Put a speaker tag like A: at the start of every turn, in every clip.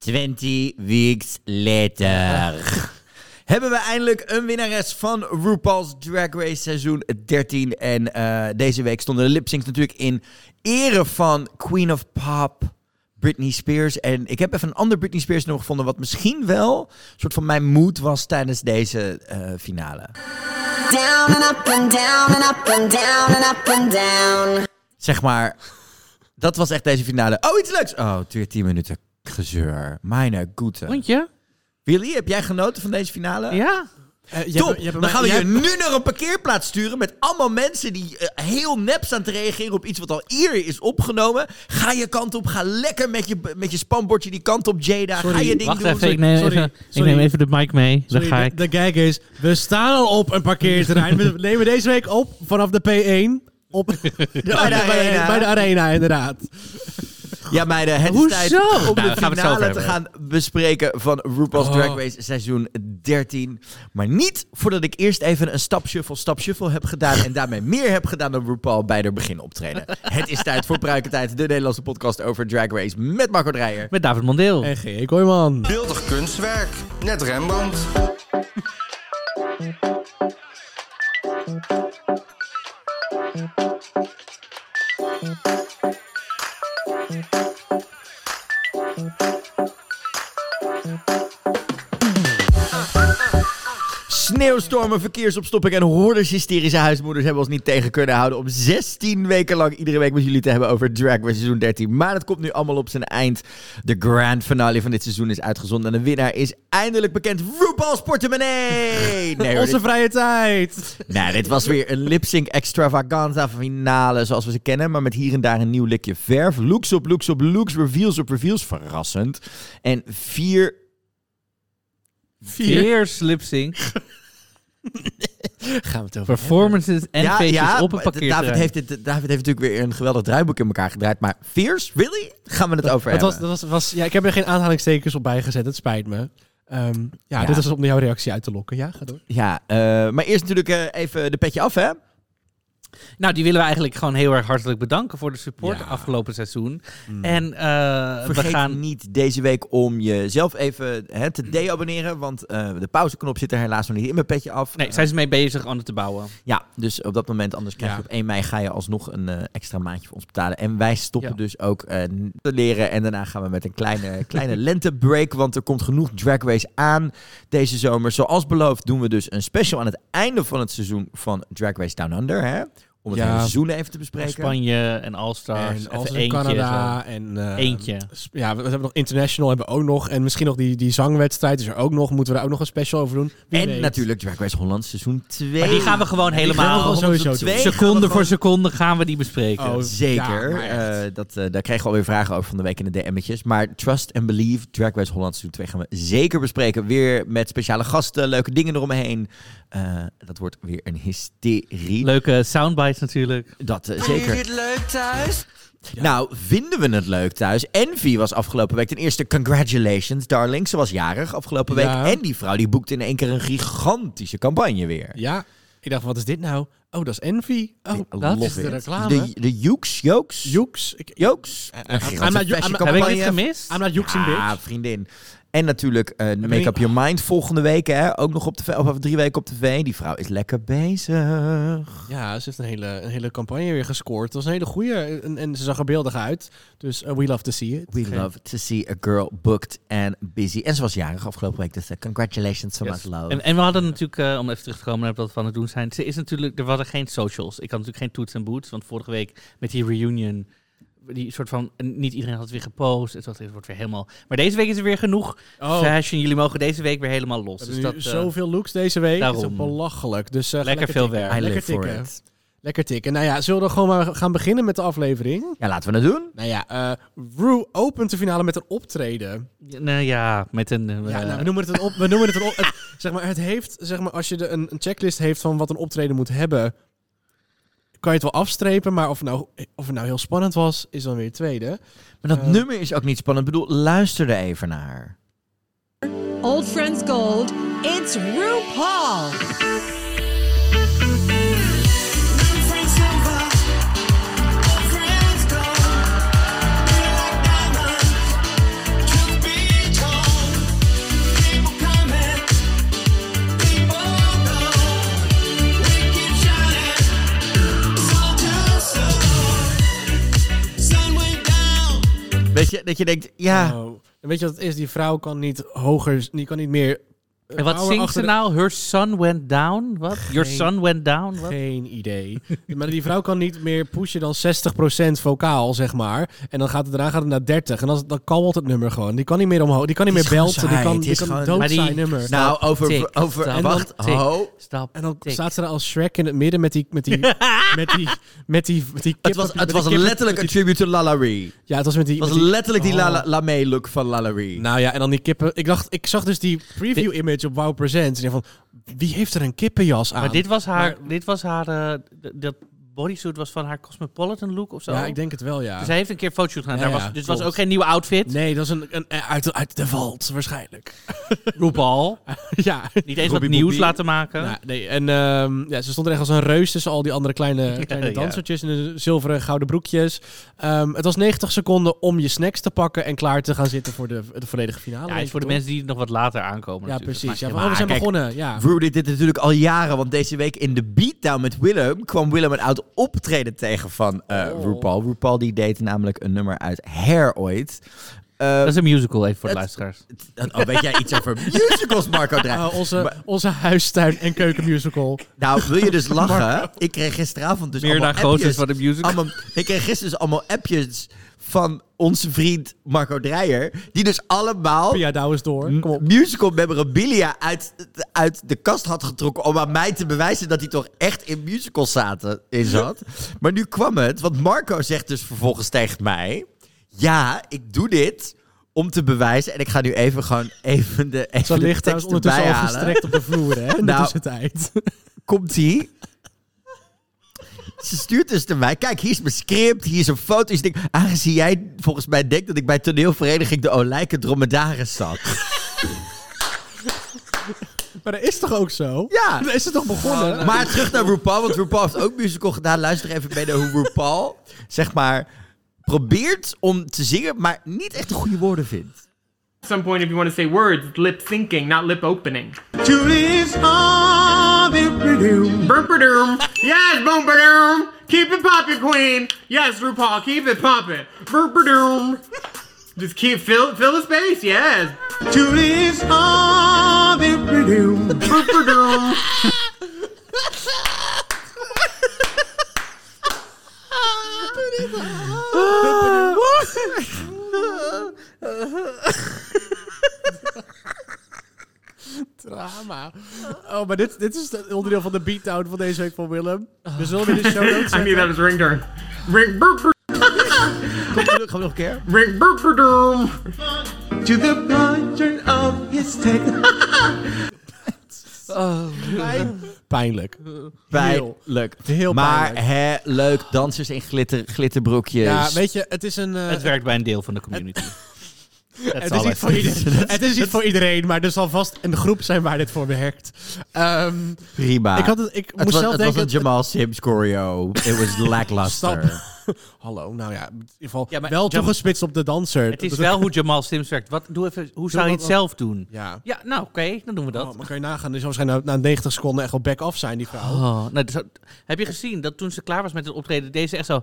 A: 20 weeks later. Hebben we eindelijk een winnares van RuPaul's Drag Race seizoen 13. En eh, deze week stonden de lipsyncs natuurlijk in ere van Queen of Pop, Britney Spears. En ik heb even een ander Britney Spears nummer gevonden, wat misschien wel een soort van mijn mood was tijdens deze eh, finale.
B: Down and up and down and up and down and up and down.
A: Zeg maar, dat was echt deze finale. Oh, iets leuks! Oh, 10 minuten gezeur. Mijn goede.
C: Vond je?
A: Willy, heb jij genoten van deze finale?
D: Eh,
C: Ja.
A: Top. dan gaan we je nu naar een parkeerplaats sturen met allemaal mensen die eh, heel nep staan te reageren op iets wat al eerder is opgenomen. Ga je kant op, ga lekker met je, met je spanbordje die kant op, Jada. ga je ding
C: Wacht
A: doen.
C: even, ik neem,
D: Sorry,
C: even
D: sorry.
C: ik neem even de mic mee. Dan ga
D: Sorry,
C: ik.
D: de, de gag is, we staan al op een parkeerterrein. We nemen deze week op vanaf de P1. Op bij, de
A: arena.
D: bij de arena, inderdaad.
A: Ja, meiden, het is
C: Hoezo?
A: tijd om
C: Nou, daar gaan we
A: de
C: het zo
A: finale
C: over
A: te
C: hebben.
A: gaan bespreken van RuPaul's
D: Oh.
A: Drag Race seizoen 13. Maar niet voordat ik eerst even een stapshuffle, stapshuffle heb gedaan en daarmee meer heb gedaan dan RuPaul bij haar begin optreden. het is tijd voor Pruikentijd, de Nederlandse podcast over Drag Race met Marco Dreyer.
C: Met David Mondeel.
D: En G.E. Kooijman.
E: Beeldig kunstwerk, net Rembrandt.
A: Sneeuwstormen, verkeersopstopping en hordes hysterische huismoeders hebben ons niet tegen kunnen houden om 16 weken lang iedere week met jullie te hebben over Drag Race seizoen 13. Maar het komt nu allemaal op zijn eind. De grand finale van dit seizoen is uitgezonden en de winnaar is eindelijk bekend. RuPaul's portemonnee! Nee, hoor,
D: Onze
A: dit,
D: vrije tijd.
A: nou, dit was weer een lip-sync extravaganza finale zoals we ze kennen, maar met hier en daar een nieuw likje verf. Looks op looks op looks, reveals op reveals, verrassend. En vier...
C: Vier slipsync.
D: Gaan we het over
C: Performances en feestjes op een
A: maar David
C: parkeerterrein.
A: heeft, dit, David heeft natuurlijk weer een geweldig draaiboek in elkaar gedraaid. Maar Fierce, really? Gaan we het over
D: Dat
A: hebben.
D: was, dat was, was, ja, ik heb er geen aanhalingstekens op bijgezet, het spijt me. Ehm, ja,
A: Ja.
D: dit was om jouw reactie uit te lokken. Ja, ga door.
A: Ja, eh, maar eerst natuurlijk eh, even de petje af, hè?
C: Eh, Nou, die willen we eigenlijk gewoon heel erg hartelijk bedanken voor de support
D: Ja. Hmm.
C: afgelopen seizoen. En eh, we
A: Vergeet
C: gaan...
A: niet deze week om jezelf even hè, te deabonneren. Want eh, de pauzeknop zit er helaas nog niet in mijn petje af.
C: Nee, zijn ze mee bezig aan het te bouwen.
A: Ja, dus op dat moment, anders krijg je
D: Ja.
A: op 1 mei ga je alsnog een eh, extra maandje voor ons betalen. En wij stoppen
C: Ja.
A: dus ook eh, te leren. En daarna gaan we met een kleine, kleine lentebreak, want er komt genoeg Drag Race aan deze zomer. Zoals beloofd doen we dus een special aan het einde van het seizoen van Drag Race Down Under. Hè? Om het
D: Ja.
A: hele seizoen even te bespreken.
C: Spanje en All-Stars.
D: En
C: even
D: als
C: eentje.
D: Canada en... eh,
C: Eentje.
D: sp- Ja, we, we hebben nog International hebben we ook nog. En misschien nog die, die zangwedstrijd is er ook nog. Moeten we daar ook nog een special over doen? Wie
A: En
D: weet.
A: natuurlijk Drag Race Holland seizoen 2.
C: Maar die gaan we gewoon
D: gaan we
C: helemaal...
D: gewoon
A: Holland
D: sowieso
A: seizoen
D: doen.
A: twee gaan we
C: Seconde
A: gewoon-
C: voor seconde gaan we die bespreken.
D: Oh,
A: Zeker.
D: Ja, maar echt.
A: Eh, dat, eh, daar kregen we alweer vragen over van de week in de DM'tjes. Maar Trust and Believe, Drag Race Holland seizoen 2 gaan we zeker bespreken. Weer met speciale gasten, leuke dingen eromheen. Eh, dat wordt weer een hysterie.
C: Leuke soundbites natuurlijk.
A: Dat eh,
E: Vinden jullie
A: zeker.
E: het leuk thuis?
A: Nou, vinden we het leuk thuis. Envy was afgelopen week ten eerste congratulations, darling. Ze was jarig afgelopen week.
D: Ja.
A: En die vrouw die boekte in één keer een gigantische campagne weer.
D: Ja, ik dacht, wat is dit nou? Oh, dat is Envy. Oh,
A: I
D: dat
A: love
D: is de
A: it.
D: reclame.
A: De, de Jukes, Jokes.
D: Joeks. Ik,
A: Jokes. Een
D: I'm
A: gigantische
D: not- I'm not-
C: Heb ik dit
A: fashioncampagne.
C: gemist?
D: I'm not Joeks in
A: Ja,
D: bitch.
A: vriendin. En natuurlijk eh, Make
D: niet-
A: Up Your Mind volgende week, hè? Ook nog op tv, of over drie weken op tv. Die vrouw is lekker bezig.
D: Ja, ze heeft een hele, een hele campagne weer gescoord. Het was een hele goeie. En, en ze zag er beeldig uit. Dus eh, we love to see it.
A: We
D: Geen-
A: love to see a girl booked and busy. En ze was jarig afgelopen week, dus eh, congratulations so
C: Yes.
A: much love.
C: En, en we hadden natuurlijk, eh, om even terug te komen naar wat we aan het doen zijn. Ze is natuurlijk, er waren geen socials. Ik had natuurlijk geen toets en boots, want vorige week met die reunion, die soort van, en niet iedereen had het weer gepost. Het, was, het wordt weer helemaal. Maar deze week is er weer genoeg
D: Oh, we
C: fashion. Jullie mogen deze week weer helemaal los.
D: hebben
C: Dus
D: nu
C: dat, eh,
D: zoveel looks deze week. Het is
C: daarom.
D: toch belachelijk. Dus, eh, ga
C: Lekker veel
D: tikken.
C: werk.
A: I live
D: Lekker
A: for
D: tikken.
A: it.
D: Lekker tikken. Nou ja, zullen we dan gewoon maar gaan beginnen met de aflevering?
A: Ja, laten we het doen.
D: Nou ja, eh Rue opent de finale met een optreden.
C: nou ja, met een. eh,
D: Ja, nou, we noemen het een op. We noemen het een op. het- zeg maar, het heeft, zeg maar, als je de, een, een checklist heeft van wat een optreden moet hebben, kan je het wel afstrepen. Maar of, het nou, of het nou heel spannend was, is dan weer het tweede.
A: Maar dat
D: Eh.
A: nummer is ook niet spannend. Ik bedoel, luister er even naar.
F: Old Friends Gold, it's RuPaul.
E: Friends go, we're like diamonds, truth be told.
A: Dat je denkt, ja,
D: Oh. En weet je wat het is? Die vrouw kan niet hoger, die kan niet meer... eh,
C: En wat
D: power
C: zingt ze
D: achter de-
C: nou? Her son went down? Wat? Your
D: Geen-
C: son went down? Wat?
D: Geen idee. maar die vrouw kan niet meer pushen dan 60% vocaal, zeg maar. En dan gaat het, daarna gaat het naar 30. En dan, dan kalmt het nummer gewoon. Die kan niet meer omhoog. Die kan niet
A: Het
D: meer
A: is gewoon
D: belten. Die
A: saai.
D: kan,
A: Het
D: die
A: is
D: kan
A: gewoon-
D: dood
C: Maar die-
D: zijn nummer.
A: nou, over,
C: tik,
A: over
C: stap,
A: wacht,
C: tik,
A: ho.
C: Stap,
D: En dan
C: tik.
D: staat ze daar als Shrek in het midden met die... Met die, met die, met die, met die
A: Het
D: kippen-
A: was,
D: met
A: het
D: die
A: was
D: kippen-
A: letterlijk een tribute to Lalaurie.
D: Ja, het was met die...
A: Het was
D: met die-
A: letterlijk die
D: Oh.
A: la- la- lamee-look van Lalaurie.
D: Nou ja, en dan die kippen. Ik, dacht, ik zag dus die preview image op WoW Presents. En ik dacht van, wie heeft er een kippenjas aan?
C: Maar dit was haar, dit was haar eh, d- dat bodysuit was van haar Cosmopolitan look of zo.
D: Ja, ik denk het wel, ja.
C: Dus hij heeft een keer een fotoshoot gedaan.
D: Ja,
C: Daar
D: ja,
C: was, dus was
D: klopt.
C: ook geen nieuwe outfit.
D: Nee, dat is een, een uit, uit de vault, waarschijnlijk.
C: RuPaul.
D: ja.
C: Niet eens
A: Robbie
C: wat nieuws
A: Bobby.
C: laten maken.
D: Nou, nee, en ehm, ja, ze stond er echt als een reus tussen al die andere kleine, kleine
C: ja.
D: dansertjes in de zilveren gouden broekjes. Ehm, het was 90 seconden om je snacks te pakken en klaar te gaan zitten voor de, de volledige finale.
C: ja,
D: denk
C: is voor
D: ik,
C: de
D: toch?
C: mensen die nog wat later aankomen.
D: Ja,
C: natuurlijk. Dat
D: precies. Ja,
C: maakt
D: van, oh, we
C: helemaal-
D: zijn
A: kijk,
D: begonnen. Ja.
A: Rue dit dit natuurlijk al jaren, want deze week in de beatdown met Willem kwam Willem een oud optreden tegen van eh RuPaul. RuPaul die deed namelijk een nummer uit Hair ooit. Eh,
C: Dat is een musical even voor de
A: Het-
C: luisteraars.
A: oh, weet jij iets over musicals, Marco Drijf?
C: Oh,
D: Ah, onze, onze huistuin- en keukenmusical.
A: Nou, wil je dus lachen? Ik kreeg gisteravond dus
C: Meer
A: allemaal
C: naar Gozes
A: appjes.
C: van de musical.
A: Allemaal, ik kreeg gisteren dus allemaal appjes van onze vriend Marco Dreyer. Die dus allemaal
D: Pia Douwens
C: Mm.
D: door. Kom op.
A: musical memorabilia uit, uit de kast had getrokken... om aan mij te bewijzen dat hij toch echt in musicals zaten, in zat. Maar nu kwam het, want Marco zegt dus vervolgens tegen mij... ja, ik doe dit om te bewijzen... en ik ga nu even gewoon even de, even
D: Ze
A: de tekst
D: ligt trouwens ondertussen
A: erbij
D: al
A: halen.
D: gestrekt op de vloer, hè? En
A: Nou.
D: Dat is het eind.
A: komt ie. Ze stuurt dus naar mij. Kijk, hier is mijn script, hier is een foto. Dus ik denk, aangezien jij volgens mij denkt dat ik bij toneelvereniging de Olijke Dromedaris zat.
D: Maar dat is toch ook zo?
A: Ja.
D: Dan is het toch begonnen?
A: Maar terug naar RuPaul, want RuPaul heeft ook musical gedaan. Luister even bij naar hoe RuPaul, zeg maar, probeert om te zingen, maar niet echt de goede woorden vindt.
G: At some point, if you want to say words, it's lip syncing, not lip opening. Burpadoom. Yes, boom Keep it poppin', queen. Yes, RuPaul, keep it poppin'. Burpadoom. Just keep fill fill the space. Yes. Burpadoom.
D: Drama. Oh, maar dit, dit is het onderdeel van de beatdown van deze week van Willem. We zullen in de show notes
G: I knew
D: zetten.
G: that was ringtone. Ring burper.
A: Komt er nog, gaan we nog een keer?
G: Ring burpadoom.
E: To the pattern of his tail.
D: Pijnlijk.
A: Pijnlijk.
D: Heel
A: maar
D: pijnlijk.
A: hè, leuk, dansers in glitter, glitterbroekjes.
D: Ja, weet je, het is een... eh,
C: Het werkt bij een deel van de community. Dat
D: het
C: is
D: is, niet
C: alles.
D: voor iedereen, het is niet voor iedereen, maar er zal vast een groep zijn waar dit voor werkt. Ehm,
A: Prima.
D: ik had het, ik
A: Het
D: moest
A: was,
D: zelf
A: het was
D: denken...
A: een Jamal Sims choreo. It was lackluster.
D: Stop. Hallo, nou ja, in ieder geval
C: Ja, maar
D: wel
C: Jam-
D: toegespitst op de danser.
C: Het is wel hoe Jamal Sims werkt. Wat, doe even, hoe zou je
D: dat
C: het
D: dan.
C: zelf doen?
D: Ja.
C: Ja, nou oké, dan doen we dat.
D: Oh, maar kan je nagaan, die zou waarschijnlijk na, na 90 seconden echt wel back-off zijn, die vrouw.
C: Oh, nou, dus- heb je gezien dat toen ze klaar was met het optreden, deze echt zo...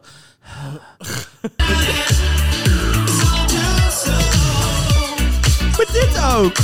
A: Maar dit ook.
H: Oh.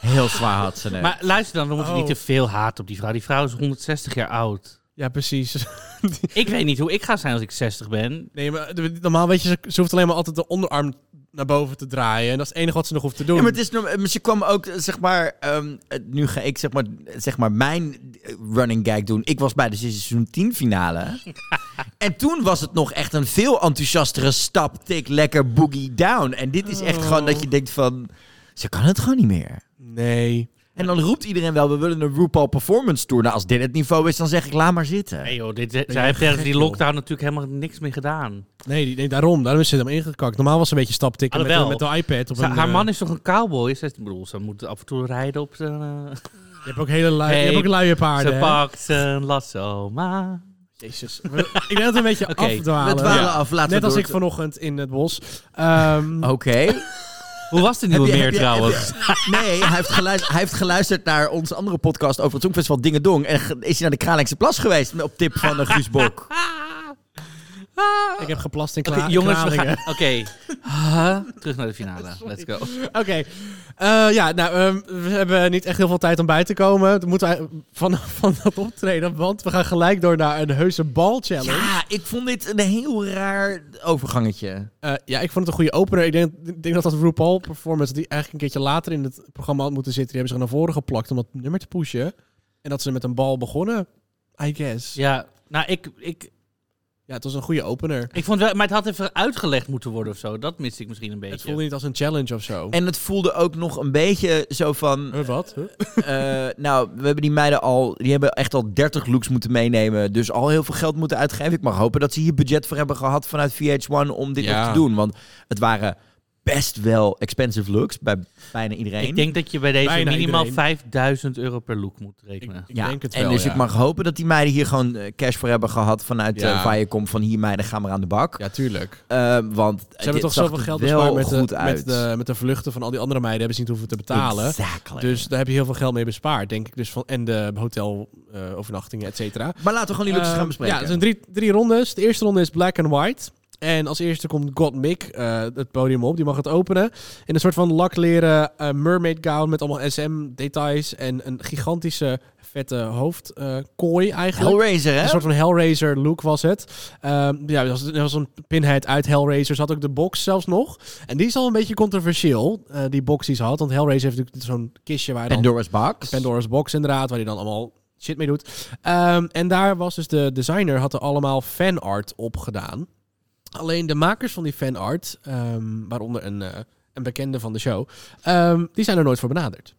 A: Heel zwaar had ze het.
C: Maar luister dan, we moeten
D: Oh.
C: niet te veel haat op die vrouw. Die vrouw is 160 jaar oud.
D: Ja, precies.
C: Ik weet niet hoe ik ga zijn als ik 60 ben.
D: Nee, maar de- normaal weet je, ze, ze hoeft alleen maar altijd de onderarm naar boven te draaien. En dat is het enige wat ze nog hoeft te doen.
A: Ja, maar het is, norm- eh, ze kwam ook, eh, zeg maar, ehm, eh, nu ga ik zeg maar, zeg maar mijn eh, running gag doen. Ik was bij de seizoen 10 finale. en toen was het nog echt een veel enthousiastere stap, tik, lekker, boogie down. En dit is echt gewoon
D: Oh.
A: dat je denkt van, ze kan het gewoon niet meer.
D: Nee.
A: En dan roept iedereen wel, we willen een RuPaul Performance Tour. Nou, als dit het niveau is, dan zeg ik, laat maar zitten.
C: Nee joh, dit, zij heeft tegen die lockdown natuurlijk helemaal niks meer gedaan.
D: Nee, die- nee, daarom. Daarom is ze hem ingekakt. Normaal was ze een beetje staptikken met, de-
C: Alhoewel.
D: met de iPad. Op
C: Ze-
D: een,
C: haar
D: eh,
C: man is toch een cowboy? Ze, ik bedoel, ze moet af en toe rijden op zijn... eh,
D: Je hebt ook hele lui, je
C: Hey,
D: hebt ook luie paarden.
C: ze
D: hè?
C: pakt zijn lasso, maar...
D: Jezus. We- ik ben het een beetje
C: Oké,
D: afdwalen.
A: we dwalen
D: Ja.
A: af, laten we
D: Net als
A: door
D: ik
A: te-
D: vanochtend in het bos. Ehm,
A: Oké.
C: Hoe was de
A: Heb
C: nieuwe
A: je-
C: meer
A: heb je-
C: trouwens?
A: heb je- nee, hij heeft, geluisterd, hij heeft geluisterd naar onze andere podcast over het Songfestival Dingedong. En ge- is hij naar de Kralingse Plas geweest met- op tip van eh, Guus Bok.
D: Ik heb geplast in
C: Oké,
D: klaar.
C: jongens, we gaan... Oké. Huh? Terug naar de finale. Let's go.
D: Oké. Eh, ja, nou, ehm, we hebben niet echt heel veel tijd om bij te komen. Dan moeten we van, van dat optreden, want we gaan gelijk door naar een heuse bal-challenge. Eh,
A: Ja, ik vond dit een heel raar overgangetje.
D: Eh, Ja. ik vond het een goede opener. Ik denk, ik denk dat dat RuPaul-performance, die eigenlijk een keertje later in het programma had moeten zitten, die hebben ze gewoon naar voren geplakt om dat nummer te pushen. En dat ze met een bal begonnen, I guess. Ja,
C: Ja, nou, ik, ik,
D: het was een goede opener.
C: ik vond wel... Maar het had even uitgelegd moeten worden of zo. Dat miste ik misschien een beetje.
D: Het voelde niet als een challenge of zo.
A: En het voelde ook nog een beetje zo van...
D: Huh, wat? Huh?
A: eh, nou, we hebben die meiden al... Die hebben echt al 30 looks moeten meenemen. Dus al heel veel geld moeten uitgeven. Ik mag hopen dat ze hier budget voor hebben gehad vanuit VH1 om dit
D: Ja.
A: nog te doen. Want het waren best wel expensive looks bij bijna iedereen.
C: Ik denk dat je bij deze
D: Bijna
C: minimaal
D: iedereen.
C: 5000 euro per look moet rekenen.
D: Ik denk het
A: en
D: wel,
A: dus
D: ja.
A: ik mag hopen dat die meiden hier gewoon eh, cash voor hebben gehad vanuit
D: Ja.
A: eh, Viacom. Van hier meiden, ga maar aan de bak.
D: Ja, tuurlijk.
A: Eh, want
D: Ze hebben toch zoveel geld
A: wel
D: bespaard met
A: goed
D: de,
A: uit.
D: met, de, met de vluchten van al die andere meiden. Hebben ze niet hoeven te betalen.
A: Exactly.
D: Dus daar heb je heel veel geld mee bespaard, denk ik. Dus van, en de hotelovernachtingen, et cetera.
A: maar laten we gewoon die looks gaan
D: Ehm,
A: bespreken.
D: Ja, het zijn drie, drie rondes. De eerste ronde is black and white. En als eerste komt God Mick eh, het podium op. Die mag het openen. In een soort van lakleren eh, mermaid gown met allemaal SM-details. En een gigantische vette hoofdkooi eh, eigenlijk.
A: Hellraiser, hè?
D: Een soort van Hellraiser look was het. Ehm, ja, er was, er was een pinhead uit Hellraiser. Ze had ook de box zelfs nog. En die is al een beetje controversieel, eh, die box die ze had. Want Hellraiser heeft natuurlijk zo'n kistje waar dan...
A: Pandora's Box.
D: Pandora's box inderdaad, waar hij dan allemaal shit mee doet. Ehm, en daar was dus de designer, had er allemaal fanart op gedaan. Alleen de makers van die fanart, ehm, waaronder een, eh, een bekende van de show, ehm, die zijn er nooit voor benaderd.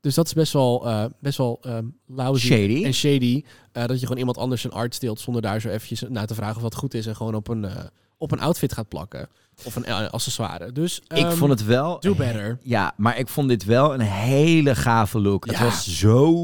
D: Dus dat is best wel, eh best wel ehm lousy
A: Shady.
D: en shady. eh, dat je gewoon iemand anders een art steelt zonder daar zo eventjes naar te vragen of wat goed is. En gewoon op een, eh, op een outfit gaat plakken. Of een eh, accessoire. Dus
A: ik vond het wel...
D: do better.
A: Ja, maar ik vond dit wel een hele gave look. Het
D: Ja.
A: was zo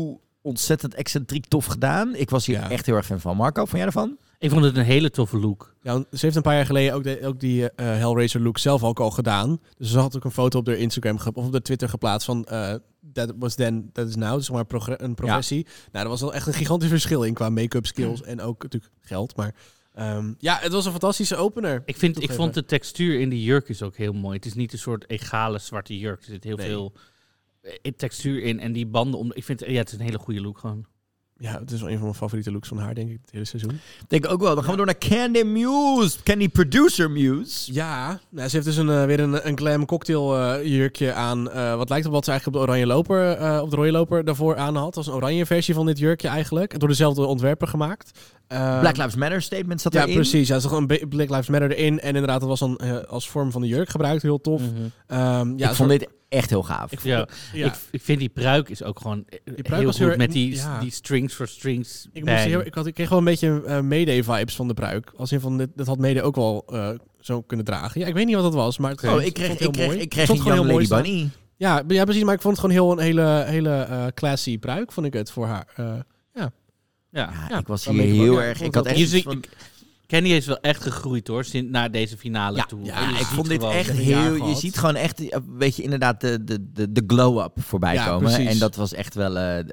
A: ontzettend excentriek tof gedaan. Ik was hier
D: Ja.
A: echt heel erg fan van. Marco, vond jij ervan?
C: Ik vond het een hele toffe look.
D: Ja, want ze heeft een paar jaar geleden ook, de- ook die eh, Hellraiser look zelf ook al gedaan. Dus ze had ook een foto op haar Instagram ge- of op haar Twitter geplaatst van eh that was then, that is now. Dus zeg maar progre- een progressie. Nou, er was wel echt een gigantisch verschil in qua make-up skills en ook natuurlijk geld. Maar ehm, ja, het was een fantastische opener.
C: Ik, vind, ik
D: Toegeven.
C: vond de textuur in die jurk is ook heel mooi. Het is niet een soort egale zwarte jurk. Er zit heel veel eh, textuur in. En die banden om. Ik vind ja, het is een hele goede look gewoon.
D: Ja, het is wel een van mijn favoriete looks van haar, denk ik, het hele seizoen.
A: Ik Denk ook wel. Dan gaan we door naar Candy Muse. Candy Producer Muse.
D: Ja, nou, ze heeft dus een, eh, weer een, een glam cocktail eh, jurkje aan. eh, wat lijkt op wat ze eigenlijk op de oranje loper, eh, op de rode loper daarvoor aan had. Dat was een oranje versie van dit jurkje eigenlijk. Door dezelfde ontwerper gemaakt. Eh,
A: Black Lives Matter statement zat
D: ja,
A: erin.
D: precies. Ja, er zat gewoon een be- Black Lives Matter erin. En inderdaad, dat was dan eh, als vorm van de jurk gebruikt. Heel tof. Ehm, ja,
A: Mhm. ik
D: zo-
A: vond dit echt heel gaaf.
C: Ja.
D: ja.
C: Ik, ik vind die pruik is ook gewoon eh,
D: pruik
C: heel
D: was
C: goed
D: heel-
C: met die,
D: ja.
C: die strings voor strings.
D: Ik, moest
C: bang.
D: heel, ik, had, ik kreeg wel een beetje eh Mayday-vibes van de pruik. Als in van, dit, dat had Mede ook wel eh, zo kunnen dragen. Ja, ik weet niet wat dat was, maar het
A: Oh, ik kreeg,
D: vond het
A: ik
D: heel
A: kreeg,
D: mooi.
A: ik kreeg
D: Het stond
A: een
D: gewoon
A: Young
D: heel mooi
A: Lady
D: staan.
A: Bunny.
D: Ja, ja, precies. Maar ik vond het gewoon heel een hele, hele eh, classy pruik, vond ik het voor haar. Eh,
C: ja.
A: Ja,
D: Ja,
A: ik was
D: dat
A: hier
D: weet ik wel.
A: heel
D: Ja,
A: erg... Ik
D: vond ik
A: had
D: wel
A: echt
C: tof.
A: iets
C: Dus ik-
A: van...
C: Kenny is wel echt gegroeid hoor, sinds, naar deze finale
A: Ja,
C: toe.
A: ja
C: Je
A: ik
C: ziet
A: vond dit
C: gewoon-
A: echt
D: Ik heb een jaar
A: heel... Je
D: gehad.
A: ziet gewoon echt, eh, weet je, inderdaad de, de, de, de glow-up voorbij
D: Ja,
A: komen.
D: precies.
A: En dat was echt wel eh, eh,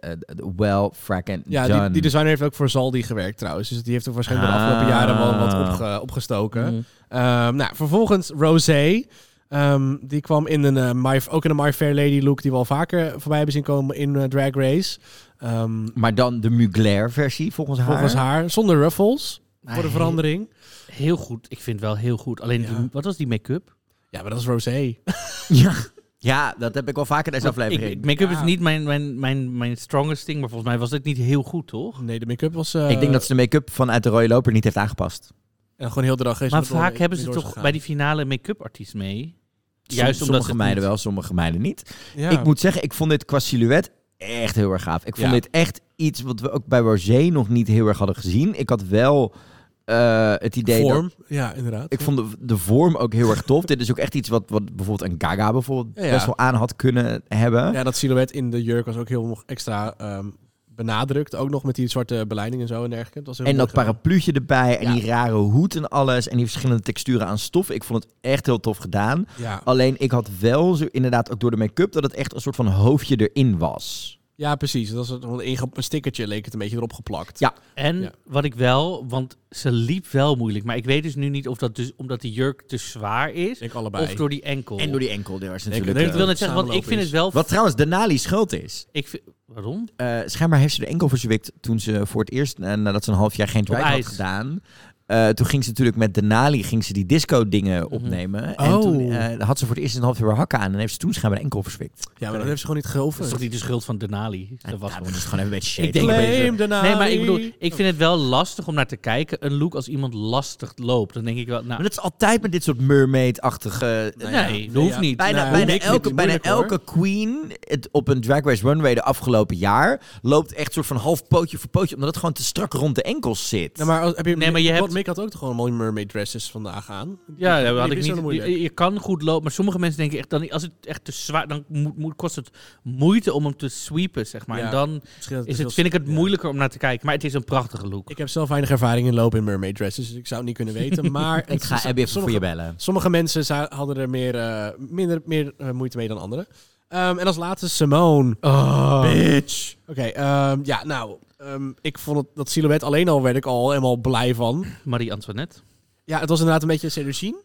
A: well fracking
D: ja,
A: done.
D: die, die designer heeft ook voor Zaldi gewerkt trouwens. Dus die heeft er waarschijnlijk de
A: Ah.
D: afgelopen jaren wel wat opge- opgestoken.
C: Mhm.
D: Ehm, nou, vervolgens Rosé. Ehm, die kwam in een, eh, My, ook in een My Fair Lady look die we al vaker voorbij hebben zien komen in eh, Drag Race. Ehm,
A: Maar dan de Mugler versie, volgens haar.
D: volgens haar, zonder ruffles. Voor de
C: Nee.
D: verandering.
C: Heel goed. Ik vind wel heel goed. Alleen,
D: Ja.
C: die- wat was die make-up?
D: Ja, maar dat is Rosé.
A: Ja. ja, dat heb ik wel vaker in deze
C: Ik-
A: aflevering.
C: ik-
A: Ik,
C: Make-up is
D: Ja.
C: niet mijn, mijn, mijn, mijn strongest ding, maar volgens mij was dit niet heel goed, toch?
D: Nee, de make-up was... eh,
A: denk dat ze de make-up vanuit de rode loper niet heeft aangepast.
D: en gewoon heel de dag is
C: Maar
D: er door-
C: vaak hebben ze
D: door
C: toch
D: gegaan.
C: bij die finale make-up artiest mee.
A: Som- sommige meiden wel, sommige meiden niet.
D: Ja.
A: Ik moet zeggen, ik vond dit qua silhouet echt heel erg gaaf. Ik vond
D: Ja.
A: dit echt iets wat we ook bij Rosé nog niet heel erg hadden gezien. Ik had wel eh, het idee dat...
D: vorm. Ja, inderdaad.
A: Ik vond de, de vorm ook heel erg tof. Dit is ook echt iets wat, wat bijvoorbeeld een Gaga bijvoorbeeld
D: Ja, ja.
A: best wel aan had kunnen hebben.
D: Ja, dat silhouet in de jurk was ook heel nog extra ehm, benadrukt. Ook nog met die zwarte beleiding en zo en dergelijke. Dat was heel
A: En
D: mooi
A: dat
D: gedaan.
A: parapluutje erbij en
D: Ja.
A: die rare hoed en alles. En die verschillende texturen aan stof. Ik vond het echt heel tof gedaan.
D: Ja.
A: Alleen ik had wel zo, inderdaad ook door de make-up dat het echt een soort van hoofdje erin was.
D: ja, precies. Dat was een, inge- een stickertje leek het een beetje erop geplakt.
A: Ja.
C: En
D: Ja.
C: wat ik wel, want ze liep wel moeilijk. Maar ik weet dus nu niet of dat dus omdat die jurk te zwaar is.
D: Ik allebei.
C: Of door die enkel.
A: En door die enkel, daar is natuurlijk. eh,
D: nee,
C: ik wil net zeggen, want ik
D: samenlopen
C: vind
D: is.
C: het wel.
A: Wat trouwens Denali schuld is.
C: Ik vind, waarom?
A: Eh, schijnbaar heeft ze de enkel verzwikt toen ze voor het eerst, eh, nadat ze een half jaar geen dwijk had
C: ijs.
A: gedaan. Eh, toen ging ze natuurlijk met Denali ging ze die disco dingen opnemen. En
D: Oh.
A: toen eh, had ze voor het eerst een half jaar hakken aan en heeft ze toen schijnbaar de enkel verzwikt.
D: Ja, maar dat heeft ze gewoon niet
C: Dat is
D: geoefend.
C: toch niet de schuld van Denali? Dat was
A: Ja, dat is gewoon even een beetje shit.
C: Ik denk een
D: Claim
C: beetje-
D: Denali.
C: Nee, maar ik bedoel, ik vind het wel lastig om naar te kijken. Een look als iemand lastig loopt, dan denk ik wel. Nou,
A: Maar dat is altijd met dit soort mermaid-achtige... eh,
C: nee, dat hoeft
D: ja.
C: niet.
A: Bijna,
D: Nou,
A: bijna
D: niks met
A: elke,
D: die
A: bijna
D: moeilijk, hoor.
A: elke queen het, op een Drag Race Runway de afgelopen jaar loopt echt soort van half pootje voor pootje, omdat het gewoon te strak rond de enkels zit.
D: Ja, maar als, heb je,
C: Nee, maar je
D: Wat
C: hebt-
D: Mick had ook toch gewoon mooie mermaid dresses vandaag aan.
C: Ja, ja,
D: Die
C: had ik
D: is
C: niet.
D: wel moeilijk.
C: Je, je kan goed lopen, maar sommige mensen denken echt dan als het echt te zwaar, dan moet, moet, kost het moeite om hem te sweepen, zeg maar.
D: Ja.
C: En dan
D: Misschien dat dus
C: is
D: wel-
C: het, vind ik het
D: ja.
C: moeilijker om naar te kijken, maar het is een prachtige look.
D: Ik heb zelf weinig ervaring in lopen in mermaid dresses, dus ik zou het niet kunnen weten. Maar
A: ik ga Abby even voor je bellen.
D: Sommige mensen za- hadden er meer, eh, minder, meer eh, moeite mee dan anderen. Ehm, en als laatste Simone.
A: Oh.
D: Bitch. Oké, ehm, ja, nou, ehm, ik vond het, dat silhouet alleen al werd ik al helemaal blij van.
C: Marie Antoinette.
D: Ja, het was inderdaad een beetje Seducine.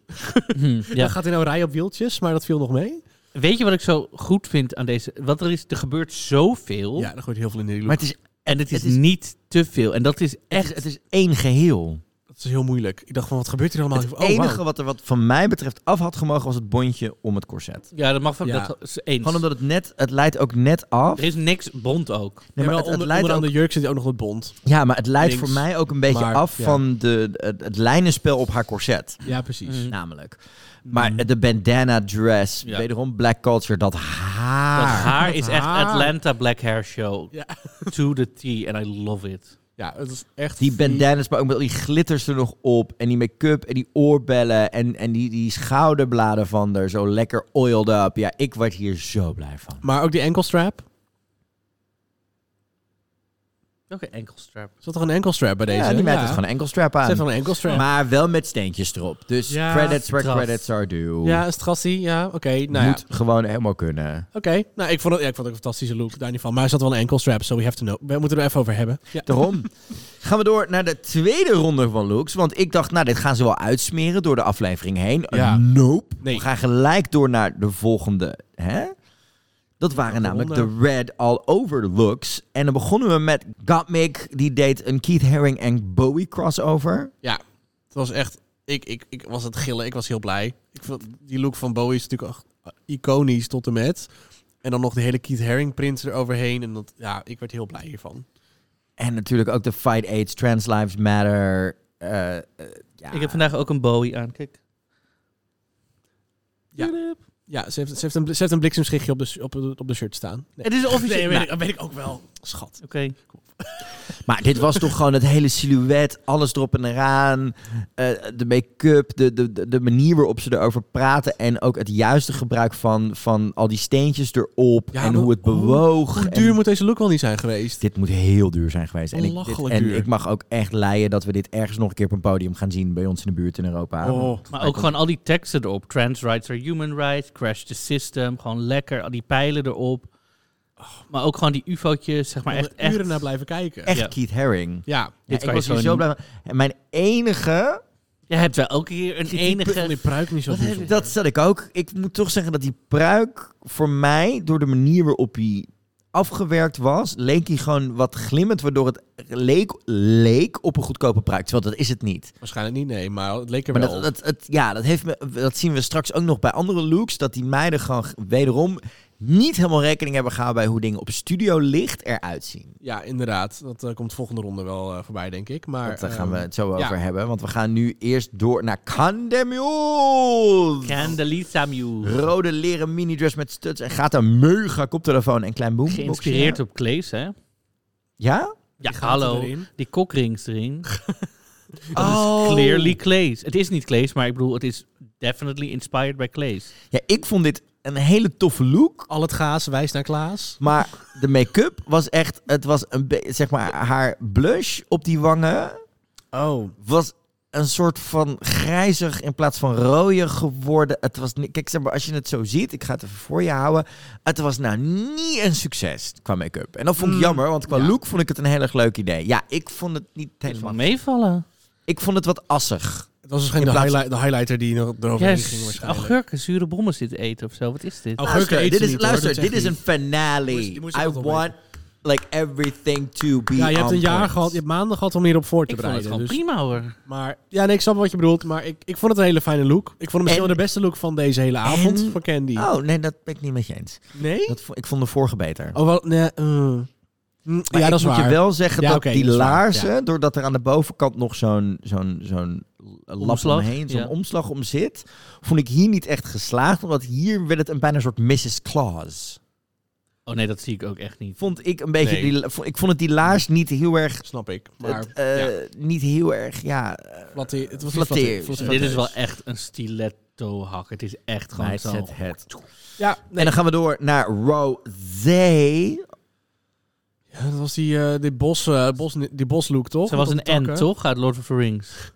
C: Ja.
D: Dan gaat hij nou rijden op wieltjes, maar dat viel nog mee.
C: Weet je wat ik zo goed vind aan deze? Wat er is, er gebeurt zoveel.
D: Ja, er gooit heel veel in die look.
A: Maar het is,
C: En het is,
A: Het is-
C: niet te veel. En dat is echt.
A: echt, het is één geheel.
D: dat is heel moeilijk. Ik dacht van, wat gebeurt hier allemaal?
A: Het
D: Oh, wauw.
A: enige wat er wat van mij betreft af had gemogen was het bondje om het corset.
C: Ja, dat mag van.
D: Ja.
C: Dat is eens.
A: Gewoon omdat het net, het leidt ook net af.
C: er is niks bond ook.
A: Nee,
D: Ja,
A: maar
D: wel
A: het, het
D: onder,
A: leidt
D: onderaan
A: ook-
D: de jurk zit ook nog wat bond.
A: ja, maar het leidt
D: links,
A: voor mij ook een beetje
D: maar,
A: af
D: ja.
A: van de, het, het lijnenspel op haar corset.
D: Ja, precies.
A: Mm. Namelijk.
D: Hm.
A: Maar de bandana dress,
C: Ja.
A: wederom black culture, dat haar.
C: Dat haar is echt
D: haar.
C: Atlanta Black Hair Show.
D: Ja.
C: To the T. En I love it.
D: Ja, het is echt...
A: Die bandanas, maar ook met al die glitters er nog op. En die make-up en die oorbellen. En, en die, die schouderbladen van er zo lekker oiled up. Ja, ik word hier zo blij van.
D: Maar ook die enkelstrap.
C: Welke enkelstrap?
D: Is dat toch een enkelstrap bij deze?
A: ja, die meid heeft gewoon een enkelstrap
D: Ze
A: aan.
D: heeft wel een enkelstrap.
A: Maar wel met steentjes erop. Dus
D: Ja,
A: credits where
C: straf.
A: credits are due.
D: Ja, strassie. Ja, oké. nou
A: Moet
D: ja,
A: gewoon helemaal kunnen.
D: oké. Nou, ik vond het, ja, ik vond het een fantastische look, daar niet van. Maar er zat wel een enkelstrap, so we have to know. We moeten er even over hebben. Ja.
A: Daarom gaan we door naar de tweede ronde van looks. Want ik dacht, nou, dit gaan ze wel uitsmeren door de aflevering heen. Eh,
D: Ja.
A: Nope.
D: Nee.
A: We gaan gelijk door naar de volgende. Hè? Dat waren namelijk de red all over looks. En dan begonnen we met Gottmik. Die deed een Keith Haring en Bowie crossover.
D: Ja, het was echt... Ik, ik, ik was aan het gillen, ik was heel blij. Ik vond, die look van Bowie is natuurlijk echt eh, iconisch tot en met. En dan nog de hele Keith Haring print eroverheen. En dat, ja, ik werd heel blij hiervan.
A: En natuurlijk ook de Fight AIDS, Trans Lives Matter. eh, eh, ja.
C: Ik heb vandaag ook een Bowie aan. Kijk.
D: Ja. Ja, ze heeft, ze heeft, een, bl- ze heeft een bliksemschichtje op de, s- op, de- op de shirt staan. Nee,
C: Het is officieel.
D: nee,
C: Nou,
D: weet, ik, weet ik ook wel. Schat.
C: Oké.
A: Maar dit was toch gewoon het hele silhouet, alles erop en eraan. eh, de make-up, de, de, de- de manier waarop ze erover praten. En ook het juiste gebruik van, van al die steentjes erop.
D: Ja,
A: en
D: maar
A: hoe het
D: hoe-
A: bewoog.
D: Hoe
A: en-
D: duur moet deze look wel niet zijn geweest?
A: Dit moet heel duur zijn geweest. En ik, dit-
D: Belachelijk
A: en
D: duur.
A: ik mag ook echt leiden dat we dit ergens nog een keer op een podium gaan zien bij ons in de buurt in Europa.
D: Oh.
C: Maar ook gewoon al die teksten erop. Trans rights are human rights. Crash the system. Gewoon lekker. Al die pijlen erop. Maar ook gewoon die ufo'tjes. Zeg maar
D: Maar
C: echt.
D: echt,
C: echt
D: uren naar blijven kijken.
A: Echt
C: Ja.
A: Keith Haring.
D: Ja.
A: Ja,
C: Dit
A: ik
C: kan
A: was
C: je
A: hier
C: zo
A: zo
C: niet-
A: blij van. En mijn enige...
C: Je hebt wel elke keer een
D: van die
C: enige...
D: pruik niet zo goed. vond.
A: Dat zat ik ook. Ik moet toch zeggen dat die pruik voor mij, door de manier waarop hij afgewerkt was, leek hij gewoon wat glimmend, waardoor het leek, leek op een goedkope pruik. Terwijl dat is het niet.
D: Waarschijnlijk niet, nee, maar het leek er
A: Maar
D: wel.
A: dat, dat, het, ja, dat, heeft me, dat zien we straks ook nog bij andere looks, dat die meiden gewoon g- wederom niet helemaal rekening hebben gehouden bij hoe dingen op studio licht eruit zien.
D: Ja, inderdaad. Dat eh, komt volgende ronde wel eh, voorbij, denk ik. Maar,
A: Dat, daar gaan
D: ehm,
A: we het zo
D: ja.
A: over hebben, want we gaan nu eerst door naar Candemule.
C: Candelita Mule.
A: Rode leren minidress met studs en gaat een mega koptelefoon en klein boom.
C: Geïnspireerd op Klees, hè?
A: Ja?
C: Ja,
D: gaat
C: hallo.
D: erin. Oh.
C: Die kokrings erin.
A: Dat
C: is clearly Clays. Het is niet Clays, maar ik bedoel, het is definitely inspired by Clays.
A: Ja, ik vond dit een hele toffe look.
D: Al het gaas wijst naar Klaas.
A: Maar de make-up was echt... Het was een be- zeg maar haar blush op die wangen
D: Oh.
A: was een soort van grijzig in plaats van rooier geworden. Het was niet, kijk, zeg maar, als je het zo ziet, ik ga het even voor je houden. Het was nou niet een succes qua make-up. En dat vond ik jammer, want qua look vond ik het een heel erg leuk idee. Ja, ik vond het niet helemaal.
C: Van meevallen.
A: Ik vond het wat assig.
D: Het was waarschijnlijk
A: In
D: de,
A: plaats-
D: highlight, de highlighter die nog eroverheen ging
C: Juist,
D: waarschijnlijk.
C: augurken, zure bommen zitten eten of zo. Wat is dit?
D: Augurken
A: Luister,
D: eet
A: dit
D: Oh, ze
A: is,
D: niet, hoor,
A: luister,
D: dat
A: dit
D: zegt
A: is een
D: hij.
A: finale.
D: Je moest- je moest
A: I
D: dat wel
A: want like everything to be.
D: Ja, je hebt
A: on
D: een jaar
A: point.
D: gehad, je hebt maanden gehad om hierop voor te
C: ik vond het
D: bereiden.
C: gewoon
D: dus-
C: prima hoor.
D: Maar ja, nee, ik snap wat je bedoelt. Maar ik, ik vond het een hele fijne look. Ik vond hem misschien
A: En-
D: wel de beste look van deze hele avond
A: En-
D: voor Candy.
A: Oh, nee, dat ben ik niet met je eens.
D: nee?
A: Dat, vo- ik vond de vorige beter.
D: Oh, wel, nee. mm. Mm,
A: Maar
D: ja,
A: ik
D: dat is
A: moet
D: waar.
A: je wel zeggen
D: Ja,
A: dat
D: oké,
A: die
D: dat is waar,
A: laarzen, doordat er aan de bovenkant nog zo'n zo'n zo'n lap
C: Omslag,
A: omheen, zo'n
C: ja.
A: omslag om zit, vond ik hier niet echt geslaagd, omdat hier werd het een bijna een soort Mrs. Claus.
C: Oh nee, dat zie ik ook echt niet.
A: Vond ik een beetje
D: Nee.
A: die, vo- ik vond het die laars niet heel erg,
D: Snap ik. Maar
A: het, eh,
D: ja,
A: niet heel erg, ja. eh,
D: flatte- het was
A: flatteer.
D: niet flatte-
A: Dit
D: flatte-
C: Dit is wel echt een stiletto hak. Het is echt gewoon
A: meid
C: zo.
A: zet het.
D: Ja,
A: En dan gaan we door naar Rosé.
D: Ja, dat was die, eh die, bos, eh, bos, die boslook, toch?
C: Ze was
D: Op de
C: een N,
D: takken.
C: toch? Uit Lord of the Rings.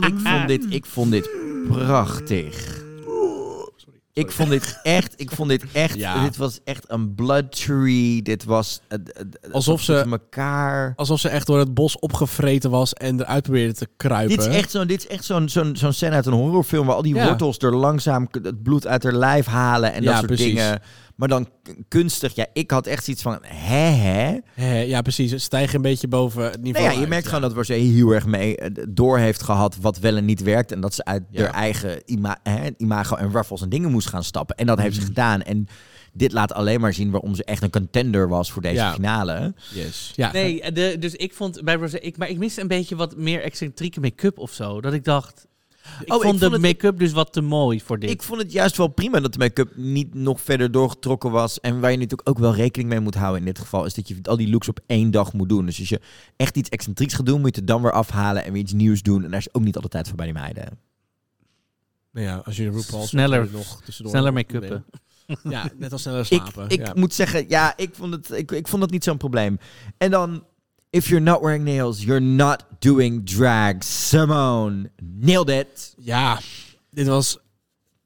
A: Ik vond dit, ik vond dit prachtig. Ik vond dit echt, ik vond dit echt,
D: Ja.
A: dit was echt een blood tree. Dit was eh, eh, eh,
D: Alsof ze- Oh,
A: tegen elkaar.
D: Alsof ze echt door het bos opgevreten was en eruit probeerde te kruipen.
A: Dit is echt zo'n, dit is echt zo'n, zo'n, zo'n scène uit een horrorfilm waar al die
D: Ja.
A: wortels er langzaam k- het bloed uit haar lijf halen en dat
D: Ja,
A: soort
D: precies.
A: dingen. Maar dan k- kunstig. Ja, ik had echt zoiets van, hè hè.
D: Hè, ja, precies. Het stijgt een beetje boven het
A: Nou
D: niveau.
A: ja, je
D: uit, dus.
A: merkt gewoon dat Rosé heel erg mee eh, door heeft gehad wat wel en niet werkt. En dat ze uit
D: Ja.
A: haar eigen ima- hè, imago en ruffles en dingen moest gaan stappen. En dat heeft ze
D: Mhm.
A: gedaan. En dit laat alleen maar zien waarom ze echt een contender was voor deze
D: Ja.
A: finale.
D: Yes. Ja,
C: Nee, de, dus ik vond bij Rosé... Ik, maar ik miste een beetje wat meer excentrieke make-up of zo. Dat ik dacht... Ik
A: Oh, ik
C: vond de
A: vond het-
C: make-up dus wat te mooi voor dit.
A: Ik vond het juist wel prima dat de make-up niet nog verder doorgetrokken was. En waar je natuurlijk ook wel rekening mee moet houden in dit geval... is dat je al die looks op één dag moet doen. Dus als je echt iets excentrieks gaat doen... moet je het dan weer afhalen en weer iets nieuws doen. En daar is ook niet altijd tijd voor bij die meiden.
D: Nou ja, als je RuPaul
C: Sneller-
D: nog tussendoor
C: Sneller
D: nog
C: make-uppen.
D: opnemen. Ja, net als sneller
A: Ik,
D: slapen.
A: ik
D: ja.
A: moet zeggen, ja, ik vond, het, ik, ik vond het niet zo'n probleem. En dan, if you're not wearing nails, you're not doing drag. Simone, nailed it.
D: Ja, dit was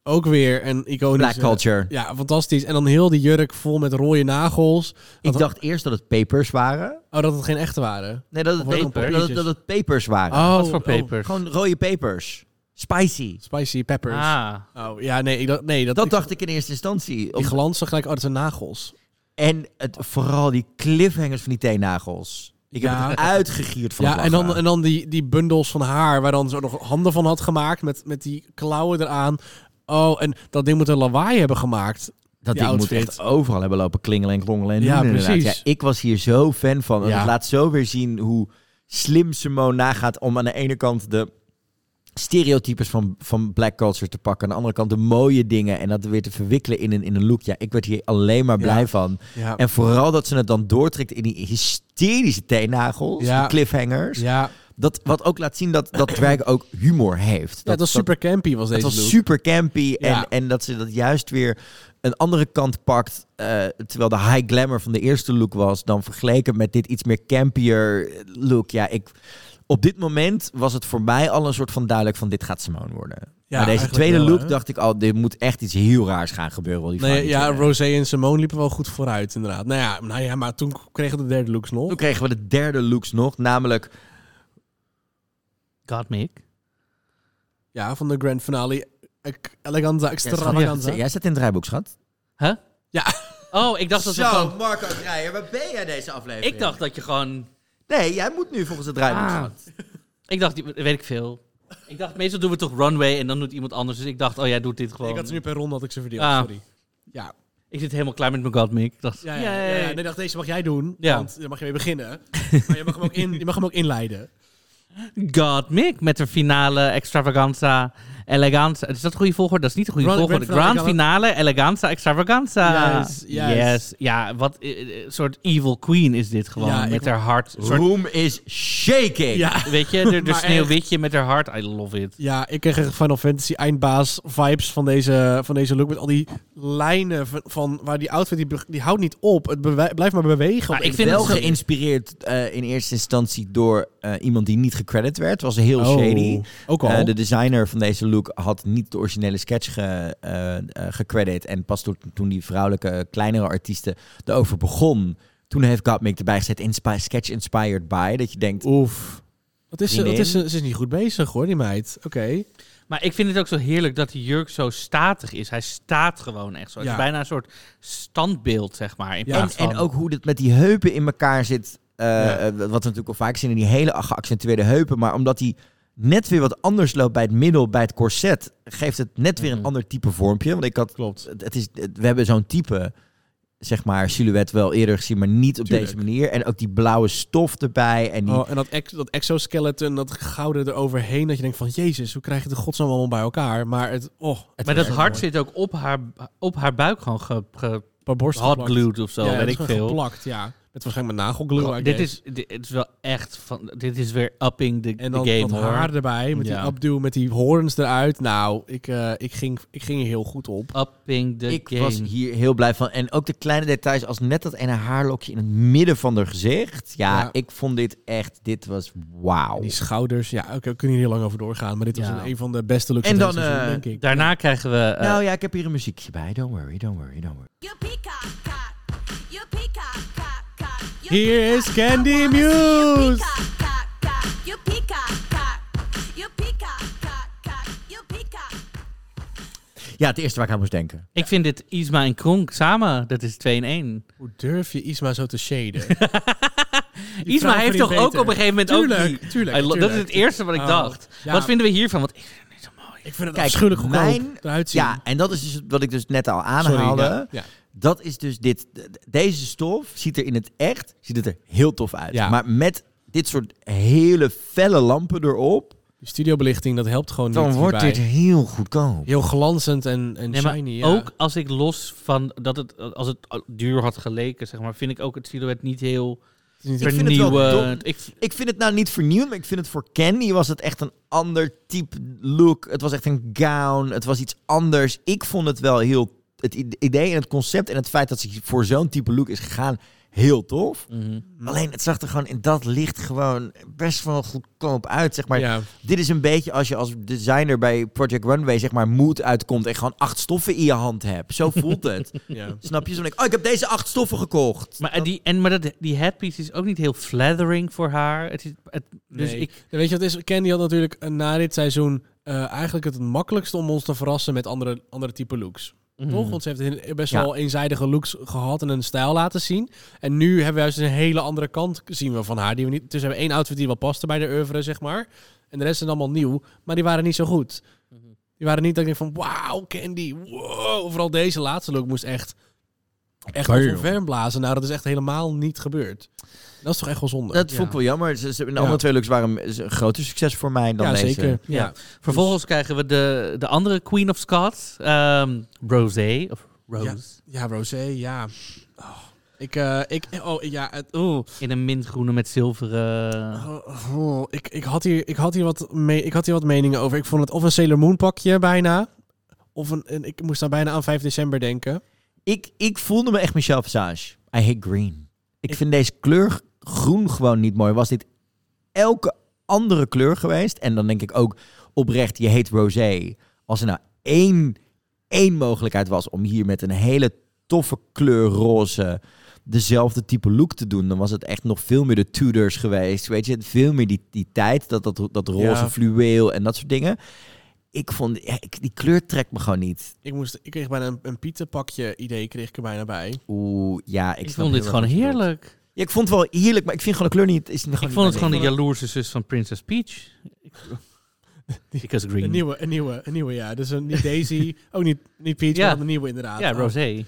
D: ook weer een iconische...
A: Black culture.
D: Ja, fantastisch. En dan heel die jurk vol met rode nagels.
A: Ik
D: Dat-
A: dacht eerst dat het papers waren.
D: Oh, dat het geen echte waren.
A: Nee, dat het,
D: Of Ah,
A: dat het,
D: paper.
A: dat het, dat het papers waren.
D: oh,
C: Wat voor papers?
A: Gewoon rode papers. Spicy.
D: Spicy peppers.
C: ah,
D: Oh, ja, nee, ik dacht, nee dat,
A: Dat
D: ik-
A: dacht ik in eerste instantie.
D: Die glans zag gelijk, oh, dat zijn nagels.
A: En het, vooral die cliffhangers van die teennagels. Ik heb
D: Ja.
A: het uitgegierd van
D: Ja,
A: het
D: en dan,
A: lachen.
D: en dan die, die bundels van haar, waar dan ze ook nog handen van had gemaakt, met, met die klauwen eraan. Oh, en dat ding moet een lawaai hebben gemaakt.
A: Dat
D: die
A: ding moet
D: outfit.
A: echt overal hebben lopen klingelen en klongelen. En
D: Ja,
A: doen, inderdaad.
D: precies.
A: Ja, ik was hier zo fan van. En
D: Ja.
A: Het laat zo weer zien hoe slim Simone nagaat om aan de ene kant de stereotypes van, van black culture te pakken. Aan de andere kant de mooie dingen en dat weer te verwikkelen in een, in een look. Ja, ik werd hier alleen maar blij
D: Ja.
A: van.
D: Ja.
A: En vooral dat ze het dan doortrekt in die hysterische teennagels,
D: Ja.
A: die cliffhangers.
D: Ja,
A: Dat, wat ook laat zien dat, dat drag ook humor heeft.
D: dat, was super campy, was
A: Het
D: deze
A: was
D: look.
A: super campy.
D: Ja.
A: En, en dat ze dat juist weer een andere kant pakt. eh, terwijl de high glamour van de eerste look was. Dan vergeleken met dit iets meer campier look. Ja, ik, op dit moment was het voor mij al een soort van duidelijk van dit gaat Simone worden. maar deze
D: eigenlijk
A: tweede
D: wel,
A: look
D: hè?
A: dacht ik al, dit moet echt iets heel raars gaan gebeuren. wel Die
D: Nee,
A: vrouw
D: ja,
A: niet
D: Rosé en Simone liepen wel goed vooruit, inderdaad. Nou ja, nou ja maar toen kregen de derde looks nog.
A: Toen kregen we de derde looks nog. Namelijk,
C: Godmik.
D: Ja, van de grand finale. Ec- Eleganza, extravaganza.
A: Extravaganza. jij zit in het draaiboek, schat.
C: Huh?
D: Ja.
C: Oh, ik dacht dat ze gewoon...
A: Marco Dreyer, waar ben jij deze aflevering?
C: Ik dacht dat je gewoon...
A: Nee, jij moet nu volgens het draaiboek,
C: Ah.
A: schat.
C: Ik dacht, die- weet ik veel. Ik dacht, meestal doen we toch runway en dan doet iemand anders. Dus ik dacht, oh jij doet dit gewoon.
D: Ik had ze nu per ronde had ik ze verdeeld,
C: Ah.
D: sorry. Ja.
C: Ik zit helemaal klaar met mijn godmik. Ik dacht,
D: Ja, ja, ja, ja.
C: yay.
D: Nee, ik dacht, deze mag jij doen,
C: Ja.
D: want dan mag je mee beginnen. maar je mag hem ook, in, je mag hem ook inleiden.
C: God Mick met de finale extravaganza. Eleganza. Is dat de goede volgorde? Dat is niet de goede
D: Grand-
C: volgorde.
D: Grand
C: Grand
D: Finale,
C: Finale, Eleganza, Extravaganza.
D: Juist, juist.
C: Yes. Ja, wat eh, eh, een soort evil queen is dit gewoon.
D: Ja, ik-
C: met haar hart. Een soort-
A: Room is shaking.
C: Weet je, de, de
D: Maar
C: sneeuwwitje met haar hart. I love it.
D: Ja, ik kreeg echt Final Fantasy eindbaas vibes van deze, van deze look. Met al die lijnen van, van waar die outfit, die, be- die houdt niet op. Het bewe- blijft maar bewegen.
C: Maar
D: op
C: Nou, ik
D: een
C: vind
A: Wel
C: het ge-
A: geïnspireerd eh, in eerste instantie door eh, iemand die niet gecredit werd. Was heel
D: Oh,
A: shady.
D: ook al.
A: Eh, de designer van deze look had niet de originele sketch ge, eh, eh, gecredit. En pas toen, toen die vrouwelijke kleinere artiesten erover begon. Toen heeft Gottmik erbij gezet, inspi- sketch inspired by. Dat je denkt,
D: Oef. Wat is, ze, wat
A: Vriendin.
D: is ze? Ze is niet goed bezig hoor, die meid. Oké.
C: Maar ik vind het ook zo heerlijk dat die jurk zo statig is. Hij staat gewoon echt zo. Het
D: Ja.
C: is bijna een soort standbeeld, zeg maar. In
D: Ja.
C: plaats
A: En,
C: van-
A: en ook hoe dit met die heupen in elkaar zit. eh, eh, Wat we natuurlijk al vaak zien in die hele geaccentueerde heupen. Maar omdat die net weer wat anders loopt bij het middel, bij het corset, geeft het net weer een
C: Mhm.
A: ander type vormpje. Want ik had, Klopt. Het, het is, het- we hebben zo'n type, zeg maar, silhouet wel eerder gezien, maar niet op
D: Tuurlijk.
A: deze manier. En ook die blauwe stof erbij. En die,
D: Oh, en dat, ex- dat exoskeleton, dat gouden eroverheen. Dat je denkt van, jezus, hoe krijg je de godsnaam allemaal bij elkaar? Maar het, oh. Het
C: maar dat
D: is
C: hart
D: mooi.
C: zit ook op haar, op haar buik gewoon ge, ge-
D: Op haar borst
C: hot
D: geplakt.
C: glued of zo,
D: Ja,
C: weet
D: dat
C: ik
D: is gewoon
C: veel. Oh,
D: geplakt, ja. Met waarschijnlijk met nagelglue. I
C: Dit
D: guess.
C: is, dit, het is wel echt van, dit is weer upping the,
D: En
C: the
D: dan
C: game
D: dat
C: hoor.
D: haar erbij, met
C: Ja.
D: die updo, met die horens eruit. Nou, ik, eh, ik, ging, ik ging er heel goed op.
C: Upping the
A: ik
C: game.
A: was hier heel blij van. En ook de kleine details, als net dat ene haarlokje in het midden van haar gezicht. Ja,
D: Ja.
A: ik vond dit echt, dit was wauw.
D: Die schouders, ja, oké, we kunnen hier heel lang over doorgaan. Maar dit was
C: Ja.
D: een, een van de beste looks
A: En
D: van deze
A: dan,
D: seizoen,
A: eh,
D: denk ik.
C: Daarna krijgen we... eh,
A: nou ja, ik heb hier een muziekje bij. Don't worry, don't worry, don't worry.
I: You peacock, cock. You peacock, cock, cock. You
D: Here is
I: peacock,
D: Candy
I: I wanna see you
D: Muse.
I: peacock, cock, cock. You peacock, cock. You peacock, cock, cock. You peacock.
A: Ja, het eerste waar ik aan moest denken.
C: Ik vind dit Isma en Kronk samen, dat is 2 in 1.
D: Hoe durf je Isma zo te shaden?
C: Isma
D: vrouw
C: heeft
D: verdient
C: toch ook
D: beter.
C: op een gegeven moment ook
D: Tuurlijk,
C: die-
D: tuurlijk,
C: I lo- Dat is
D: tuurlijk.
C: het eerste wat ik
D: Oh,
C: dacht.
D: ja.
C: Wat vinden we hiervan? Want ik vind het niet zo mooi.
D: ik vind het
A: Kijk,
D: afschuwelijk goedkoop
A: mijn-
D: eruit zien.
A: Ja, en dat is dus wat ik dus net al
D: Sorry,
A: aanhaalde.
D: ja, ja.
A: Dat is dus dit. de- de- Deze stof ziet er in het echt ziet het er heel tof uit.
D: Ja.
A: Maar met dit soort hele felle lampen erop,
D: Die studiobelichting, dat helpt gewoon
A: dan
D: niet
A: wordt
D: hierbij.
A: dit heel goedkoop.
D: heel glanzend en, en
C: Nee, maar
D: shiny. ja.
C: ook als ik los van dat het, als het duur had geleken, zeg maar, vind ik ook het silhouet niet heel
D: Het is niet-
A: vind het wel
C: vernieuwend. Ik,
A: Ik vind het nou niet vernieuwend, maar ik vind het voor Candy was het echt een ander type look. Het was echt een gown, het was iets anders. Ik vond het wel heel... Het i- idee en het concept en het feit dat ze voor zo'n type look is gegaan, heel tof. Alleen het zag er gewoon in dat licht gewoon best wel goedkoop uit, zeg maar.
D: Ja.
A: Dit is een beetje als je als designer bij Project Runway, zeg maar, moed uitkomt en gewoon acht stoffen in je hand hebt. Zo voelt het.
D: Ja.
A: Snap je? Zo denk ik, oh, ik heb deze acht stoffen gekocht.
C: maar eh, die, en, maar dat, die headpiece is ook niet heel flattering voor haar. Het is, het, dus
D: Nee.
C: ik,
D: Ja, Weet je wat is? Candy had natuurlijk eh, na dit seizoen eh, eigenlijk het makkelijkste om ons te verrassen met andere, andere type looks. Toch? Want ze heeft een- best
A: Mhm. Ja.
D: wel eenzijdige looks gehad en een stijl laten zien. En nu hebben we juist een hele andere kant zien we van haar. Die we niet, dus we hebben één outfit die wel paste bij de oeuvre, zeg maar. En de rest zijn allemaal nieuw, maar die waren niet zo goed.
A: Mhm.
D: Die waren niet dat ik denk van, wauw, Candy, wow. Vooral deze laatste look moest echt, echt
A: Bam.
D: ver blazen. Nou, dat is echt helemaal niet gebeurd. Dat is toch echt wel zonde?
A: Dat
C: Ja.
A: vond ik wel jammer. Ze, ze- de
D: Ja.
A: andere twee looks waren ze een groter succes voor mij dan
D: ja,
A: deze.
D: zeker.
C: ja.
D: Dus-
C: Vervolgens krijgen we de, de andere Queen of Scots, ehm Rosé. Of Rose.
D: Ja, Rosé, ja. Oh, ik, eh, ik, oh, ja, het, oh.
C: In een mintgroene met zilveren.
D: Oh, oh, ik, ik, had hier, ik, had hier wat me, ik had hier wat meningen over. Ik vond het of een Sailor Moon pakje bijna. Of een, en ik moest daar bijna aan 5 december denken.
A: Ik, ik voelde me echt Michel Visage. I hate green. Ik, vind deze kleur groen gewoon niet mooi. Was dit elke andere kleur geweest? En dan denk ik ook oprecht, je heet rosé. Als er nou één, één mogelijkheid was om hier met een hele toffe kleur roze dezelfde type look te doen, dan was het echt nog veel meer de Tudors geweest. Weet je, veel meer die, die tijd, dat, dat, dat roze
D: Ja.
A: fluweel en dat soort dingen. Ik vond, ja, ik, die kleur trekt me gewoon niet.
D: Ik, moest, ik kreeg bijna een, een pakje idee kreeg ik er bijna bij.
A: Oeh, ja, ik,
C: Ik,
A: snap
C: vond dit
A: heel erg
C: gewoon
A: wat je bedoelt.
C: heerlijk.
A: Ja, ik vond het wel heerlijk, maar ik vind gewoon de kleur niet... Is gewoon
C: Ik
A: niet
C: vond het
A: mijn
C: gewoon de jaloerse zus van Princess Peach. Because
D: Een
C: green.
D: nieuwe, een nieuwe, een nieuwe, ja. Dus een, niet Daisy, ook niet, niet Peach,
C: Ja.
D: maar een nieuwe inderdaad.
C: Ja,
D: Oh.
C: Rosé.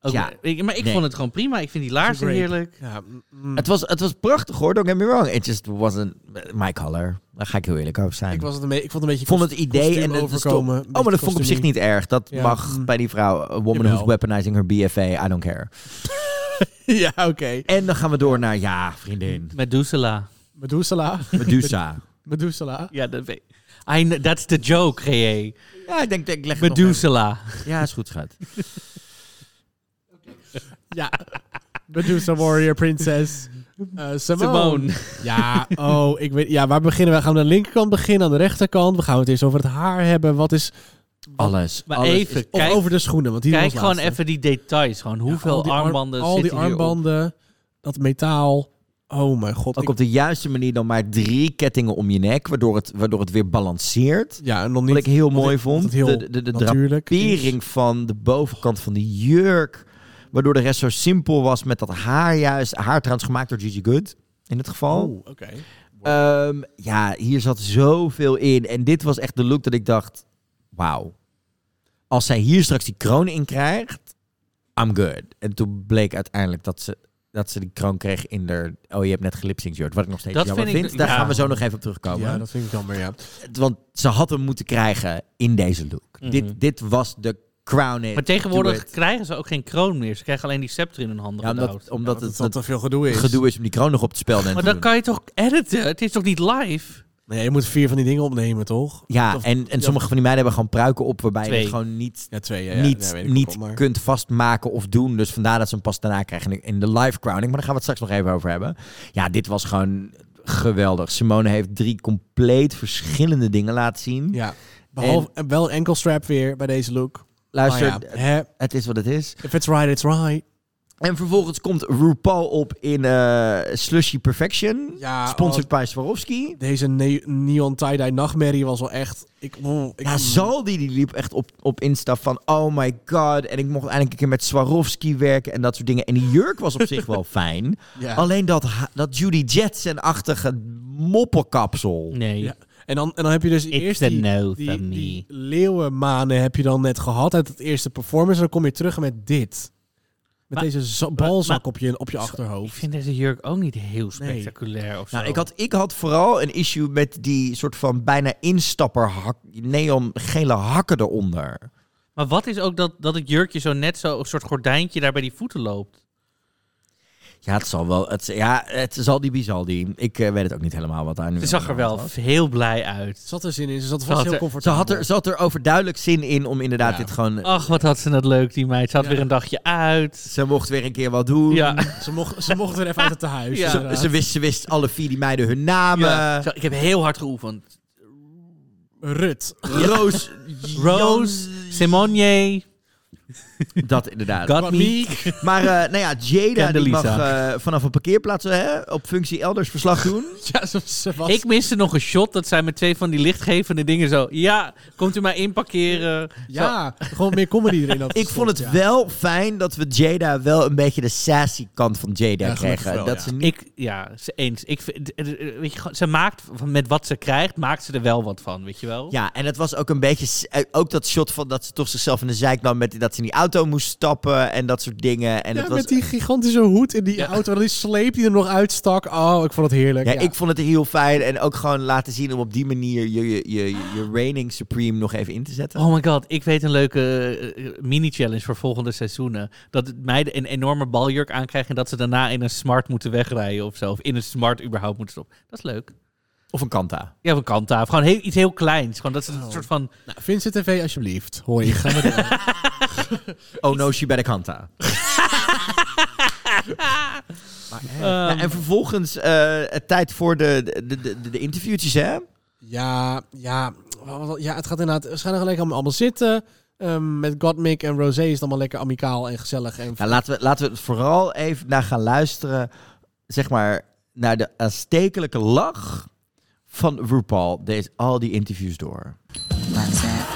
C: Ook-
A: Ja.
C: ik- maar ik
A: Nee.
C: vond het gewoon prima. Ik vind die laarzen
D: Great.
C: heerlijk.
D: Ja, mm, mm.
A: Het was, het was prachtig hoor, don't get me wrong. It just wasn't my color. Daar ga ik heel eerlijk over zijn.
D: ik, was het een beetje- ik vond het een
A: Ik
D: beetje
A: vond het idee
D: kost- kostuum
A: en het de stop-
D: overkomen. Een
A: Oh, maar
D: beetje
A: dat vond ik op zich
D: kostuumie.
A: niet erg. Dat
D: Ja.
A: mag bij die vrouw. A woman
D: Jawel.
A: who's weaponizing her BFA, I don't care.
D: ja, oké.
A: En dan gaan we door naar, ja, vriendin.
C: Medusa.
D: Medusa.
A: Medusa.
D: Medusa.
C: Ja, dat weet I kn- That's the joke, E. G.E.
A: ja, ik denk, ik leg het nog
C: Medusa.
A: even. Ja, is goed, schat.
D: Ja. Medusa Warrior Princess. Eh, Simone.
C: Simone.
D: Ja, oh, ik weet... Ja, waar beginnen we? Gaan we aan de linkerkant beginnen, aan de rechterkant? We gaan het eerst over het haar hebben. Wat is...
A: Alles.
C: Maar
A: alles
C: even,
A: is-
D: Of
C: Kijk-
D: over de schoenen, want die
C: Kijk
D: was
C: gewoon
D: laatste.
C: even die details. Gewoon
D: Ja,
C: hoeveel
D: al die arm-
C: armbanden
D: Al die
C: zitten hierop?
D: armbanden, dat metaal. Oh mijn god.
A: ook
D: ik-
A: op de juiste manier dan maar drie kettingen om je nek, waardoor het, waardoor het weer balanceert.
D: ja, en nog niet.
A: Wat ik heel mooi
D: ik- wat
A: vond,
D: het heel
A: de, de, de, de
D: natuurlijk is.
A: drapering van de bovenkant van de jurk, waardoor de rest zo simpel was met dat haar juist. Haar trouwens gemaakt door Gigi Good, in dit geval.
D: Oh, oké.
A: Ehm, ja, hier zat zoveel in. En dit was echt de look dat ik dacht: wauw. Als zij hier straks die kroon in krijgt, I'm good. En toen bleek uiteindelijk dat ze, dat ze die kroon kreeg in de. Oh, je hebt net gelipsync, George. Wat ik nog steeds
C: Dat
A: jammer
C: vind
A: vind.
C: ik-
A: Daar
C: ja.
A: gaan we zo nog even op terugkomen.
D: Ja, dat vind ik jammer, ja.
A: Want ze had hem moeten krijgen in deze look. dit, dit was de crown in.
C: Mhm. Maar
A: Do
C: tegenwoordig
A: it.
C: krijgen ze ook geen kroon meer. Ze krijgen alleen die scepter in hun handen
A: Ja, omdat,
C: gedouwd.
A: omdat
D: Dat,
A: het,
D: dat
A: het
D: er veel gedoe is.
A: gedoe is om die kroon nog op te spelen. en
C: Maar
A: te
C: dan
A: doen.
C: kan je toch editen? Het is toch niet live?
D: Nee, je moet vier van die dingen opnemen, toch?
A: Ja,
D: Of-
A: en, en sommige van die meiden hebben gewoon pruiken op waarbij je
C: Twee.
A: het gewoon niet
D: Ja, twee. Ja, ja.
A: niet,
D: Ja, weet ik ook
A: niet
D: wel, maar-
A: kunt vastmaken of doen. Dus vandaar dat ze hem pas daarna krijgen in- in de live crowning. Maar daar gaan we het straks nog even over hebben. Ja, dit was gewoon geweldig. Simone heeft drie compleet verschillende dingen laten zien.
D: Ja. Behalve en, wel een enkel strap weer bij deze look.
A: Luister,
D: Maar Oh ja, hè,
A: het is wat het is.
D: if it's right, it's right.
A: En vervolgens komt RuPaul op in eh, Slushy Perfection.
D: Ja,
A: sponsored by Swarovski.
D: Deze ne- neon tie-dye nachtmerrie was wel echt... Ik, oeh, ik,
A: Ja, Zaldi die liep echt op, op Insta van... Oh my god, en ik mocht eindelijk een keer met Swarovski werken en dat soort dingen. En die jurk was op zich wel fijn.
D: Ja.
A: Alleen dat, ha- dat Judy Jetson-achtige moppenkapsel.
C: Nee.
D: Ja. En dan, en dan heb je dus
C: It's
D: eerst
C: the
D: die,
C: no
D: die,
C: from
D: die leeuwenmanen heb je dan net gehad uit het eerste performance. En dan kom je terug met dit. Met
C: Maar-
D: deze za-
C: maar-
D: balzak
C: maar-
D: op, je, op je
C: Ik
D: achterhoofd.
C: vind deze jurk ook niet heel spectaculair of zo.
A: Nou, ik had, ik had vooral een issue met die soort van bijna instapper hak, neongele hakken eronder.
C: Maar wat is ook dat, dat het jurkje zo net zo, een soort gordijntje daar bij die voeten loopt?
A: Ja, het zal wel. Het, ja, het zal die bizal die. Ik eh, weet het ook niet helemaal wat daar nu.
C: Ze zag er wel
A: aan de hand
C: heel blij uit.
D: Ze had er zin in. Ze zat
C: had
D: vast heel
C: er-
A: was. Ze
D: comfortabel.
A: had er, ze had er overduidelijk zin in om inderdaad dit gewoon. eh,
C: Ach, wat had ze dat leuk, die meid. Ze had
D: Ja.
C: weer een dagje uit.
A: Ze mocht weer een keer wat doen.
C: Ja.
D: Ze mocht, ze mocht weer even uit het tehuis.
C: Ja.
A: Ze,
D: inderdaad.
A: ze, wist, ze wist alle vier die meiden hun namen.
C: Ja. Zo, Ik heb heel hard geoefend.
D: Rut.
A: Roos.
C: Rose, Simone,
A: Dat inderdaad.
C: Got Me.
A: Maar eh, nou ja, Jada die mag
C: Lisa.
A: eh, vanaf een parkeerplaats hè, op functie elders verslag doen.
D: Ja, ze, ze was...
C: Ik miste nog een shot dat zij met twee van die lichtgevende dingen zo... Ja, komt u maar inparkeren.
D: ja, gewoon meer comedy erin had
A: Ik vond het
D: gestopt, ja.
A: wel fijn dat we Jada wel een beetje de sassy kant van Jada
D: Ja, gelukkig
A: kregen.
D: wel,
A: dat
D: ja.
A: ze niet...
C: Ik, ja, ze eens. Ik, vind- eh, eh, weet je, gewoon- ze maakt, van- met wat ze krijgt, maakt ze er wel wat van, weet je wel?
A: Ja, en het was ook een beetje... s- eh, Ook dat shot van dat ze toch zichzelf in de zijk nam... Met, dat ze in die auto moest stappen en dat soort dingen. En
D: Ja,
A: het was...
D: met die gigantische hoed in die auto. en Die sleep die er nog uitstak. Oh, ik vond het heerlijk.
A: ja, ik vond het heel fijn. En ook gewoon laten zien om op die manier... je, je, je, je reigning supreme nog even in te zetten.
C: Oh my god, ik weet een leuke eh, eh, mini-challenge voor volgende seizoenen. Dat meiden een enorme baljurk aankrijgen en dat ze daarna in een smart moeten wegrijden of zo. Of in een smart überhaupt moeten stoppen. Dat is leuk.
A: Of een kanta.
C: Ja, of een kanta. Of gewoon heel, iets heel kleins. Gewoon dat ze een soort van...
D: Nou, Vincent TV, alsjeblieft. Hoor je, ga maar door.
A: Oh no, she better kanta. Ja, eh. Nou, en vervolgens eh, tijd voor de, de, de, de, de interviewtjes, hè?
D: Ja, ja, wat- wat- ja, het gaat inderdaad. Ze gaan er lekker allemaal zitten. Ehm, met Godmik en Rosé is het allemaal lekker amicaal en gezellig. En
A: Nou, laten, we, laten we het vooral even naar gaan luisteren. Zeg maar naar de aanstekelijke lach van RuPaul. Deze, al die interviews door.
B: That's it.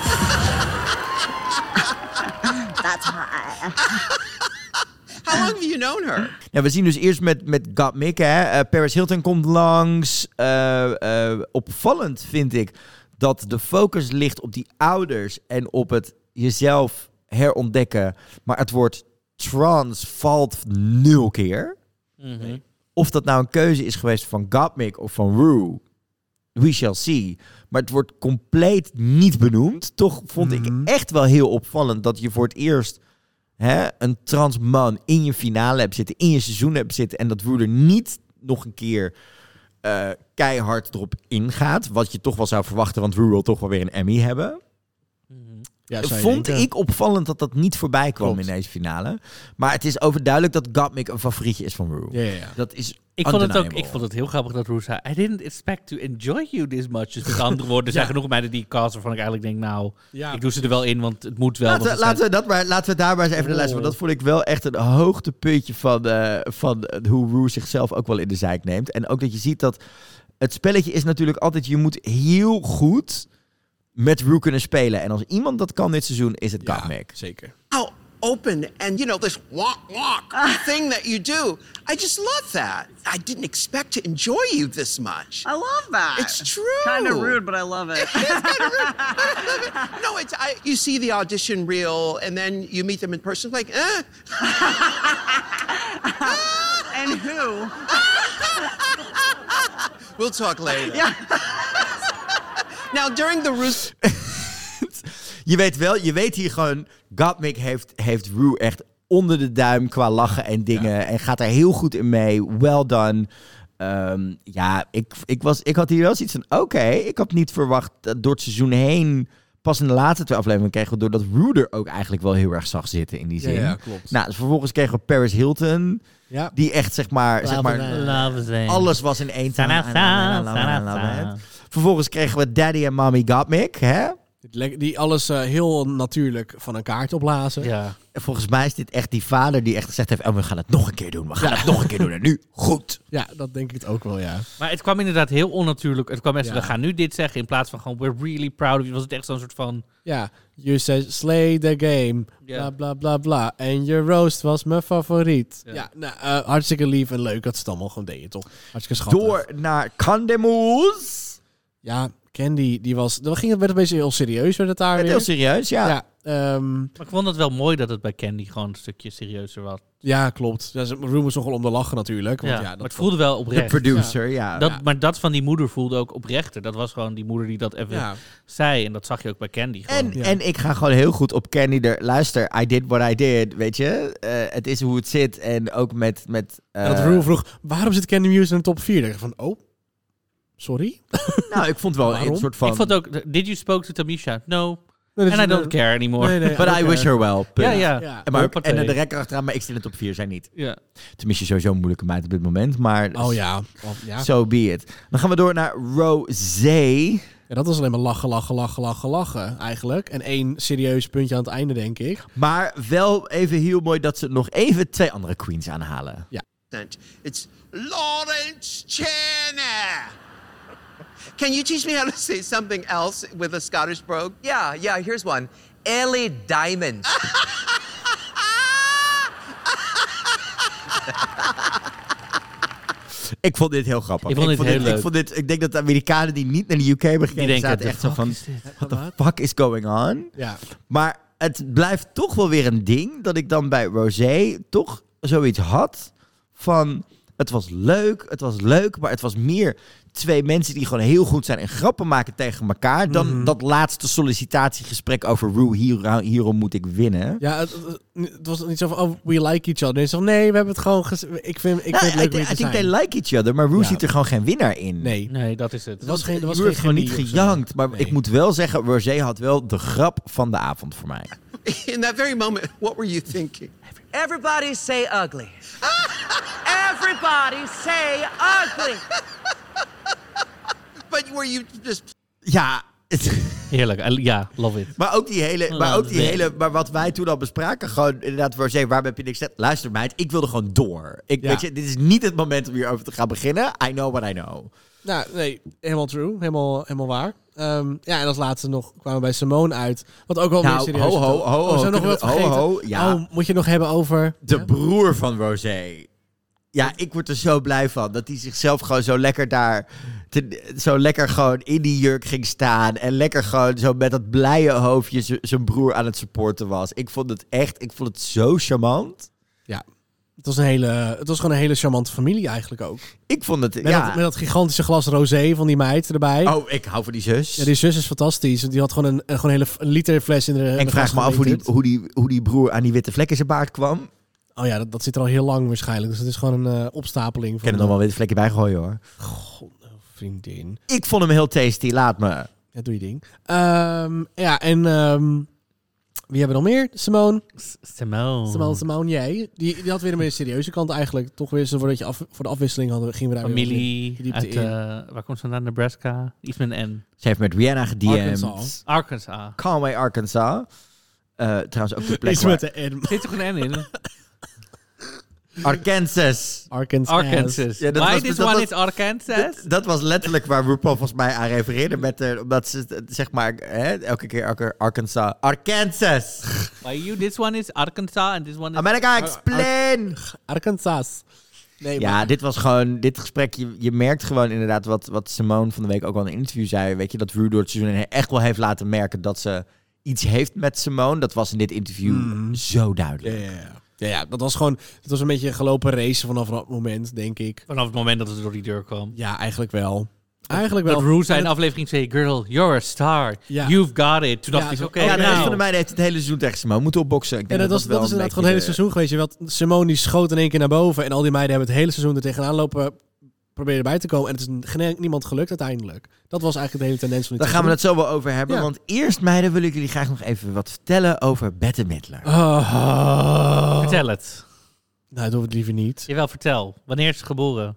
B: That's hot.
H: How long have you known her?
A: Nou, we zien dus eerst met, met God Mick, hè. Eh, Paris Hilton komt langs. Eh, eh, opvallend vind ik dat de focus ligt op die ouders en op het jezelf herontdekken. Maar het wordt trance valt nul keer. Of dat nou een keuze is geweest van Gottmik of van Rue, we shall see. Maar het wordt compleet niet benoemd. Toch vond ik echt wel heel opvallend dat je voor het eerst hè, een trans man in je finale hebt zitten, in je seizoen hebt zitten. En dat Rue er niet nog een keer eh, keihard erop ingaat. Wat je toch wel zou verwachten, want Rue wil toch wel weer een Emmy hebben.
D: Ja, zou je
A: Vond
D: denken.
A: ik opvallend dat dat niet voorbij kwam
D: Klopt.
A: in deze finale. Maar het is overduidelijk dat Gottmik een favorietje is van Rue.
D: Ja, ja, ja.
A: Dat is
C: Ik vond, het ook,
A: undeniable.
C: ik vond het heel grappig dat Roos zei... I didn't expect to enjoy you this much. Dus met andere woorden, er zijn genoeg meiden die ik cast... waarvan ik eigenlijk denk, nou,
D: Ja.
C: ik doe ze er wel in... want het moet wel.
A: Laten,
C: want
A: we-
C: het
A: laten,
C: zijn-
A: we dat maar, laten we daar maar eens even naar luisteren. Want dat vond ik wel echt een hoogtepuntje van, eh, van eh, hoe Rue zichzelf ook wel in de zijk neemt. En ook dat je ziet dat het spelletje is natuurlijk altijd... Je moet heel goed met Rue kunnen spelen. En als iemand dat kan dit seizoen, is het
D: Ja,
A: Gottmik.
D: zeker.
H: How open and, you know, this walk, walk thing that you do. I just love that. I didn't expect to enjoy you this much.
J: I love that.
H: It's true.
J: Kind of rude, but I love it.
H: No, it's I, you see the audition reel and then you meet them in person. Like, eh,
J: and who?
H: we'll talk later. now during the Roos,
A: Je weet wel, je weet hier gewoon... Gottmik heeft, heeft Rue echt onder de duim qua lachen en dingen. En gaat daar heel goed in mee. Well done. Ehm, ja, ik, ik, was, ik had hier wel zoiets van... Oké, ik had niet verwacht dat door het seizoen heen... Pas in de laatste twee afleveringen kregen we doordat Rue er ook eigenlijk wel heel erg zag zitten in die
D: Ja,
A: zin.
D: ja, klopt.
A: Nou, dus vervolgens kregen we Paris Hilton.
D: Ja.
A: Die echt zeg maar... Zeg maar
C: Laten we zien.
A: alles was in één
C: Sanasa.
A: taal. Vervolgens kregen we Daddy en Mommy Gottmik. Hè?
D: Het lek- Die alles eh, heel natuurlijk van een kaart opblazen.
C: Ja.
A: Volgens mij is dit echt die vader die echt gezegd heeft... Oh, we gaan het nog een keer doen. We gaan het nog een keer doen. En nu goed.
D: Ja, dat denk ik het ook wel, ja.
C: Maar het kwam inderdaad heel onnatuurlijk. Het kwam echt zo,
D: Ja.
C: we gaan nu dit zeggen... in plaats van gewoon, we're really proud of you. Was het echt zo'n soort van...
D: Ja, you said slay the game,
C: Ja.
D: bla bla bla bla. En je roast was mijn favoriet.
C: Ja.
D: Ja, nou, eh, hartstikke lief en leuk dat ze het allemaal gewoon deden, toch? Hartstikke schattig.
A: Door naar Candemoes.
D: Ja, Candy, die was... Dan ging het werd een beetje heel serieus, werd het daar weer.
A: Heel serieus, ja.
D: Ja, ehm,
C: Maar ik vond het wel mooi dat het bij Candy gewoon een stukje serieuzer was.
D: ja klopt. Ja, ze- Room is nogal om de lachen natuurlijk. Want
C: Ja,
D: ja,
C: maar
D: dat,
C: het voelde wel
A: De
C: oprecht.
A: producer, ja.
C: Dat, Maar dat van die moeder voelde ook oprechter. Dat was gewoon die moeder die dat even
D: Ja.
C: zei. En dat zag je ook bij Candy. Gewoon.
A: En, en ik ga gewoon heel goed op Candy er... Luister, I did what I did, weet je. Eh, het is hoe het zit. En ook met... met eh,
D: en dat Room vroeg, waarom zit Candy Muse in de top 4? van, oh, sorry?
A: nou, ik vond wel
D: Waarom?
A: een soort van...
C: Ik vond ook, did you spoke to Tamisha? No.
D: Nee, dat
C: And
D: is-
C: I don't care anymore.
D: Dus eh, Nee, nee,
A: But I
D: oké.
A: wish her well. punt.
C: Ja, ja.
D: Ja.
A: En, maar, ook-
C: Hoppatee.
A: en de rekker achteraan, maar ik zit in de top 4, zij niet.
C: Ja.
A: Tenminste, sowieso een moeilijke meid op dit moment. Maar
D: Oh ja. Want, ja.
A: So be it. Dan gaan we door naar Rosé.
D: Ja, dat was alleen maar lachen, lachen, lachen, lachen, lachen eigenlijk. En één serieus puntje aan het einde, denk ik.
A: Maar wel even heel mooi dat ze nog even twee andere queens aanhalen.
H: it's Lawrence Cheney. Can you teach me how to say something else with a Scottish brogue?
K: Yeah, yeah, here's one. Ellie Diamond.
A: Ik vond dit heel grappig.
C: Ik vond dit heel leuk.
A: Ik, vond dit, ik denk dat de Amerikanen die niet naar de UK hebben
C: Die denken,
A: gekeken, zaten
C: "The
A: echt zo
C: fuck
A: van...
C: is dit?"
A: What the fuck is going on?
D: Ja.
A: Maar het blijft toch wel weer een ding dat ik dan bij Rosé toch zoiets had van... Het was leuk, het was leuk, maar het was meer twee mensen die gewoon heel goed zijn en grappen maken tegen elkaar. Dan
C: Mhm.
A: dat laatste sollicitatiegesprek over Rue, hier, hierom moet ik winnen.
D: Ja, het, het was niet zo van, oh, we like each other. Nee, ze van, nee, we hebben het gewoon... ges- ik vind, ik
A: Nou,
D: vind het leuk
A: I,
D: om
A: I
D: je te
A: think
D: zijn.
A: they like each other, maar Rue
D: Ja.
A: ziet er gewoon geen winnaar in.
D: Nee.
C: Nee, dat is het.
D: Er was geen, er
A: Rue
D: was geen
A: heeft gewoon niet
D: chemie of zo.
A: gejankt. Maar
D: Nee.
A: ik moet wel zeggen, Rosé had wel de grap van de avond voor mij.
H: In that very moment, what were you thinking?
K: Everybody say ugly. Everybody say ugly.
H: But were you just
A: Ja, het-
C: Heerlijk. I- Ja, love it.
A: maar ook die
D: Oh,
A: hele... Maar,
D: nou,
A: ook die hele, maar wat wij toen al bespraken, gewoon inderdaad, Rosé, waarom heb je niks gezegd? Luister meid, ik wilde gewoon door. Ik,
D: Ja.
A: weet je, dit is niet het moment om hierover te gaan beginnen. I know what I know.
D: Nou, nee, helemaal true. Helemaal, helemaal waar. Ehm, ja, en als laatste nog kwamen we bij Simone uit. Wat ook wel
A: Nou,
D: meer serieus
A: ho,
D: is.
A: ho,
D: Oh,
A: ho,
D: we zijn
A: ho,
D: nog
A: kunnen
D: wat
A: we- ho,
D: vergeten.
A: ho, ja.
D: Oh, moet je nog hebben over...
A: De broer van Rosé. Ja, ik word er zo blij van. Dat hij zichzelf gewoon zo lekker daar te- zo lekker gewoon in die jurk ging staan. En lekker gewoon zo met dat blije hoofdje z- zijn broer aan het supporten was. Ik vond het echt, ik vond het zo charmant.
D: Ja. Het was, een hele, het was gewoon een hele charmante familie eigenlijk ook.
A: Ik vond het,
D: Met,
A: ja.
D: dat, met dat gigantische glas rosé van die meid erbij.
A: Oh, ik hou van die zus.
D: Ja, die zus is fantastisch. Die had gewoon een, een, gewoon een hele f- een liter fles in de in
A: en ik
D: de
A: vraag
D: glas
A: me af hoe die,
D: gemeten.
A: hoe, die, hoe die broer aan die witte vlekken zijn baard kwam. Ik
D: Oh ja, dat, dat zit er al heel lang waarschijnlijk. Dus het is gewoon een eh, opstapeling van
A: kan er nog wel witte vlekken bij gooien hoor.
D: vriendin.
A: Ik vond hem heel tasty, laat me.
D: Ja, doe je ding. Ehm, ja, en ehm, wie hebben we nog meer? Simone.
A: Oh.
C: Simone.
D: Simone, Simone, jij. Die, die had weer een meer serieuze kant eigenlijk. Toch weer zo voordat je af, voor de afwisseling hadden, gingen we daar weer wat
C: Familie.
D: meer diepte
C: Uit, eh, waar komt ze vandaan? Nebraska? Iets met een N.
A: Ze heeft met Rihanna gedm'd.
D: Arkansas.
C: Arkansas.
A: Conway, Arkansas. Eh, trouwens ook de plek
D: Iets
A: waar-
D: met de N.
C: Zit toch een N in?
A: Arkansas.
D: Arkansas.
C: Arkansas.
A: Ja, dat
C: Why
A: was-
C: this
A: dat
C: one
A: was-
C: is Arkansas?
A: Dat, dat was letterlijk waar RuPaul volgens mij aan refereerde. Met, eh, omdat ze eh, zeg maar hè, elke keer elke Arkansas. Arkansas!
C: Why you, this one is Arkansas and this one is...
A: America, explain!
D: Arkansas. Nee,
A: Ja, dit was gewoon, dit gesprek, je, je merkt gewoon inderdaad wat, wat Simone van de week ook al in een interview zei. Weet je, dat Ru door het seizoen heen echt wel heeft laten merken dat ze iets heeft met Simone. Dat was in dit interview
D: Mhm.
A: zo duidelijk.
D: Ja, ja, ja. Ja, ja, dat was gewoon... Het was een beetje een gelopen race vanaf dat moment, denk ik.
C: Vanaf het moment dat ze door die deur kwam.
D: Ja, eigenlijk wel. Eigenlijk wel.
C: Dat Rue zei
D: En
C: in
D: het-
C: aflevering 2, girl, you're a star.
D: Ja.
C: You've got it. Toen
D: Ja,
C: dacht ik,
D: zo-
C: oké,
D: oh,
A: Ja, de rest
C: nou.
A: van de meiden heeft het hele seizoen tegen Simone moeten opboksen. Ik
D: Ja,
A: denk
D: dat, was,
A: dat,
D: dat is
A: wel
D: inderdaad
A: een
D: gewoon het hele
A: beetje
D: seizoen geweest. Je had Simone die schoot in één keer naar boven. En al die meiden hebben het hele seizoen er tegenaan lopen. Proberen bij te komen. En het is geen- niemand gelukt uiteindelijk. Dat was eigenlijk de hele tendens van
A: Daar
D: dit
A: gaan we
D: seizoen.
A: het zo wel over hebben.
D: Ja.
A: Want eerst, meiden, wil ik jullie graag nog even wat vertellen over Bette Midler.
D: Ah.
A: oh.
C: Vertel het.
D: Nou, dat doen we het liever niet.
C: Jawel, vertel. Wanneer is ze geboren?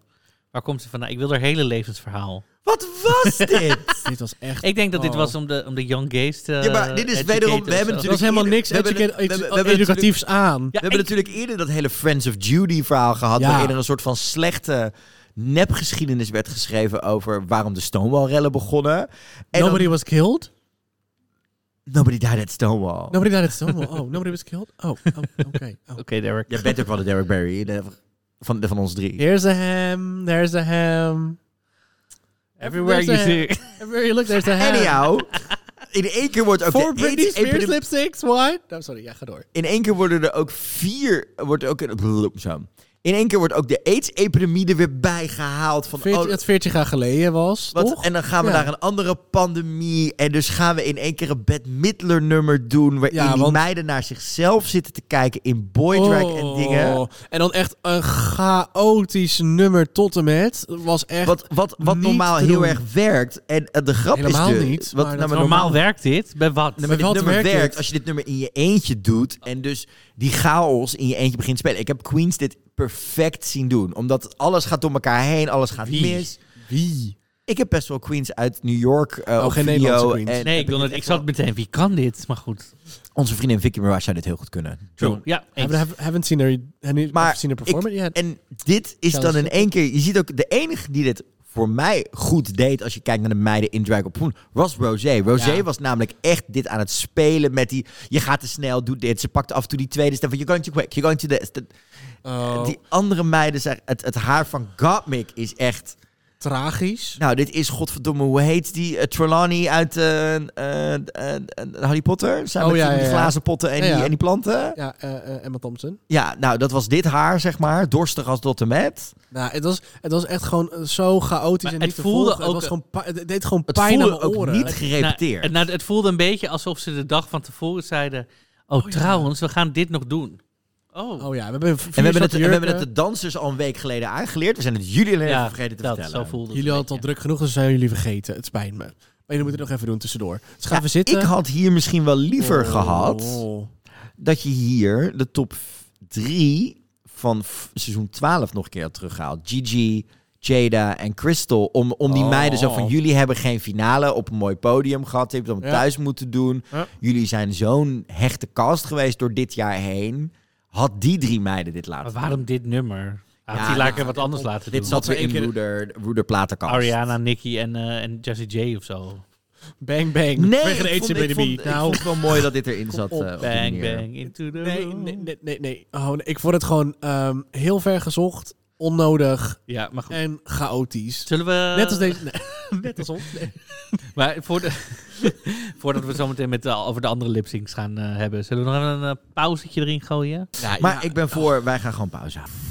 C: Waar komt ze vandaan? Ik wil haar hele levensverhaal.
A: Wat was dit?
D: Dit was echt...
C: Ik denk dat dit
D: Oh.
C: was om de, om de young gays te
A: Ja, maar dit is
C: educaten
A: wederom-
C: of
A: we hebben
C: zo.
D: Er was helemaal niks
A: We hebben-
D: educa-
A: we hebben- we
D: edu-
A: hebben
D: educatiefs aan.
A: we hebben
C: ik-
A: natuurlijk eerder dat hele Friends of Judy verhaal gehad.
D: Ja.
A: Waarin er een soort van slechte nepgeschiedenis werd geschreven over waarom de Stonewall-rellen begonnen. En
D: Nobody
A: dan-
D: was killed?
A: nobody died at Stonewall.
D: Nobody died at Stonewall. Oh, nobody was killed? Oh, oh, oké. Oh.
C: Oké, Derek.
A: Jij bent ook wel de Derek Barry de- van, de- van ons drie.
D: Here's a ham, there's a ham.
C: Everywhere you
D: There's a-
C: see.
D: Everywhere you look, there's a ham.
A: Anyhow, in één keer wordt ook
D: Four
A: de
D: Britney
A: AIDS
D: Spears
A: epidemie-
D: lipsticks, what?
C: Nou,
D: Oh, sorry, ja, ga door.
A: In één keer worden er ook vier. Wordt ook, zo. In één keer wordt ook de AIDS-epidemie er weer bijgehaald. Van,
D: Veertien-
A: oh,
D: dat 40 jaar geleden was,
A: wat-
D: toch?
A: en dan gaan we
D: Ja.
A: naar een andere pandemie. En dus gaan we in één keer een Bad Midler-nummer doen. Waarin
D: Ja,
A: die
D: want-
A: meiden naar zichzelf zitten te kijken in boydrag en dingen.
D: Oh, En dan echt een chaotisch nummer tot en met. Dat was echt...
A: Wat, wat, wat
D: niet
A: normaal
D: te
A: heel
D: doen.
A: erg werkt. En eh, de grap
D: Helemaal
A: is dus...
D: niet,
A: Wat,
D: maar
A: nou,
D: dat-
A: maar
C: Normaal werkt dit. Bij wat?
D: maar
A: dit
D: wat
A: nummer
D: werkt
A: werkt,
D: dit?
A: als je dit nummer in je eentje doet. En dus die chaos in je eentje begint te spelen. Ik heb Queens dit perfect zien doen. Omdat alles gaat door elkaar heen, alles gaat mis.
D: Wie?
A: Ik heb best wel Queens uit New York eh
D: Oh,
A: op
D: geen
A: video.
D: Nederlandse Queens.
A: En
C: nee,
A: heb
C: ik, wil
A: dit
C: het, ik
A: echt
C: zat
A: wel-
C: meteen, wie kan dit? Maar goed.
A: Onze vriendin Vicky Mirage zou dit heel goed kunnen.
C: True. Ja,
D: I
C: eens.
D: haven't, haven't seen her, haven't
A: Maar
D: seen her
A: ik-
D: perform it yet.
A: en dit is
D: Ja,
A: dan
D: dat
A: in
D: is-
A: één keer... Je ziet ook de enige die dit voor mij goed deed... als je kijkt naar de meiden in Drag op Poen... was Rosé. Rosé
C: Ja.
A: was namelijk echt dit aan het spelen met die... je gaat te snel, doe dit. Ze pakte af en toe die tweede stem van... you're going too quick, you're going too this. Dat-
D: Oh,
A: Die andere meiden zijn... Het, het haar van Gottmik is echt...
D: tragisch.
A: Nou, dit is godverdomme, hoe heet die? eh, Trelawney uit eh, eh, eh, eh, Harry Potter? Samen
D: Oh,
A: met
D: ja,
A: die
D: ja, ja.
A: glazen potten en,
D: Ja, ja.
A: Die, en die planten.
D: Ja, eh, eh, Emma Thompson.
A: Ja, nou, dat was dit haar, zeg maar. Dorstig als tot en met.
D: Nou, het was, het was echt gewoon eh, zo chaotisch en
C: het
D: niet te
C: voelde
D: volgen.
C: ook-
D: het, was gewoon pa- het deed gewoon
A: Het
D: pijn aan
A: voelde
D: mijn
A: ook
D: oren.
A: niet
D: Het-
A: gerepeteerd.
C: Nou, nou, het voelde een beetje alsof ze de dag van tevoren zeiden... Oh, trouwens, we gaan dit nog doen. Oh,
D: Oh ja, we hebben vier
A: en we hebben, het,
D: zwarte
A: en we hebben het
D: jurken.
A: de dansers al een week geleden aangeleerd. We zijn het jullie alleen even vergeten te
C: dat,
A: vertellen.
C: Zo voelde het
D: Jullie
C: een
D: hadden het al
C: beetje.
D: druk genoeg, dus zijn jullie vergeten. Het spijt me. Maar jullie moeten het nog even doen tussendoor. Dus gaan
A: Ja,
D: we zitten.
A: Ik had hier misschien wel liever
D: Oh.
A: gehad dat je hier de top 3 van f- seizoen 12 nog een keer had teruggehaald. Gigi, Jada en Crystal. Om, om die
D: Oh.
A: meiden zo van jullie hebben geen finale op een mooi podium gehad. Je hebt het dan
D: Ja.
A: thuis moeten doen.
D: Ja.
A: Jullie zijn zo'n hechte cast geweest door dit jaar heen. Had die drie meiden dit laten
C: Maar waarom dit nummer? Had
A: Ja,
C: die laken
A: nou,
C: wat anders laten
A: Dit
C: doen.
A: zat
D: we
A: weer in
D: één keer-
A: Roeder, Roeder Platenkast.
C: Ariana, Nicky en, eh en Jesse J of zo.
D: Bang, bang.
A: Nee,
D: Weg een
A: ik vond,
D: eentje bij
A: ik,
D: de
A: vond,
D: bie.
A: ik vond het wel mooi dat dit erin zat.
D: op,
A: eh, op die
C: Bang,
A: manier.
C: bang, into the
D: Nou, nee,
C: room.
D: nee, nee, nee. nee. Oh, nee, ik vond het gewoon ehm, heel ver gezocht. onnodig
C: Ja, maar goed.
D: en chaotisch.
C: Zullen we...
D: Net als deze... nee, net als ons. Nee.
C: Maar voor de, voordat we het zometeen met de, over de andere lipsyncs gaan eh, hebben, zullen we nog even een eh, pauzetje erin gooien?
A: maar ik ben voor, wij gaan gewoon pauze houden.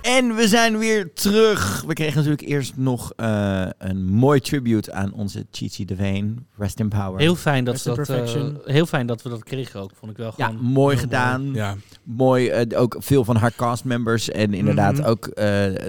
A: En we zijn weer terug. We kregen natuurlijk eerst nog eh, een mooi tribute aan onze Chichi Devane. Rest in power.
C: Heel fijn dat, ze
D: Mr.
C: dat, eh,
D: Perfection.
C: heel fijn dat we dat kregen ook, vond ik wel
A: Ja,
C: gewoon.
A: mooi gedaan.
D: Ja.
A: Mooi, eh, ook veel van haar castmembers. En inderdaad
D: Mhm.
A: ook eh,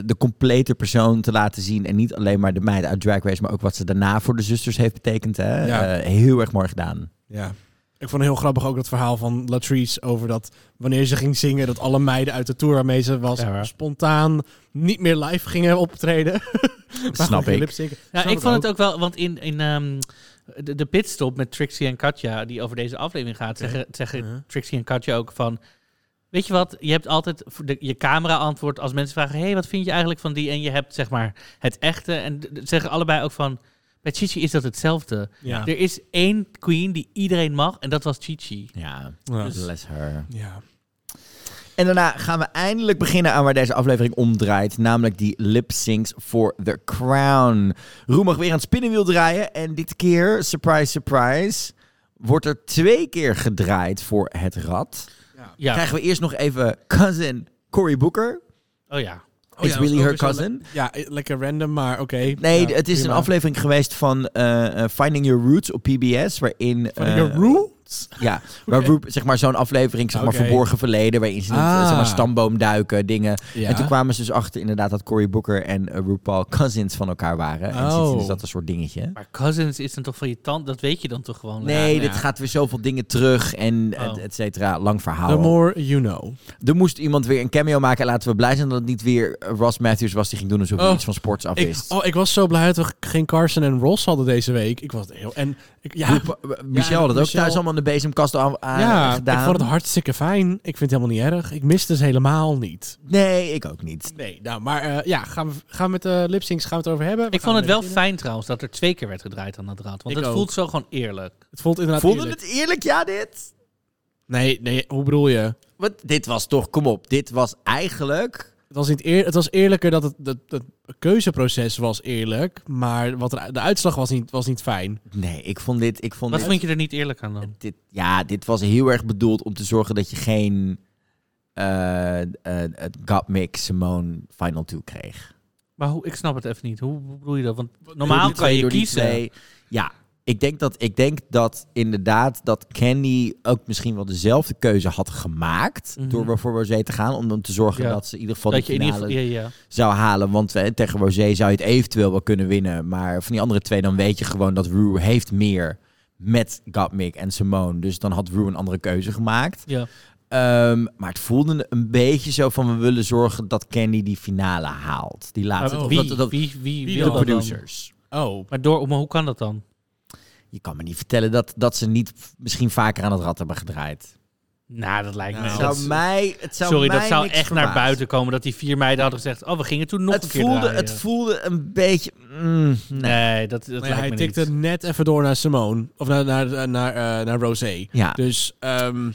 A: de complete persoon te laten zien. En niet alleen maar de meid uit Drag Race, maar ook wat ze daarna voor de zusters heeft betekend. Hè?
D: Ja.
A: Eh, heel erg mooi gedaan.
D: Ja. Ik vond het heel grappig ook dat verhaal van Latrice over dat wanneer ze ging zingen, dat alle meiden uit de tour waarmee ze was
C: Ja, waar.
D: spontaan niet meer live gingen optreden.
A: Snap ik.
C: Ja, ik vond het ook wel, want in, in ehm, de, de pitstop met Trixie en Katja, die over deze aflevering gaat, zeggen, zeggen
D: Ja.
C: Trixie en Katja ook van... Weet je wat, je hebt altijd voor de, je camera-antwoord als mensen vragen... hé, hey, wat vind je eigenlijk van die? En je hebt zeg maar het echte. En d- d- zeggen allebei ook van... Bij Chichi is dat hetzelfde.
D: Ja.
C: Er is één queen die iedereen mag en dat was Chichi.
A: Ja,
D: Ja.
A: bless her.
D: Ja.
A: En daarna gaan we eindelijk beginnen aan waar deze aflevering om draait. Namelijk die lip syncs voor The Crown. Roem mag weer aan het spinnenwiel draaien. En dit keer, surprise, surprise, wordt er twee keer gedraaid voor het rad.
C: Ja.
A: Krijgen we eerst nog even cousin Cory Booker.
C: Oh ja.
A: It's really her cousin.
D: Ja, eh, lekker random, maar oké.
A: Nee,
D: Ja,
A: het is
D: prima.
A: een aflevering geweest van eh, eh, Finding Your Roots op PBS, waarin...
D: Van
A: eh,
D: de roots?
A: Ja, waar Roop, zeg maar zo'n aflevering, zeg maar
D: Oké.
A: verborgen verleden, waarin ze in het, eh, zeg maar
D: Ah.
A: stamboom duiken, dingen.
D: Ja.
A: En toen kwamen ze dus achter inderdaad dat Cory Booker en eh, RuPaul cousins van elkaar waren. En
D: Oh.
A: sindsdien is dat een soort dingetje.
C: Maar cousins is dan toch van je tand? Dat weet je dan toch gewoon?
A: Nee,
D: ja.
A: dit gaat weer zoveel dingen terug en
C: Oh.
A: et- et cetera. Lang verhaal.
D: The more you know.
A: Er moest iemand weer een cameo maken. En laten we blij zijn dat het niet weer eh, Ross Matthews was die ging doen alsof hij
D: Oh.
A: iets van sports af
D: Ik,
A: wist.
D: oh, ik was zo blij dat we geen Carson en Ross hadden deze week. Ik was heel... En ik, ja,
A: Roep- eh, Michel had het ook
D: Michel-
A: thuis allemaal in de bezemkast aan, aan eh,
D: ja
A: gedaan.
D: ik vond het hartstikke fijn. Ik vind het helemaal niet erg. Ik miste ze helemaal niet.
A: Nee, ik ook niet.
D: Nee, nou, maar eh, ja, gaan we, gaan we met de lipsyncs gaan we het over hebben. We
C: Ik
D: gaan
C: vond het wel
D: beginnen.
C: fijn trouwens dat er twee keer werd gedraaid aan dat draad. Want
D: Ik
C: het
D: ook.
C: voelt zo gewoon eerlijk.
D: Het voelt inderdaad
A: Vonden
D: eerlijk.
A: het eerlijk, ja, dit?
D: Nee, nee, hoe bedoel je?
A: Want dit was toch, kom op, dit was eigenlijk...
D: Het was, niet eer, het was eerlijker dat het, dat, dat keuzeproces was eerlijk, maar wat er, de uitslag was niet, was niet fijn.
A: Nee, ik vond dit... Ik vond
C: Wat
A: dit,
C: vond je er niet eerlijk aan dan?
A: dit- ja, dit was heel erg bedoeld om te zorgen dat je geen eh eh God Mix Simone Final 2 kreeg.
C: Maar hoe, ik snap het even niet. Hoe hoe bedoel je dat? Want normaal
A: Door die
C: kan je
A: door die
C: kiezen.
A: twee. Ja, ik denk, dat, ik denk dat inderdaad dat Candy ook misschien wel dezelfde keuze had gemaakt...
C: Mhm.
A: door bijvoorbeeld Rosé te gaan, om, om te zorgen
C: Ja.
A: dat ze in ieder geval
C: Dat
A: de
C: je in ieder
A: finale
C: geval, ja, ja.
A: zou halen. Want eh, tegen Rosé zou je het eventueel wel kunnen winnen. Maar van die andere twee, dan weet je gewoon dat Rue heeft meer met Gottmik en Simone. Dus dan had Rue een andere keuze gemaakt.
C: ja.
A: Ehm, maar het voelde een beetje zo van... we willen zorgen dat Candy die finale haalt. Die
C: Maar
A: laatste. Of
C: wie,
A: dat- dat-
C: wie, wie,
A: de
C: wil dat dan?
A: producers.
D: Oh.
C: Maar, door, maar hoe kan dat dan?
A: Je kan me niet vertellen dat, dat ze niet f- misschien vaker aan het rad hebben gedraaid.
C: Nou, dat lijkt me...
A: Het
C: dat-
A: zou mij, het zou
C: sorry,
A: mij
C: dat zou echt
A: niks
C: naar
A: verbazen.
C: buiten komen. Dat die vier meiden hadden gezegd... Oh, we gingen toen nog
A: Het
C: een keer
A: voelde,
C: draaien.
A: het voelde een beetje... mm, nee.
C: Nee, dat, dat
D: Maar ja,
C: lijkt
D: hij
C: me
D: tikte
C: niet.
D: net even door naar Simone, of naar, naar, naar, naar, eh, naar Rosé.
A: Ja.
D: Dus ehm,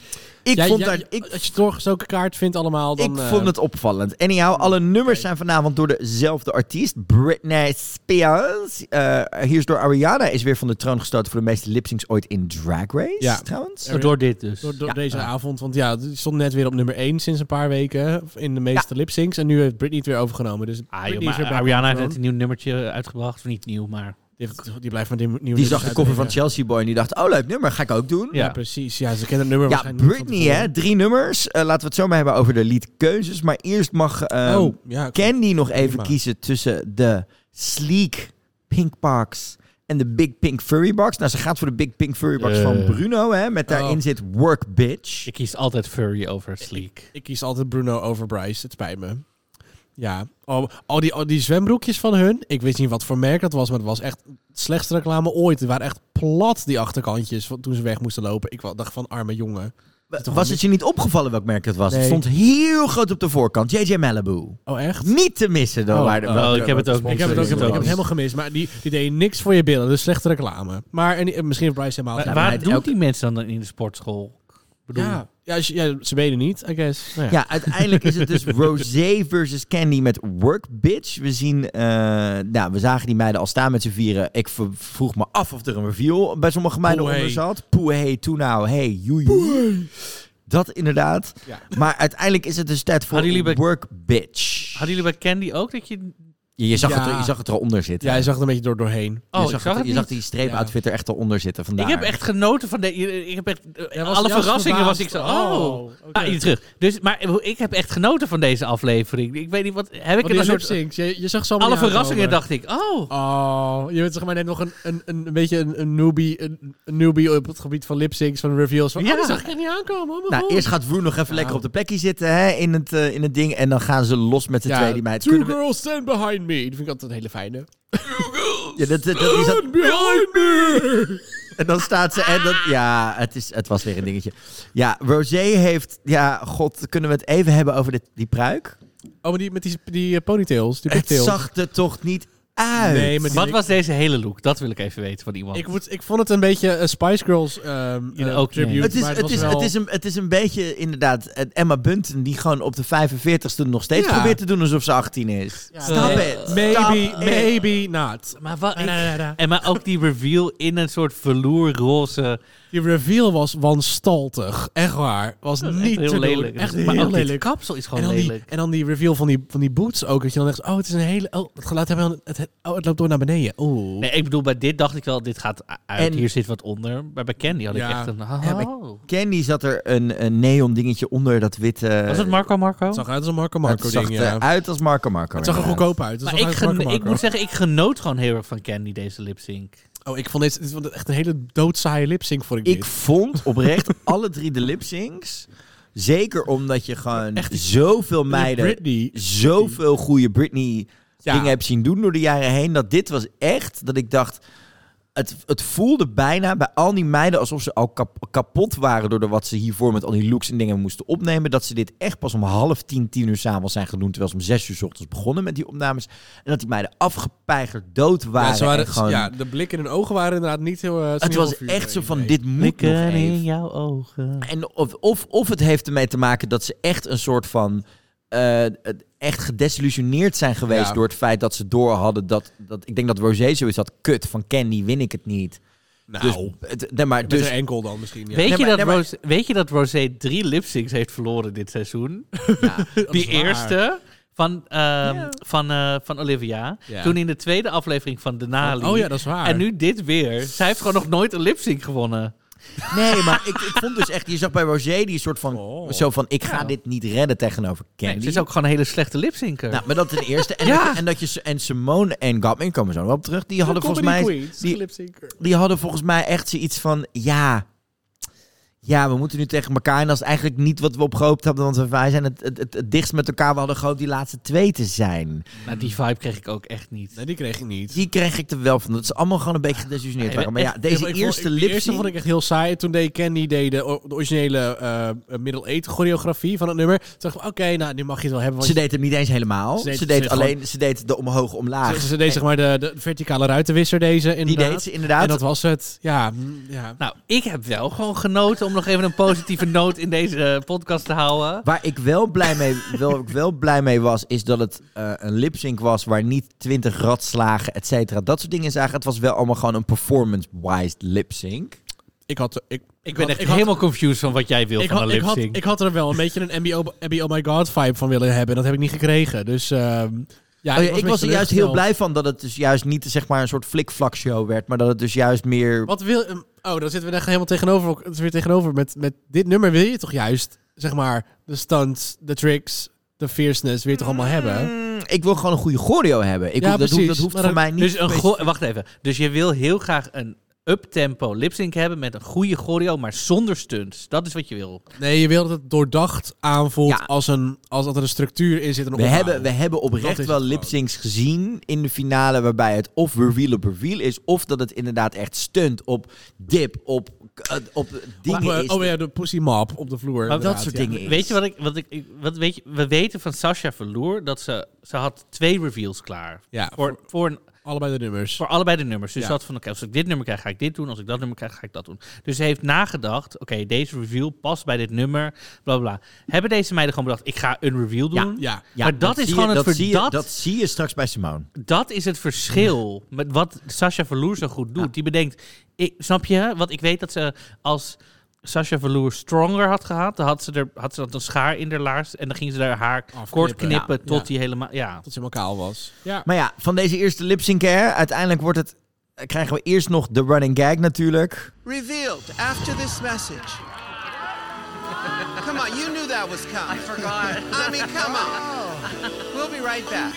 A: Ik
D: jij-
A: vond
D: jij-
A: daar... ik
D: als je toch zulke kaart vindt allemaal, dan...
A: ik
D: eh, Hmm,
A: vond het opvallend. Anyhow, alle nummers zijn vanavond door dezelfde artiest, Britney Spears. Eh hier door Ariana is weer van de troon gestoten voor de meeste lipsyncs ooit in Drag Race,
D: Ja.
A: trouwens.
C: Oh, Door dit dus.
D: Door, door
A: Ja.
D: deze avond, want ja, die stond net weer op nummer 1 sinds een paar weken in de meeste lip-syncs. En nu heeft Britney het weer overgenomen. Dus
C: Ah,
D: Britney
C: joh,
D: is
C: maar
D: weer back on
C: Ariana
D: the
C: heeft net een nieuw nummertje uitgebracht. Of niet nieuw, maar...
D: throne. Die, heeft- die blijft maar die nieuwe
A: Die
D: nummers
A: zag de koffer van
D: uitbrengen.
A: Chelsea Boy en die dacht, oh leuk nummer, ga ik ook doen.
D: Ja,
C: Ja.
D: precies. Ja, ze kennen het nummer
A: Ja,
D: waarschijnlijk niet van
A: Britney hè,
D: tevoren.
A: drie nummers. Eh, laten we het zo maar hebben over de liedkeuzes. Maar eerst mag ehm,
D: Oh, ja. oké.
A: Candy nog even
D: Prima.
A: kiezen tussen de sleek pink box en de big pink furry box. Nou, ze gaat voor de big pink furry box
C: Eh.
A: van Bruno hè, met daarin
D: Oh.
A: zit work bitch.
C: Ik kies altijd furry over sleek.
D: Ik kies altijd Bruno over Bryce. Het spijt me. Ja. Oh, al, die, al die zwembroekjes van hun. Ik wist niet wat voor merk dat was, maar het was echt de slechtste reclame ooit. Die waren echt plat, die achterkantjes, van- toen ze weg moesten lopen. Ik wa- dacht van, arme jongen.
A: Was het je niet opgevallen welk merk het was?
D: Nee.
A: Het stond heel groot op de voorkant. JJ Malibu.
D: Oh, echt?
A: Niet te missen. Dan,
D: Oh.
A: waar de-
D: Oh,
A: welke-
C: ik heb het
A: welke
C: ook niet.
D: Ik heb het ook ik heb
A: sponsor
D: het
A: was.
D: helemaal gemist. Maar die, die deed niks voor je billen. Dus slechte reclame. Maar en, eh, misschien heeft Bryce helemaal
C: Wa-
D: gelijk.
C: waar doen die mensen dan in de sportschool? Ik bedoel,
D: Ja, ja, als je- ja, ze weten niet, I guess. Nou
A: Ja, uiteindelijk is het dus Rosé versus Candy met Work Bitch. We zien, eh, nou, we zagen die meiden al staan met z'n vieren. Ik v- vroeg me af of er een reveal bij sommige meiden
D: Poeh,
A: onder
D: hey.
A: zat. Poeh, hey, toe nou, hey, joei, joei. Dat inderdaad.
D: Ja.
A: Maar uiteindelijk is het dus tijd voor
C: Hadden jullie bij-
A: Work Bitch.
C: Hadden jullie bij Candy ook dat je...
A: Je, je zag
D: Ja.
A: het, er- je zag het eronder zitten.
D: Ja, je zag er een beetje door, doorheen.
C: Oh,
A: je
C: ik
A: zag,
C: zag
A: het-
C: het
A: je zag
C: niet.
A: die streepoutfit er echt eronder zitten. Vandaar.
C: Ik heb echt genoten van de. Ik heb echt, eh,
D: was-
C: alle
D: jij was
C: verrassingen was ik
D: verbaasd.
C: zo.
D: Oh,
C: Oh,
D: oké.
C: ah, hier terug. Dus, maar ik heb echt genoten van deze aflevering. Ik weet niet wat. Heb ik
D: Wat
C: er
D: die
C: een soort.
D: lipsyncs, Je, je zag ze allemaal
C: Alle
D: niet
C: verrassingen
D: aankomen.
C: dacht ik. Oh,
D: Oh, je bent zeg maar net nog een, een, een, een beetje een, een newbie, een, een newbie op het gebied van lipsyncs, van reveals. Van,
C: Ja.
D: oh, die zag ik echt niet aankomen. Oh, mijn
A: Nou,
D: god.
A: eerst gaat Rue nog even lekker op de plekje zitten hè, in, het, eh, in het ding. En dan gaan ze los met de
D: Ja,
A: twee die meid.
D: Two
A: Kunnen we-
D: girls stand behind me. Die vind ik altijd een hele fijne.
A: Ja, dat, dat, dat- die zat-
D: behind me!
A: En dan staat ze en dan... Ja, het, is, het was weer een dingetje. Ja, Rosé heeft... Ja, god, kunnen we het even hebben over dit, die pruik?
D: Oh, maar die met die, die eh, ponytails, die
A: Het
D: pigtails.
A: zag er toch niet uit?
D: Nee, maar die-
C: wat was deze hele look? Dat wil ik even weten van iemand.
D: Ik, moet, ik vond het een beetje een Spice Girls ehm
C: Ja,
D: eh,
C: ook
D: tribute.
C: nee.
A: Het is,
D: maar
A: het,
D: was
A: is,
D: wel-
A: het, is een, het is een beetje inderdaad eh, Emma Bunton die gewoon op de 45ste nog steeds
D: Ja.
A: probeert te doen alsof ze 18 is.
D: Ja,
A: Stop
D: nee.
A: it.
D: Maybe,
A: Stop it.
D: maybe not.
C: maar wat,
D: Da, da, da, da.
C: en maar ook die reveal in een soort velourroze.
D: Die reveal was wanstaltig. Echt waar. Was
C: Dat is
D: niet
C: echt heel
D: te doen.
C: lelijk.
D: Echt
C: maar
D: heel
C: ook dit
D: lelijk.
C: kapsel is
D: En
C: gewoon
D: dan, die,
C: lelijk.
D: en dan die reveal van die, van die boots ook. Dat je dan denkt, oh, het is een hele... Oh, het geluid hebben we... aan- Het, het- oh, het loopt door naar beneden. Oeh.
C: Nee, ik bedoel, bij dit dacht ik wel, dit gaat uit,
A: En-
C: hier zit wat onder. Maar bij Candy had ik
D: Ja. Eh,
C: echt een...
A: Ja, bij-
C: oh.
A: Candy zat er een, een neon dingetje onder dat witte...
C: Was het Marco Marco?
D: Het zag uit als een Marco
A: Het
D: Marco
A: zag
D: ding, ja.
A: eruit als Marco Marco.
D: Het zag er
A: inderdaad.
D: goedkoop uit.
C: Maar
D: Het zag
C: ik,
D: uit als Marco
C: gen- ik
D: Marco.
C: moet zeggen, ik genoot gewoon heel erg van Candy, deze lip sync.
D: Oh, ik vond dit, dit vond echt een hele doodsaaie lipsync voor ik
A: Ik
D: dit.
A: vond oprecht alle drie de lipsyncs. Zeker omdat je gewoon
D: Echt die-
A: zoveel meiden,
D: Britney.
A: zoveel goede Britney
D: Ja.
A: dingen hebt zien doen door de jaren heen. Dat dit was echt dat ik dacht. Het, het voelde bijna bij al die meiden alsof ze al kap- kapot waren door de- wat ze hiervoor met al die looks en dingen moesten opnemen. Dat ze dit echt pas om half tien, tien uur s'avonds zijn genoemd. Terwijl ze om zes uur 's ochtends begonnen met die opnames. En dat die meiden afgepeigerd dood waren.
D: Ja, ze waren,
A: en gewoon,
D: ja, de blikken in hun ogen waren inderdaad niet heel... eh,
A: het
D: niet
A: was
D: heel vuurwerk.
A: echt zo van,
D: Nee.
A: dit moet nog
C: Blikken
A: even.
C: in jouw ogen.
A: En of, of, of het heeft ermee te maken dat ze echt een soort van. eh, het- echt gedesillusioneerd zijn geweest
D: Ja.
A: door het feit dat ze door hadden dat, dat. Ik denk dat Rosé zoiets had. Kut, van Candy win ik het niet.
D: Nou,
A: Dus, het, nee, maar,
D: met
A: dus,
D: een enkel dan misschien.
C: Weet,
D: Ja.
A: Nee,
C: je
A: maar-
C: dat
A: nee, maar-
C: Rose, weet je dat Rosé drie lipsyncs heeft verloren dit seizoen?
D: dat is
C: Die
D: waar.
C: eerste van, ehm, van, eh, van Olivia.
D: Ja.
C: Toen in de tweede aflevering van Denali.
D: Oh ja, dat is waar.
C: En nu dit weer. Zij heeft gewoon nog nooit een lipsync gewonnen.
A: nee, maar ik, ik vond dus echt. Je zag bij Rosé die soort van.
D: Oh.
A: Zo van: ik ga dit niet redden tegenover
C: Nee,
A: Candy.
C: ze is ook gewoon een hele slechte lipsynker.
A: Nou, maar dat ten eerste. En,
C: Ja.
A: dat je, en, dat je, en Simone en Godwin komen we zo nog wel op terug. Die
D: De
A: hadden volgens
D: comedy
A: mij.
D: queens,
A: Die,
D: de lipsyncer.
A: die hadden volgens mij echt zoiets van: ja, ja, we moeten nu tegen elkaar. En dat is eigenlijk niet wat we op gehoopt hadden, want wij zijn het, het, het, het dichtst met elkaar. We hadden gehoopt die laatste twee te zijn.
C: Nou, die vibe kreeg ik ook echt niet.
D: Nee, die kreeg ik niet.
A: Die kreeg ik er wel van. Dat is allemaal gewoon een beetje gedesillusioneerd. waren. Maar ja,
D: Ik
A: deze
D: vond- ik vond-
A: eerste
D: ik-
A: lip
D: De eerste vond ik echt heel saai. Toen deed Candy deed de, o- de originele eh middle eight choreografie van het nummer. Toen dacht ik, oké, nou, nu mag je het wel hebben. want
A: Ze deed hem niet eens helemaal.
D: Ze
A: Ze
D: deed-
A: deed,
D: ze deed
A: alleen ze deed de omhoog
D: je-
A: omlaag.
D: ze, ze deed zeg maar de, de verticale ruitenwisser deze
A: die
D: inderdaad.
A: deed ze inderdaad.
D: En dat was het. Ja, mm, ja.
C: Nou, ik heb wel gewoon genoten om nog even een positieve noot in deze eh, podcast te houden.
A: Waar ik wel blij mee, wel, ik wel blij mee was, is dat het eh, een lipsync was waar niet twintig radslagen, et cetera, dat soort dingen in zagen. Het was wel allemaal gewoon een performance-wise lipsync.
D: Ik had... Ik,
C: Ik ben
D: had-
C: echt
D: had-
C: helemaal confused van wat jij wil
D: ik
C: van
D: had,
C: een
D: ik, had,
C: lipsync.
D: ik had er wel een beetje een MBO, MBO My God vibe van willen hebben. En dat heb ik niet gekregen. Dus ehm, ja,
A: Oh ja,
D: ik was,
A: ik
D: een
A: was
D: beetje
A: er juist heel
D: teleurgesteld.
A: blij van dat het dus juist niet zeg maar een soort flikvlak show werd, maar dat het dus juist meer.
D: Wat wil... ehm, Oh, dan zitten we echt helemaal tegenover, elk- weer tegenover. Met, met dit nummer wil je toch juist, zeg maar, de stunts, de tricks, de fierceness, wil je toch allemaal hebben?
A: Mm, ik wil gewoon een goede choreo hebben. Ik
D: Ja,
A: hoef, dat, hoef,
D: precies.
A: dat hoeft
D: Maar dus-
A: voor
D: dat-
A: mij niet.
C: dus een
A: specif-
C: go- wacht even. Dus je wil heel graag een uptempo lipsync hebben met een goede choreo, maar zonder stunts. Dat is wat je wil.
D: Nee, je wil dat het doordacht aanvoelt als, een, als dat er een structuur in zit. En een
A: We
D: opbouw.
A: hebben, we hebben
D: Ah, Dat
A: oprecht
D: is
A: wel
D: het gewoon.
A: lipsyncs gezien in de finale waarbij het of reveal op reveal is, of dat het inderdaad echt stunt op dip, op, eh, op dingen
D: Op, eh,
A: is.
D: oh ja, de pussy mop op de vloer.
C: Maar
A: dat soort dingen is.
C: Weet je wat ik, wat ik, ik- wat weet je, we weten van Sasha Verloor dat ze, ze had twee reveals klaar.
D: Ja,
C: voor, voor een,
D: allebei de nummers.
C: Voor allebei de nummers. Dus
D: Ja.
C: ze had van, oké, als ik dit nummer krijg, ga ik dit doen. Als ik dat nummer krijg, ga ik dat doen. Dus ze heeft nagedacht, oké, deze reveal past bij dit nummer, bla bla, bla. Hebben deze meiden gewoon bedacht, ik ga een reveal doen? Maar dat, is
A: zie
C: gewoon
A: je,
C: het
A: dat zie,
C: verschil.
A: je,
C: Dat,
A: dat zie je straks bij Simone.
C: dat is het verschil met wat Sasha Verloer zo goed doet. Die bedenkt, ik, snap je? Want ik weet dat ze als Sasha Verloor stronger had gehad, dan had ze, er, had ze dat een schaar in haar laars en dan ging ze daar haar kort knippen
A: Ja.
C: tot
A: Ja.
C: die helemaal, ja.
D: Tot ze helemaal kaal was. Ja.
A: Maar ja, van deze eerste lipsync air, uiteindelijk wordt het, eh, krijgen we eerst nog de running gag natuurlijk.
H: Revealed after this message. Come on, you knew that was coming. I forgot. I mean, come
K: Oh.
H: on. We'll be right back.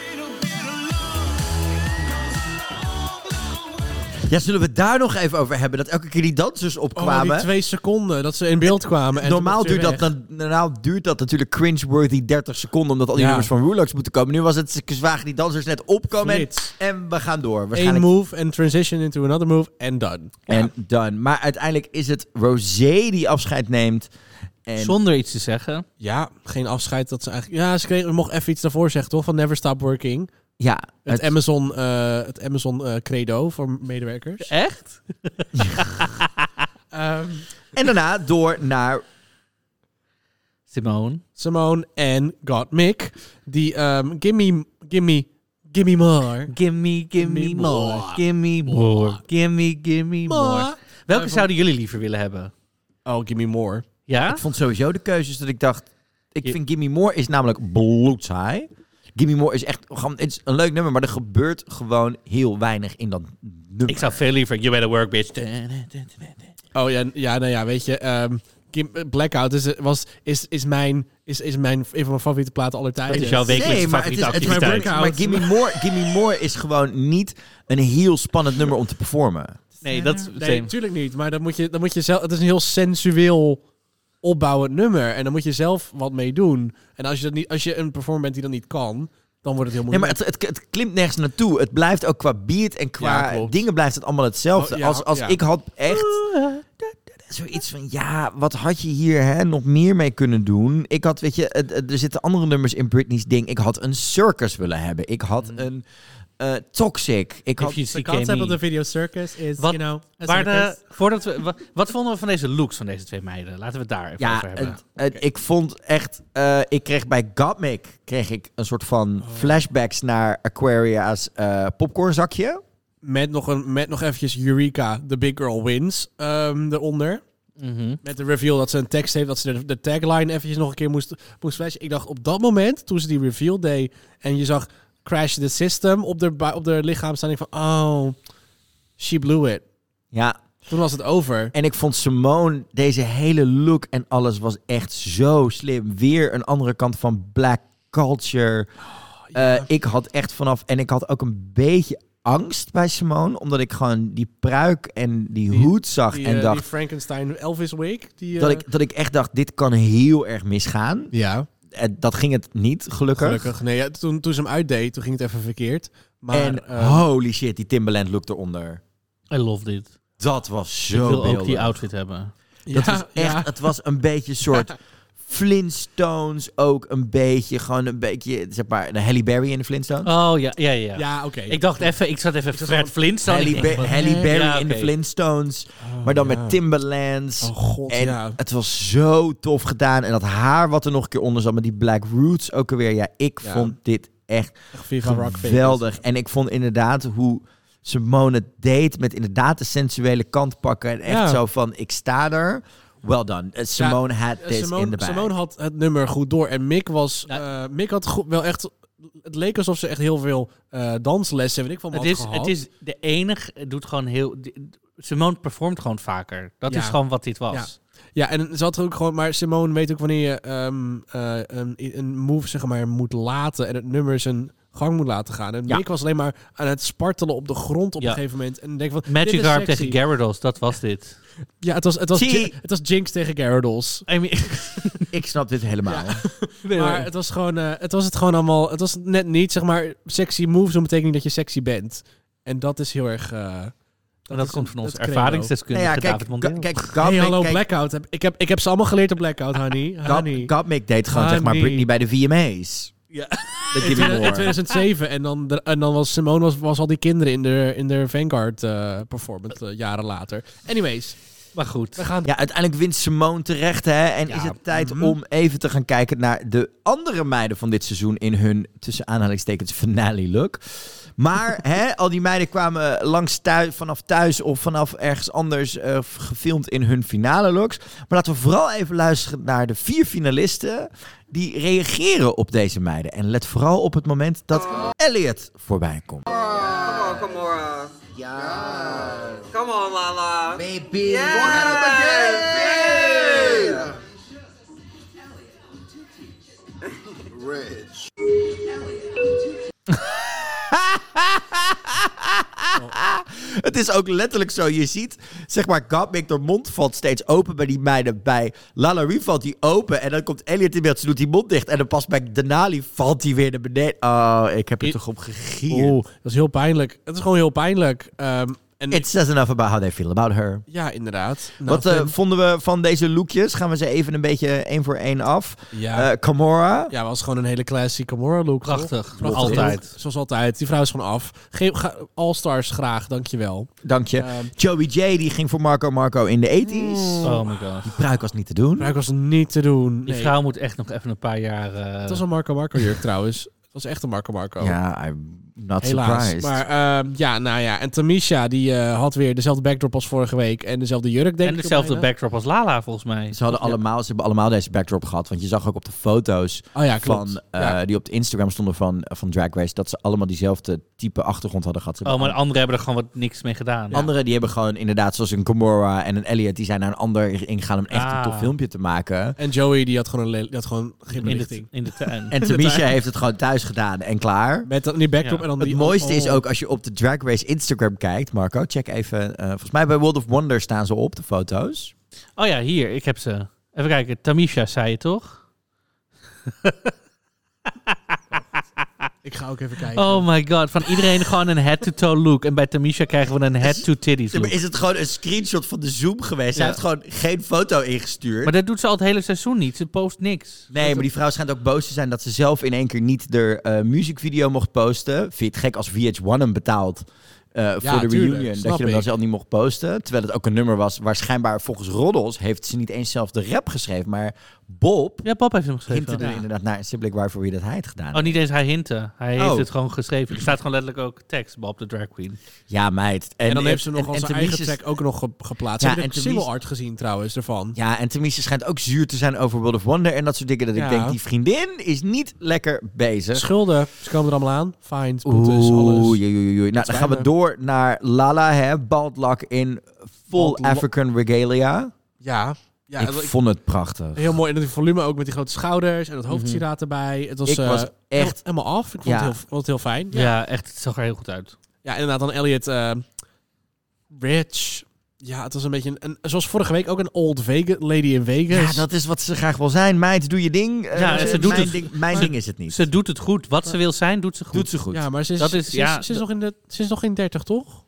A: Ja, zullen we het daar nog even over hebben? Dat elke keer die dansers
D: Oh,
A: opkwamen.
D: die twee seconden dat ze in beeld kwamen. En
A: normaal,
D: toen
A: duurt
D: was ze
A: dat,
D: weer
A: dan- normaal duurt dat natuurlijk cringe-worthy 30 seconden, omdat al die
D: Ja.
A: nummers van Rolex moeten komen. Nu was het, ze zwagen die dansers net opkomen en,
D: Flits.
A: en we gaan door.
D: weg. Eén
A: Waarschijnlijk
D: move en transition into another move en done.
A: En done. Maar uiteindelijk is het Rosé die afscheid neemt. En
C: Zonder iets te zeggen.
D: Ja, geen afscheid dat ze eigenlijk... Ja, ze kreeg, mocht even iets daarvoor zeggen, toch? Van Never Stop Working.
A: ja,
D: Het,
A: het-
D: Amazon, eh, het Amazon eh, credo voor medewerkers.
C: Echt?
D: Ehm,
A: en daarna door naar...
C: Simone.
D: Simone en God Mick. Die ehm gimme, gimme, gimme more.
C: Gimme, gimme
D: Gimme
C: more.
D: more.
C: Gimme more. Gimme, gimme more. Welke zouden jullie liever willen hebben?
D: Oh, gimme more.
C: Ja?
A: Ik vond sowieso de keuzes dat ik dacht... Ik
C: Je-
A: vind Gimme More is namelijk bloedsaai. Gimme More is echt... gewoon- Het is een leuk nummer, maar er gebeurt gewoon heel weinig in dat nummer.
C: Ik zou veel liever You Better Work, bitch.
D: Oh ja, ja nou ja, weet je. ehm, Kim- eh, Blackout is, was, is, is, mijn, is, is mijn, een van mijn favoriete platen aller tijden.
C: Dat is jouw wekelijkse
A: maar het is-
C: favoriete
A: het is
C: activiteit.
A: maar, maar Gimme More, Gimme More is gewoon niet een heel spannend nummer om te performen.
C: Nee, dat is
D: Nee,
C: same.
D: natuurlijk niet. Maar dan moet je, dan moet je zelf. Het is een heel sensueel opbouwend nummer. En dan moet je zelf wat mee doen. En als je, dat niet, als je een performer bent die dat niet kan, dan wordt het heel
A: Nee, maar
D: moeilijk.
A: het, het, het klimt nergens naartoe. Het blijft ook qua beat en
D: Ja,
A: qua
D: klopt.
A: dingen blijft het allemaal hetzelfde.
D: Oh, ja,
A: als als
D: ja.
A: ik had echt zoiets van, ja, wat had je hier hè, nog meer mee kunnen doen? Ik had, weet je, het- het- er zitten andere nummers in Britney's ding. Ik had een circus willen hebben. Ik had
D: Hmm.
A: een eh, toxic. Ik had,
C: If you
D: the
C: see
D: concept of
C: Kenny.
D: the video circus is,
C: Wat-
D: you know, a
C: Waar de,
D: circus.
C: voordat we, wa- wat vonden we van deze looks van deze twee meiden? Laten we het daar even
A: ja,
C: over hebben.
A: het- het- ik vond echt, eh, ik kreeg bij Gottmik kreeg ik een soort van
D: Oh.
A: flashbacks naar Aquaria's eh, popcornzakje.
D: Met nog, een, met nog eventjes Eureka, The Big Girl Wins, ehm eronder.
C: Mhm.
D: Met de reveal dat ze een tekst heeft, dat ze de, de tagline eventjes nog een keer moest, moest flashen. Ik dacht op dat moment, toen ze die reveal deed en je zag Crash the System op de, ba- op de lichaam staan, ik van, oh, she blew it.
A: Ja,
D: Toen was het over.
A: En ik vond Simone, deze hele look en alles was echt zo slim. Weer een andere kant van black culture.
D: Oh,
A: Eh, ik had echt vanaf... En ik had ook een beetje angst bij Simone. Omdat ik gewoon die pruik en die, hoed zag.
D: Die,
A: en
D: eh,
A: dacht
D: die Frankenstein Elvis Wake. Die, eh,
A: dat, ik, dat ik echt dacht, dit kan heel erg misgaan.
D: Ja,
A: En dat ging het niet, gelukkig.
D: gelukkig. Nee, ja, toen, toen ze hem uitdeed, toen ging het even verkeerd. Maar,
A: en
D: eh,
A: holy shit, die Timberland look eronder.
C: I love dit.
A: Dat was
C: Ik
A: zo
C: wil ook die
A: beeldig.
C: outfit hebben.
A: Dat
D: ja,
A: was echt,
D: ja.
A: het was een beetje een soort Flintstones ook een beetje. Gewoon een beetje, zeg maar, een Halle Berry in de Flintstones.
C: Oh, ja, ja, ja.
D: Ja, oké.
C: Ik dacht even, ik zat even Fred Flintstone.
A: Halle,
C: Ik denk,
A: Be-
C: wat-
A: Halle Berry
C: Ja,
A: in de
C: oké.
A: Flintstones. maar dan met Timberlands.
D: Oh god,
A: en
D: ja.
A: het was zo tof gedaan. En dat haar wat er nog een keer onder zat. Met die Black Roots ook alweer. Ja, ik
D: Ja.
A: vond dit echt
D: Echt Viva Rock Vegas.
A: geweldig. En ik vond inderdaad hoe Simone het deed. Met inderdaad de sensuele kant pakken. En echt
D: Ja.
A: zo van, ik sta er. Well done. Eh, Simone had
D: Eh,
A: this in
D: Simone,
A: the bag.
D: Simone had het nummer goed door. En Mick was... eh, Mick had goed, wel echt... Het leek alsof ze echt heel veel eh danslessen, weet ik van,
C: Het
D: had
C: is,
D: gehad.
C: het is de enige, het doet gewoon heel... di- Simone performt gewoon vaker. Dat
D: Ja.
C: is gewoon wat dit was.
D: Ja, en ze had er ook gewoon... Maar Simone weet ook wanneer je ehm, eh, een, een move, zeg maar, moet laten. En het nummer zijn gang moet laten gaan. En
C: Ja.
D: Mick was alleen maar aan het spartelen op de grond op een gegeven moment. En ik denk van, dit is
C: Magikarp
D: sexy.
C: tegen Gyarados, dat was dit.
D: Ja, het was, het was,
C: Zie-
D: Jin- het was Jinx tegen Gyarados.
A: ik snap dit helemaal.
D: maar het was, gewoon, eh, het was het gewoon allemaal... Het was net niet, zeg maar, sexy moves. Dat betekent niet dat je sexy bent. En dat is heel erg... eh,
C: dat
D: is
C: komt
D: een-
C: van onze
D: het credo.
C: ervaringsdeskundige Nou ja, kijk, David Mondeel.
A: kijk,
D: hey,
A: Godmik-
D: hallo,
A: kijk-
D: Blackout. Heb- Ik heb, ik heb ze allemaal geleerd op Blackout, honey. honey.
A: Godmik deed gewoon zeg maar
D: Honey.
A: Britney bij de VMA's.
D: Ja.
A: Dat
D: in,
A: je weer
D: 2000- in
A: hoort.
D: 2007. En dan, de- en dan was Simone was, was al die kinderen in de, in de Vanguard eh, performance eh, jaren later. Anyways.
C: Maar goed.
D: We gaan...
A: Ja, uiteindelijk wint Simone terecht. Hè? En is het tijd om even te gaan kijken naar de andere meiden van dit seizoen in hun tussen aanhalingstekens finale look. Maar hè, al die meiden kwamen langs thuis, vanaf thuis of vanaf ergens anders eh, gefilmd in hun finale looks. Maar laten we vooral even luisteren naar de vier finalisten die reageren op deze meiden. En let vooral op het moment dat Elliot voorbij komt.
J: on, Kamora. Yeah. Come on, Lala. Baby.
L: Yes. Rich.
A: Het is ook letterlijk zo. Je ziet, zeg maar, Godmik, haar mond valt steeds open bij die meiden. Bij Lalaurie valt die open. En dan komt Elliot in beeld. Ze doet die mond dicht. En dan pas bij Denali valt die weer naar beneden. Oh, ik heb er toch op gegierd.
D: Oeh, dat is heel pijnlijk. Het is gewoon heel pijnlijk. Ehm, en
A: It says enough about how they feel about her.
D: Ja, inderdaad. Nou,
A: Wat eh,
D: Nathan.
A: vonden we van deze lookjes? Gaan we ze even een beetje eh, één voor één af.
D: Ja.
A: Eh, Kamora.
D: Ja, was gewoon een hele classy Kamora look.
C: Prachtig.
D: toch?
C: Altijd.
D: Zoals altijd. Die vrouw is gewoon af. Ge- ga- All-stars graag, dankjewel.
A: Dank je.
D: Ehm.
A: Joey J. die ging voor Marco Marco in de
D: Mm.
A: 80s.
C: Oh my god.
A: Die pruik was niet te doen.
D: Pruik was niet te doen.
C: Die
D: Nee.
C: vrouw moet echt nog even een paar jaar... eh,
D: Het was een Marco Marco jurk trouwens. Het was echt een Marco Marco.
A: Ja, I'm not
D: Helaas.
A: surprised.
D: Maar ehm, ja, nou ja. En Tamisha, die eh, had weer dezelfde backdrop als vorige week. En dezelfde jurk, denk
C: en
D: ik.
C: dezelfde
D: bijna.
C: backdrop als Lala, volgens mij.
A: Ze, hadden allemaal, ze hebben allemaal deze backdrop gehad. Want je zag ook op de foto's
D: Oh ja, klopt.
A: van, eh,
D: Ja.
A: die op de Instagram stonden van, eh, van Drag Race... dat ze allemaal diezelfde type achtergrond hadden gehad. Ze
C: Oh,
A: hebben
C: maar de anderen hebben er gewoon wat niks mee gedaan.
A: Ja. Anderen die hebben gewoon inderdaad, zoals een Gamora en een Elliot, die zijn naar een ander ingegaan om echt
C: Ah.
A: een tof filmpje te maken.
D: En Joey, die had gewoon, een le- die had gewoon geen
C: In de,
D: belichting.
C: in de tuin.
A: En Tamisha heeft het gewoon thuis gedaan en klaar.
D: Met dan die backdrop
C: Ja.
D: en dan
A: Het
D: die...
A: mooiste
D: oh.
A: is ook als je op de Drag Race Instagram kijkt, Marco, check even. eh, volgens mij bij World of Wonder staan ze op, de foto's.
C: Oh ja, hier, ik heb ze. Even kijken, Tamisha zei je toch?
D: Ik ga ook even kijken.
C: Oh my god, van iedereen gewoon een head-to-toe look. En bij Tamisha krijgen we een head-to-titties
A: Ja, maar
C: look.
A: Is het gewoon een screenshot van de Zoom geweest?
C: Ja.
A: Hij heeft gewoon geen foto ingestuurd.
C: Maar dat doet ze al het hele seizoen niet. Ze post niks.
A: Nee, maar die vrouw schijnt ook boos te zijn dat ze zelf in één keer niet de eh muziekvideo mocht posten. Vind je het gek als VH1 hem betaalt eh, voor de
D: tuurlijk,
A: reunion?
D: snap
A: Dat je hem dan
D: ik.
A: zelf niet mocht posten. Terwijl het ook een nummer was waar schijnbaar volgens Roddels heeft ze niet eens zelf de rap geschreven. Maar Bob
C: Ja, papa heeft hem
A: hint er
C: geschreven. Ja.
A: inderdaad naar Sibling Rivalry dat hij het gedaan
C: Oh,
A: heeft.
C: niet eens hij hinten. Hij heeft
A: Oh.
C: het gewoon geschreven. Er staat gewoon letterlijk ook tekst, Bob de Drag Queen.
A: Ja, meid.
D: En, dan heeft ze nog
A: en-
D: als
A: en
D: haar eigen
A: Tamiesjes-
D: track ook nog ge- geplaatst.
A: Ja,
D: Ja, en
A: en
D: single
A: Tamies-
D: art gezien trouwens ervan.
A: Ja, en tenminste schijnt ook zuur te zijn over World of Wonder en dat soort dingen. Dat
D: Ja.
A: ik denk, die vriendin is niet lekker bezig.
D: Schulden, ze komen er allemaal aan. Fines, boetes, alles.
A: Oeh, joe, joe, joe. Nou, dan
D: spijt
A: gaan we
D: me.
A: door naar Lala, hè? Bald Lak in full
D: Bald Lak.
A: African regalia.
D: Ja. ja
A: ik
D: en ik-
A: vond het prachtig.
D: Heel mooi. En het volume ook met die grote schouders en het hoofdsieraad erbij. Het was,
A: Ik
D: eh,
A: was
D: heel-
A: echt-
D: helemaal af. Ik vond,
A: Ja.
D: het, heel, vond het heel fijn.
C: Ja, echt, het zag er heel goed uit.
D: Ja, inderdaad. Dan Elliot eh, Rich. Ja, het was een beetje... Een, een- zoals vorige week ook een old Vegas, lady in Vegas.
A: Ja, dat is wat ze graag wil zijn. Meid, doe je ding. Eh,
C: Ja, en ze doet
A: mijn
C: het.
A: Ding, mijn ding is het niet.
C: Ze doet het goed. Wat ze wil zijn, doet ze goed.
A: doet ze goed.
D: Ja, maar ze is,
C: Dat is-
D: ze,
C: ja,
D: is, ze, is
C: dat-
D: nog in de, ze is nog in 30, toch?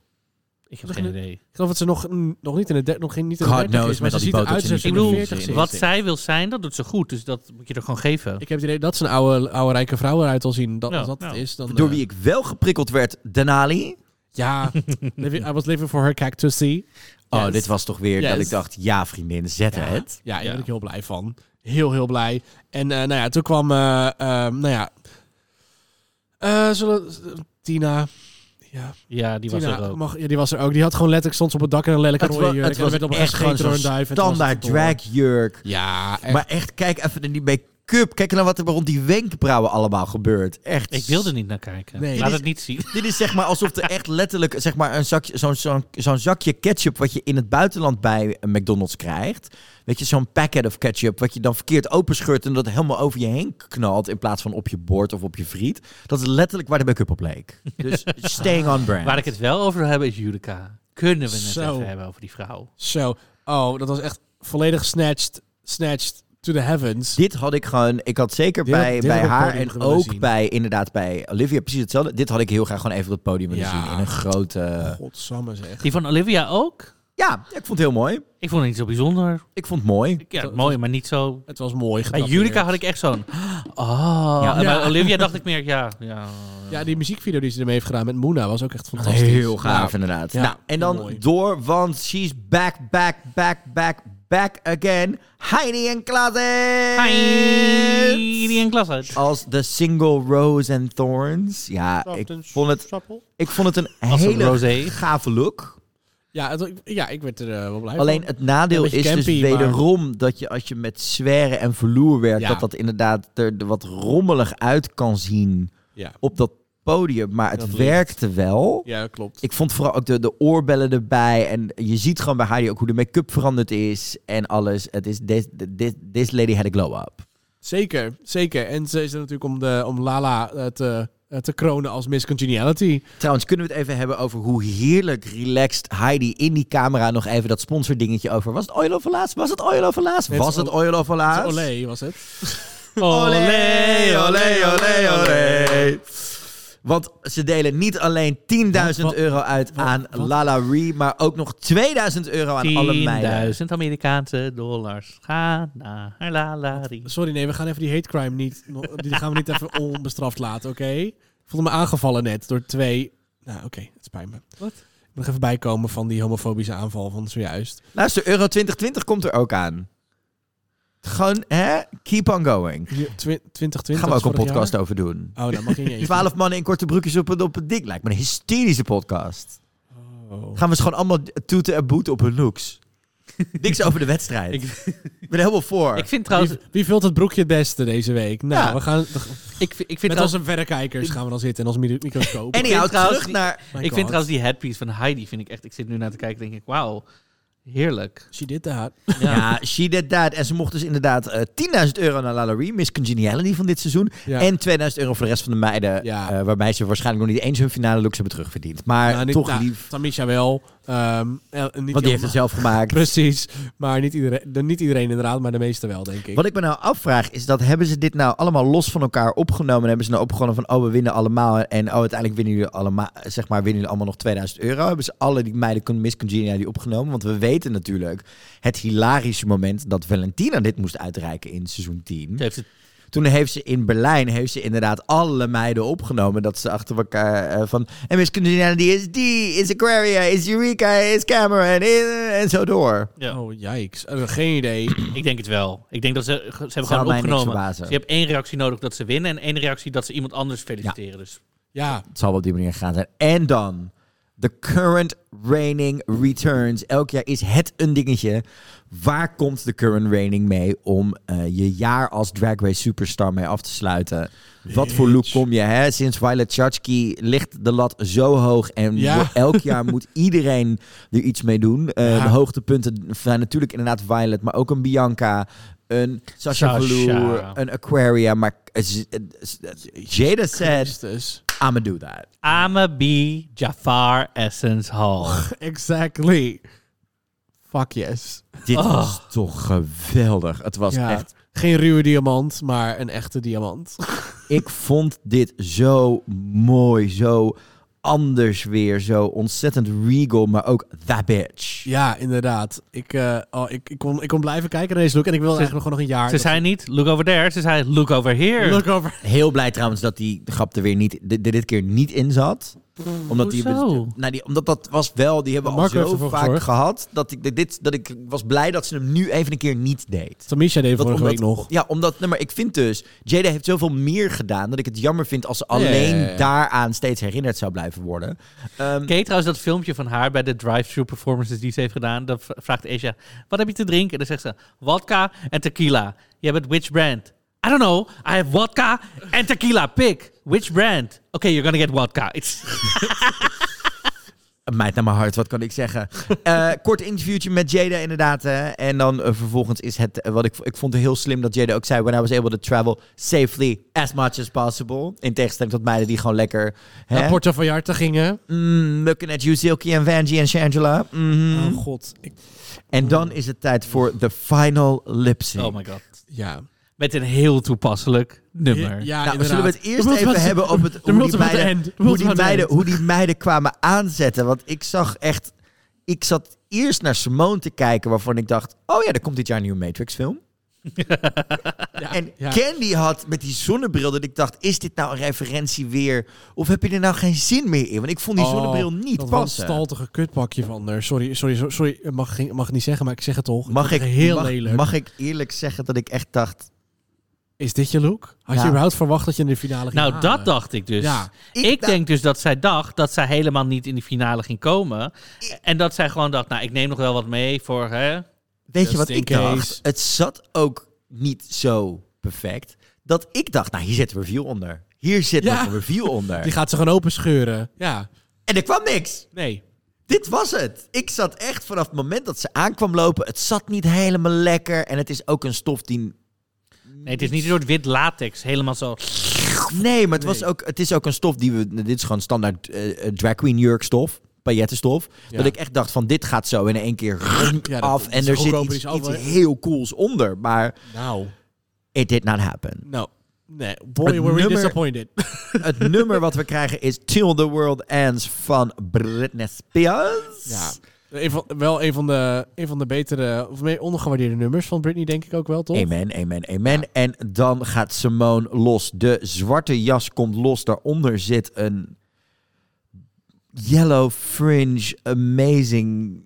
C: Ik heb geen idee.
D: Ik geloof dat ze nog, mm, nog niet in de, der- nog geen- niet in de
A: God
D: 30
A: knows,
D: is, maar
A: met
D: ze
A: al die
D: ziet eruit
A: botox
D: alsof ze
A: en
D: in
A: die
D: de
A: pillen.
D: 40 zit.
C: Wat zij wil zijn, dat doet ze goed. Dus dat moet je er gewoon geven.
D: Ik heb het idee dat ze een oude, oude rijke vrouw eruit al zien. Dat,
C: Ja,
D: als dat
C: ja.
D: het is, dan...
A: Door
D: eh,
A: wie ik wel geprikkeld werd, Denali.
D: Ja, living- I was living for her cactusy.
A: Oh,
D: Yes.
A: dit was toch weer dat
D: Yes.
A: ik dacht, ja vriendin, zet het.
D: Ja, daar
C: Ja.
D: ben ik heel blij van. Heel, heel blij. En eh, nou ja, toen kwam, eh, ehm, nou ja, eh, zullen, Tina... Ja,
C: Ja, die was
D: Tina
C: er ook.
D: Mag, ja, die was er ook. Die had gewoon letterlijk stond ze op het dak in een lelijke
A: Het,
D: rode
A: wa-
D: jurk.
A: het
D: en
A: was
D: eh, werd op
A: echt gewoon
D: door
A: zo'n
D: een duif. en toen was
A: standaard
D: het door.
A: dragjurk.
D: Ja, echt.
A: Maar echt, kijk even er niet mee make-up. Kijk nou wat er rond die wenkbrauwen allemaal gebeurt. Echt.
C: Ik wil er niet naar kijken.
A: Nee.
C: Laat
A: Dit
C: het niet zien.
A: Dit is zeg maar alsof er echt letterlijk zeg maar een zakje, zo'n, zo'n, zo'n zakje ketchup wat je in het buitenland bij een McDonald's krijgt. Weet je, zo'n packet of ketchup wat je dan verkeerd openscheurt en dat helemaal over je heen knalt in plaats van op je bord of op je friet. Dat is letterlijk waar de make-up op leek. Dus staying on brand.
C: Waar ik het wel over wil hebben is Judica. Kunnen we het
D: Zo.
C: even hebben over die vrouw?
D: Zo. Oh, dat was echt volledig snatched, snatched to the heavens.
A: Dit had ik gewoon, ik had zeker
D: Dit had-
A: bij,
D: dit
A: bij
D: had ik op
A: haar
D: podium
A: en
D: willen
A: ook
D: zien.
A: bij inderdaad bij Olivia precies hetzelfde. Dit had ik heel graag gewoon even op het podium willen
D: Ja.
A: zien in een grote.
D: Godsamme zeg.
C: Die van Olivia ook?
A: Ja, ik vond het heel mooi.
C: Ik vond het niet zo bijzonder.
A: Ik vond het mooi.
C: Ja, mooi, maar niet zo...
D: Het was mooi
C: Bij
D: gedrapeerd.
C: Judica had ik echt zo'n... Oh.
D: Ja.
C: En bij
D: Ja.
C: Olivia dacht ik meer, ja... ja.
D: Ja, die muziekvideo die ze ermee heeft gedaan met Moena was ook echt fantastisch.
A: Heel gaaf,
D: Ja.
A: inderdaad.
D: Ja,
A: nou, en dan
D: mooi.
A: door, want she's back, back, back, back, back again. Heidi en Klaas.
C: Heidi en Klaas uit.
A: Als de single Rose and Thorns. Ja, ik vond het, ik vond het een
C: Als een
A: hele
C: rosé.
A: gave look.
D: Ja, het- ja, ik werd er eh, wel blij van.
A: Alleen het nadeel
D: Een
A: is
D: beetje campy,
A: dus
D: maar-
A: wederom dat je als je met zweren en verloer werkt,
D: Ja.
A: dat dat inderdaad er wat rommelig uit kan zien
D: Ja.
A: op dat podium. Maar het
D: dat licht.
A: werkte wel.
D: Ja, dat klopt.
A: Ik vond vooral ook de, de oorbellen erbij. En je ziet gewoon bij Heidi ook hoe de make-up veranderd is en alles. Het is this, this, this lady had a glow-up.
D: Zeker, zeker. En ze is er natuurlijk om, de, om Lala eh, te, eh, te kronen als Miss Congeniality.
A: Trouwens, kunnen we het even hebben over hoe heerlijk relaxed Heidi in die camera nog even dat sponsordingetje over. Was het Oil of Laas? Was het Oil of Laas?
D: Nee,
A: Was
D: het
A: het Oil of Laas?
D: Olé was het.
A: Olé, olé, olé, olé. Want ze delen niet alleen 10.000
C: Wat, wat,
A: euro uit aan Lala Ree, maar ook nog 2.000 euro aan alle meiden.
C: 10.000 Amerikaanse dollars gaan naar Lalari.
D: Sorry, nee, we gaan even die hate crime niet... nog- Die gaan we niet even onbestraft laten, oké? Ik voelde me aangevallen net door twee... Nou, oké, het spijt me.
C: Wat?
D: Ik moet nog even bijkomen van die homofobische aanval van zojuist.
A: Luister, Euro 2020 komt er ook aan. Gewoon, hè? Keep on going.
D: Twi- 2020
A: Gaan we ook een
D: vorig
A: podcast
D: jaar?
A: over doen.
D: Oh, dat mag je niet eens.
A: 12 mannen in korte broekjes op een, op een dik lijkt me een hysterische podcast.
D: Oh.
A: Gaan we ze gewoon allemaal toeten en boeten op hun looks. Niks over de wedstrijd. Ik ben er helemaal voor.
C: Ik vind trouwens...
D: Wie, wie vult het broekje het beste deze week? Nou,
A: Ja.
D: we gaan...
C: Ik, vi- ik vind
D: Met als
C: trouwens...
D: een verrekijkers gaan we dan zitten en als micro- microscoop. Oh
A: En die houdt
C: trouwens
A: terug
C: die-
A: naar...
D: My
C: ik
D: God.
C: vind trouwens die headpiece van Heidi, vind ik echt... Ik zit nu naar te kijken, denk ik, wauw. Heerlijk.
D: She did that.
C: Ja.
A: Ja, she did that. En ze mocht dus inderdaad eh, 10.000 euro naar Lalaurie, Miss Congeniality van dit seizoen.
D: Ja.
A: En 2.000 euro voor de rest van de meiden.
D: Ja.
A: eh, waarbij ze waarschijnlijk nog niet eens hun finale looks hebben terugverdiend. Maar
D: Nou, niet-
A: toch
D: nou,
A: lief,
D: Tamisha wel. ehm, eh, niet
A: want die heeft
D: helemaal-
A: het zelf gemaakt.
D: Precies. Maar niet iedereen, de- niet iedereen inderdaad, maar de meeste wel, denk ik.
A: Wat ik me nou afvraag is dat hebben ze dit nou allemaal los van elkaar opgenomen? En hebben ze nou opgenomen van oh we winnen allemaal en oh uiteindelijk winnen jullie allemaal zeg maar winnen jullie allemaal nog 2000 euro? Hebben ze alle die meiden con- Miss Congeniality opgenomen? Want we weten natuurlijk het hilarische moment dat Valentina dit moest uitreiken in seizoen 10.
C: Ze heeft het
A: Toen heeft ze in Berlijn heeft ze inderdaad alle meiden opgenomen. Dat ze achter elkaar eh, van... En Miss Congeniality is die, is Aquaria, is Eureka, is Cameron, is- en zo door.
C: Ja.
D: Oh, jijks. Eh, geen idee.
C: Ik denk het wel. Ik denk dat ze, ze hebben
A: mij
C: gewoon
A: niks
C: opgenomen.
A: verbazen.
C: Ze hebben één reactie nodig dat ze winnen en één reactie dat ze iemand anders feliciteren. Dus
D: Ja.
A: Het zal wel op die manier gegaan zijn. En dan... The current reigning returns. Elk jaar is het een dingetje. Waar komt de current reigning mee om eh, je jaar als Drag Race superstar mee af te sluiten? Wat voor look kom je? Hè? Sinds Violet Chachki ligt de lat zo hoog en
D: Ja.
A: wordt elk jaar moet iedereen er iets mee doen. Eh,
D: Ja.
A: De hoogtepunten zijn natuurlijk inderdaad Violet, maar ook een Bianca, een Sasha
C: Sasha.
A: Velour, een Aquaria. Maar eh, z- eh, z- eh, Jada said,
D: Christus.
A: I'ma do that.
C: Ame B. Jafar Essence Hall.
D: Exactly. Fuck yes.
A: Dit was toch geweldig. Het was
D: Oh. Ja.
A: echt...
D: Geen ruwe diamant, maar een echte diamant.
A: Ik vond dit zo mooi, zo anders weer, zo ontzettend regal, maar ook that bitch.
D: ja, inderdaad. Ik, eh, oh, ik, ik, kon, ik kon blijven kijken naar deze look en ik wilde eigenlijk gewoon nog een jaar.
C: Ze zei niet, look over there. Ze zei, look over here.
D: Look over.
A: Heel blij trouwens dat die grap er weer niet, di- dit keer niet in zat. Omdat, die,
C: Hoezo?
A: nou die, omdat dat was wel, die hebben we al
D: Marco heeft
A: zo
D: ervoor
A: vaak
D: gezorgd.
A: gehad, dat ik, dit, dat ik was blij dat ze hem nu even een keer niet deed.
D: Tamisha deed
A: Dat
D: vorige
A: omdat-
D: week nog.
A: Ja, omdat, nee, maar ik vind dus, Jada heeft zoveel meer gedaan dat ik het jammer vind als ze alleen
D: ja, ja.
A: daaraan steeds herinnerd zou blijven worden. Ehm,
C: Ken je trouwens dat filmpje van haar bij de drive-thru performances die ze heeft gedaan? Dan v- vraagt Asia, wat heb je te drinken? En dan zegt ze, vodka en tequila. Je bent which brand? I don't know. I have vodka and tequila. Pick which brand. Okay, you're gonna get vodka. It's
A: Een Meid naar mijn hart, wat kan ik zeggen? Eh, kort interviewtje met Jada inderdaad. hè. En dan eh, vervolgens is het, eh, wat ik, ik vond het heel slim dat Jada ook zei... When I was able to travel safely as much as possible. In tegenstelling tot meiden die gewoon lekker...
D: Naar
A: hè,
D: Porto Vallarta gingen.
A: Mm, looking at you, Silky en Vanjie en Shangela. Mhm.
D: Oh god. Ik-
A: En dan is het tijd voor de final lip sync.
C: oh my god.
D: ja.
C: Met een heel toepasselijk nummer.
D: Ja,
A: nou,
D: inderdaad.
A: zullen we het
D: De
A: eerst
D: multiple
A: even
D: at the-
A: hebben op het,
D: de
A: hoe, die
D: multiple at the end.
A: meiden,
D: De
A: hoe,
D: multiple
A: die
D: at the
A: meiden,
D: end.
A: hoe die meiden kwamen aanzetten. Want ik zag echt... Ik zat eerst naar Simone te kijken waarvan ik dacht... Oh ja, er komt dit jaar een nieuwe Matrix film. en
D: ja.
A: Candy had met die zonnebril dat ik dacht... Is dit nou een referentie weer? Of heb je er nou geen zin meer in? Want ik
D: Oh,
A: vond die zonnebril niet
D: dat
A: passen.
D: Dat staltige kutpakje van haar. Sorry, sorry, sorry, sorry. Mag, geen- mag niet zeggen, maar ik zeg het toch.
A: Mag ik,
D: vind het Heel
A: mag,
D: lelijk.
A: mag ik eerlijk zeggen dat ik echt dacht...
D: Is dit je look? Had
A: Ja.
D: je überhaupt verwacht dat je in de finale ging
C: Nou,
D: halen?
C: dat dacht ik dus.
D: Ja.
C: Ik,
A: Ik dacht-
C: denk dus dat zij dacht dat zij helemaal niet in de finale ging komen. En dat zij gewoon dacht, nou, ik neem nog wel wat mee voor... Hè?
A: Weet je
D: Just
A: wat
D: in
A: ik
D: case.
A: dacht? Het zat ook niet zo perfect. Dat ik dacht, nou hier zit een review onder. Hier zit
D: Ja.
A: nog een review
D: Die
A: onder.
D: gaat ze gewoon open scheuren. Ja.
A: En er kwam niks.
D: Nee.
A: Dit was het. Ik zat echt vanaf het moment dat ze aankwam lopen. Het zat niet helemaal lekker. En het is ook een stof die...
C: Nee, het is niet een soort wit latex. Helemaal zo...
A: Nee, maar het, Was ook, het is ook een stof die we... Dit is gewoon standaard eh, eh, drag queen jurkstof. Paillettenstof.
D: Ja.
A: Dat ik echt dacht van dit gaat zo in één keer
D: dat-
A: af.
D: dat
A: En
D: is
A: er zit
D: goedkoper,
A: iets,
D: die is af,
A: iets
D: hè?
A: heel cools onder. Maar
D: Nou.
A: it did not happen.
D: Nou. Nee. Boy,
A: Het
D: were we
A: nummer-
D: disappointed.
A: Het nummer wat we krijgen is Till the World Ends van Britney Spears.
D: ja. Een van, wel een van, de, een van de betere, of meer ondergewaardeerde nummers van Britney, denk ik ook wel, toch?
A: Amen, amen, amen. En dan gaat Simone los. De zwarte jas komt los. Daaronder zit een yellow fringe amazing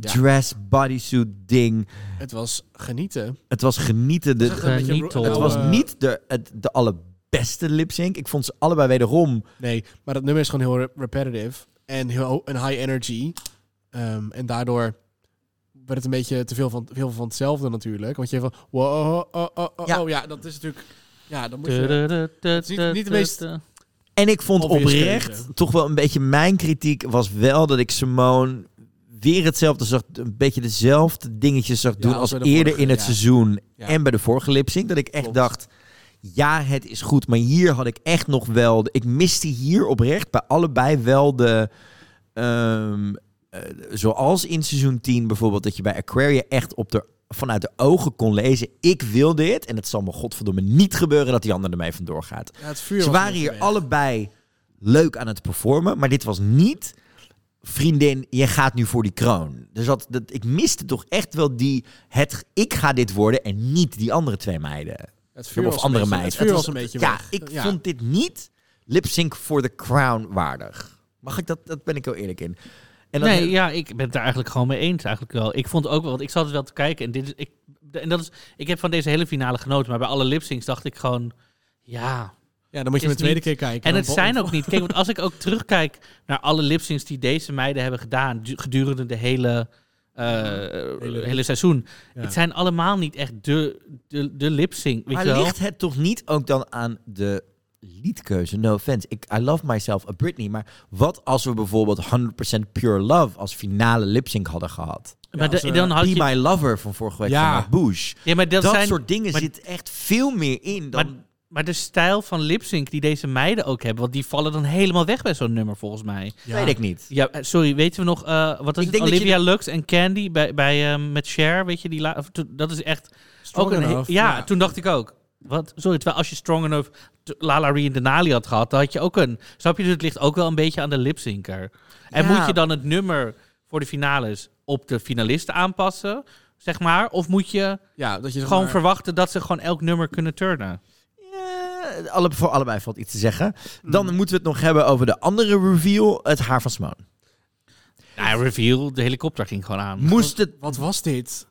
A: dress bodysuit ding.
D: Het was genieten.
A: Het was genieten. De,
D: Echt een beetje
C: niet
D: ro-
C: tof.
A: het was
D: oude-
A: niet de, het- de allerbeste lip sync. Ik vond ze allebei wederom.
D: Nee, maar dat nummer is gewoon heel re- repetitive en heel ho- en high energy. Ehm, en daardoor werd het een beetje te veel van, veel van hetzelfde natuurlijk. Want je hebt van, wow, oh, oh, oh, oh,
A: Ja.
D: ja. dat is natuurlijk... Ja, dan moet je... is niet- niet de meest-
A: En ik vond
D: Obvious
A: oprecht,
D: keuze.
A: toch wel een beetje mijn kritiek was wel dat ik Simone weer hetzelfde zag, een beetje dezelfde dingetjes zag
D: Ja,
A: doen
D: als
A: als
D: bij
A: eerder
D: de vorige,
A: in het
D: ja.
A: seizoen
D: Ja.
A: en bij de vorige lipsync. Dat ik echt
D: Klopt.
A: dacht, ja het is goed, maar hier had ik echt nog wel, ik miste hier oprecht bij allebei wel de, ehm, eh, zoals in seizoen 10 bijvoorbeeld, dat je bij Aquaria echt op de, vanuit de ogen kon lezen, ik wil dit en het zal me godverdomme niet gebeuren dat die ander ermee vandoor gaat.
D: Ja, het vuur
A: Ze
D: was een
A: waren
D: beetje
A: hier
D: weg.
A: allebei leuk aan het performen, maar dit was niet. Vriendin, je gaat nu voor die kroon. Dus dat, dat, ik miste toch echt wel die. Het, ik ga dit worden en niet die andere twee meiden.
D: Het vuur
A: Of
D: was
A: andere
D: een beetje,
A: meiden.
D: Het vuur was een beetje
A: ja,
D: weg.
A: ik vond dit niet lip sync voor de crown waardig. Mag ik dat? Dat ben ik heel eerlijk in. En dan-
C: nee, ja, ik ben het daar eigenlijk gewoon mee eens eigenlijk wel. Ik vond ook wel, want ik zat het wel te kijken en dit is, ik, en dat is, ik heb van deze hele finale genoten, maar bij alle lipsings dacht ik gewoon, ja.
D: Ja, dan moet je
C: is
D: hem een tweede
C: niet-
D: keer kijken.
C: En
D: Dan
C: het
D: bo-
C: zijn ook niet. Kijk, want als ik ook terugkijk naar alle lipsings die deze meiden hebben gedaan du- gedurende de hele, eh, hele, seizoen,
D: Ja.
C: het zijn allemaal niet echt de, de, de lipsing. Weet
A: maar
C: je wel?
A: ligt het toch niet ook dan aan de liedkeuze? No offense. Ik, I love myself a Britney. Maar wat als we bijvoorbeeld 100% Pure Love als finale lipsync hadden gehad?
C: maar de-
D: als, eh,
C: dan had
A: Be
C: je,
A: My Lover van vorige week
D: Ja.
A: van Matt Bush.
C: ja, maar dat,
A: Dat
C: zijn,
A: soort dingen
C: maar-
A: zit echt veel meer in dan...
C: Maar, maar de stijl van lipsync die deze meiden ook hebben, want die vallen dan helemaal weg bij zo'n nummer volgens mij.
D: Ja.
A: Weet ik niet.
C: Ja, eh, sorry, weten we nog, eh, wat is
A: Ik
C: het?
A: denk dat je
C: Olivia Lux en Candy bij, bij, ehm, met Cher, weet je, die la- of to- dat is echt
D: Strong
C: ook een... he-
D: Enough,
C: ja,
D: ja.
C: toen dacht ik ook, wat? Sorry, terwijl als je Strong Enough t- Lala Ree en Denali had gehad, dan had je ook een... Snap je, dus het ligt ook wel een beetje aan de lipsynker. En
A: Ja.
C: moet je dan het nummer voor de finales op de finalisten aanpassen, zeg maar? Of moet je
D: Ja, dat je zeg
C: gewoon
D: maar-
C: verwachten dat ze gewoon elk nummer kunnen turnen?
A: Eh, alle, voor allebei valt iets te zeggen.
C: Hmm.
A: Dan moeten we het nog hebben over de andere reveal. Het haar van Simone.
C: Nou, reveal, de helikopter ging gewoon aan.
A: Moest het...
D: Wat was dit?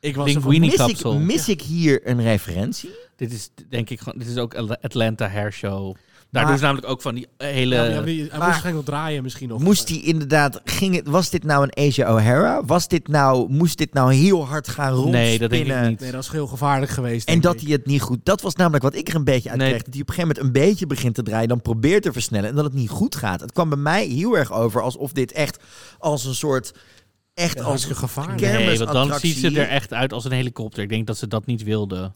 D: Ik was er
C: Linguini
A: Mis, ik,
C: kapsel.
A: mis ik hier een referentie?
C: Dit is denk ik gewoon, dit is ook Atla- Atlanta Hair Show. Daar
A: Maar-
C: doen ze namelijk ook van die eh, hele...
D: Ja, maar die- hij moest
A: Maar-
D: waarschijnlijk nog draaien misschien nog.
A: Moest die inderdaad, ging het, was dit nou een Asia O'Hara? Was dit nou, moest dit nou heel hard gaan rondspinnen?
C: Nee, dat denk ik niet.
D: Nee, dat is heel gevaarlijk geweest.
A: En dat hij het niet goed... Dat was namelijk wat ik er een beetje uit
C: Nee.
A: kreeg. Dat hij op een gegeven moment een beetje begint te draaien... dan probeert te versnellen en dat het niet goed gaat. Het kwam bij mij heel erg over alsof dit echt als een soort... Echt
D: Ja,
A: als
D: hartstikke gevaarlijk.
C: Nee, want dan
A: kermisattractie...
C: ziet ze er echt uit als een helikopter. Ik denk dat ze dat niet wilden.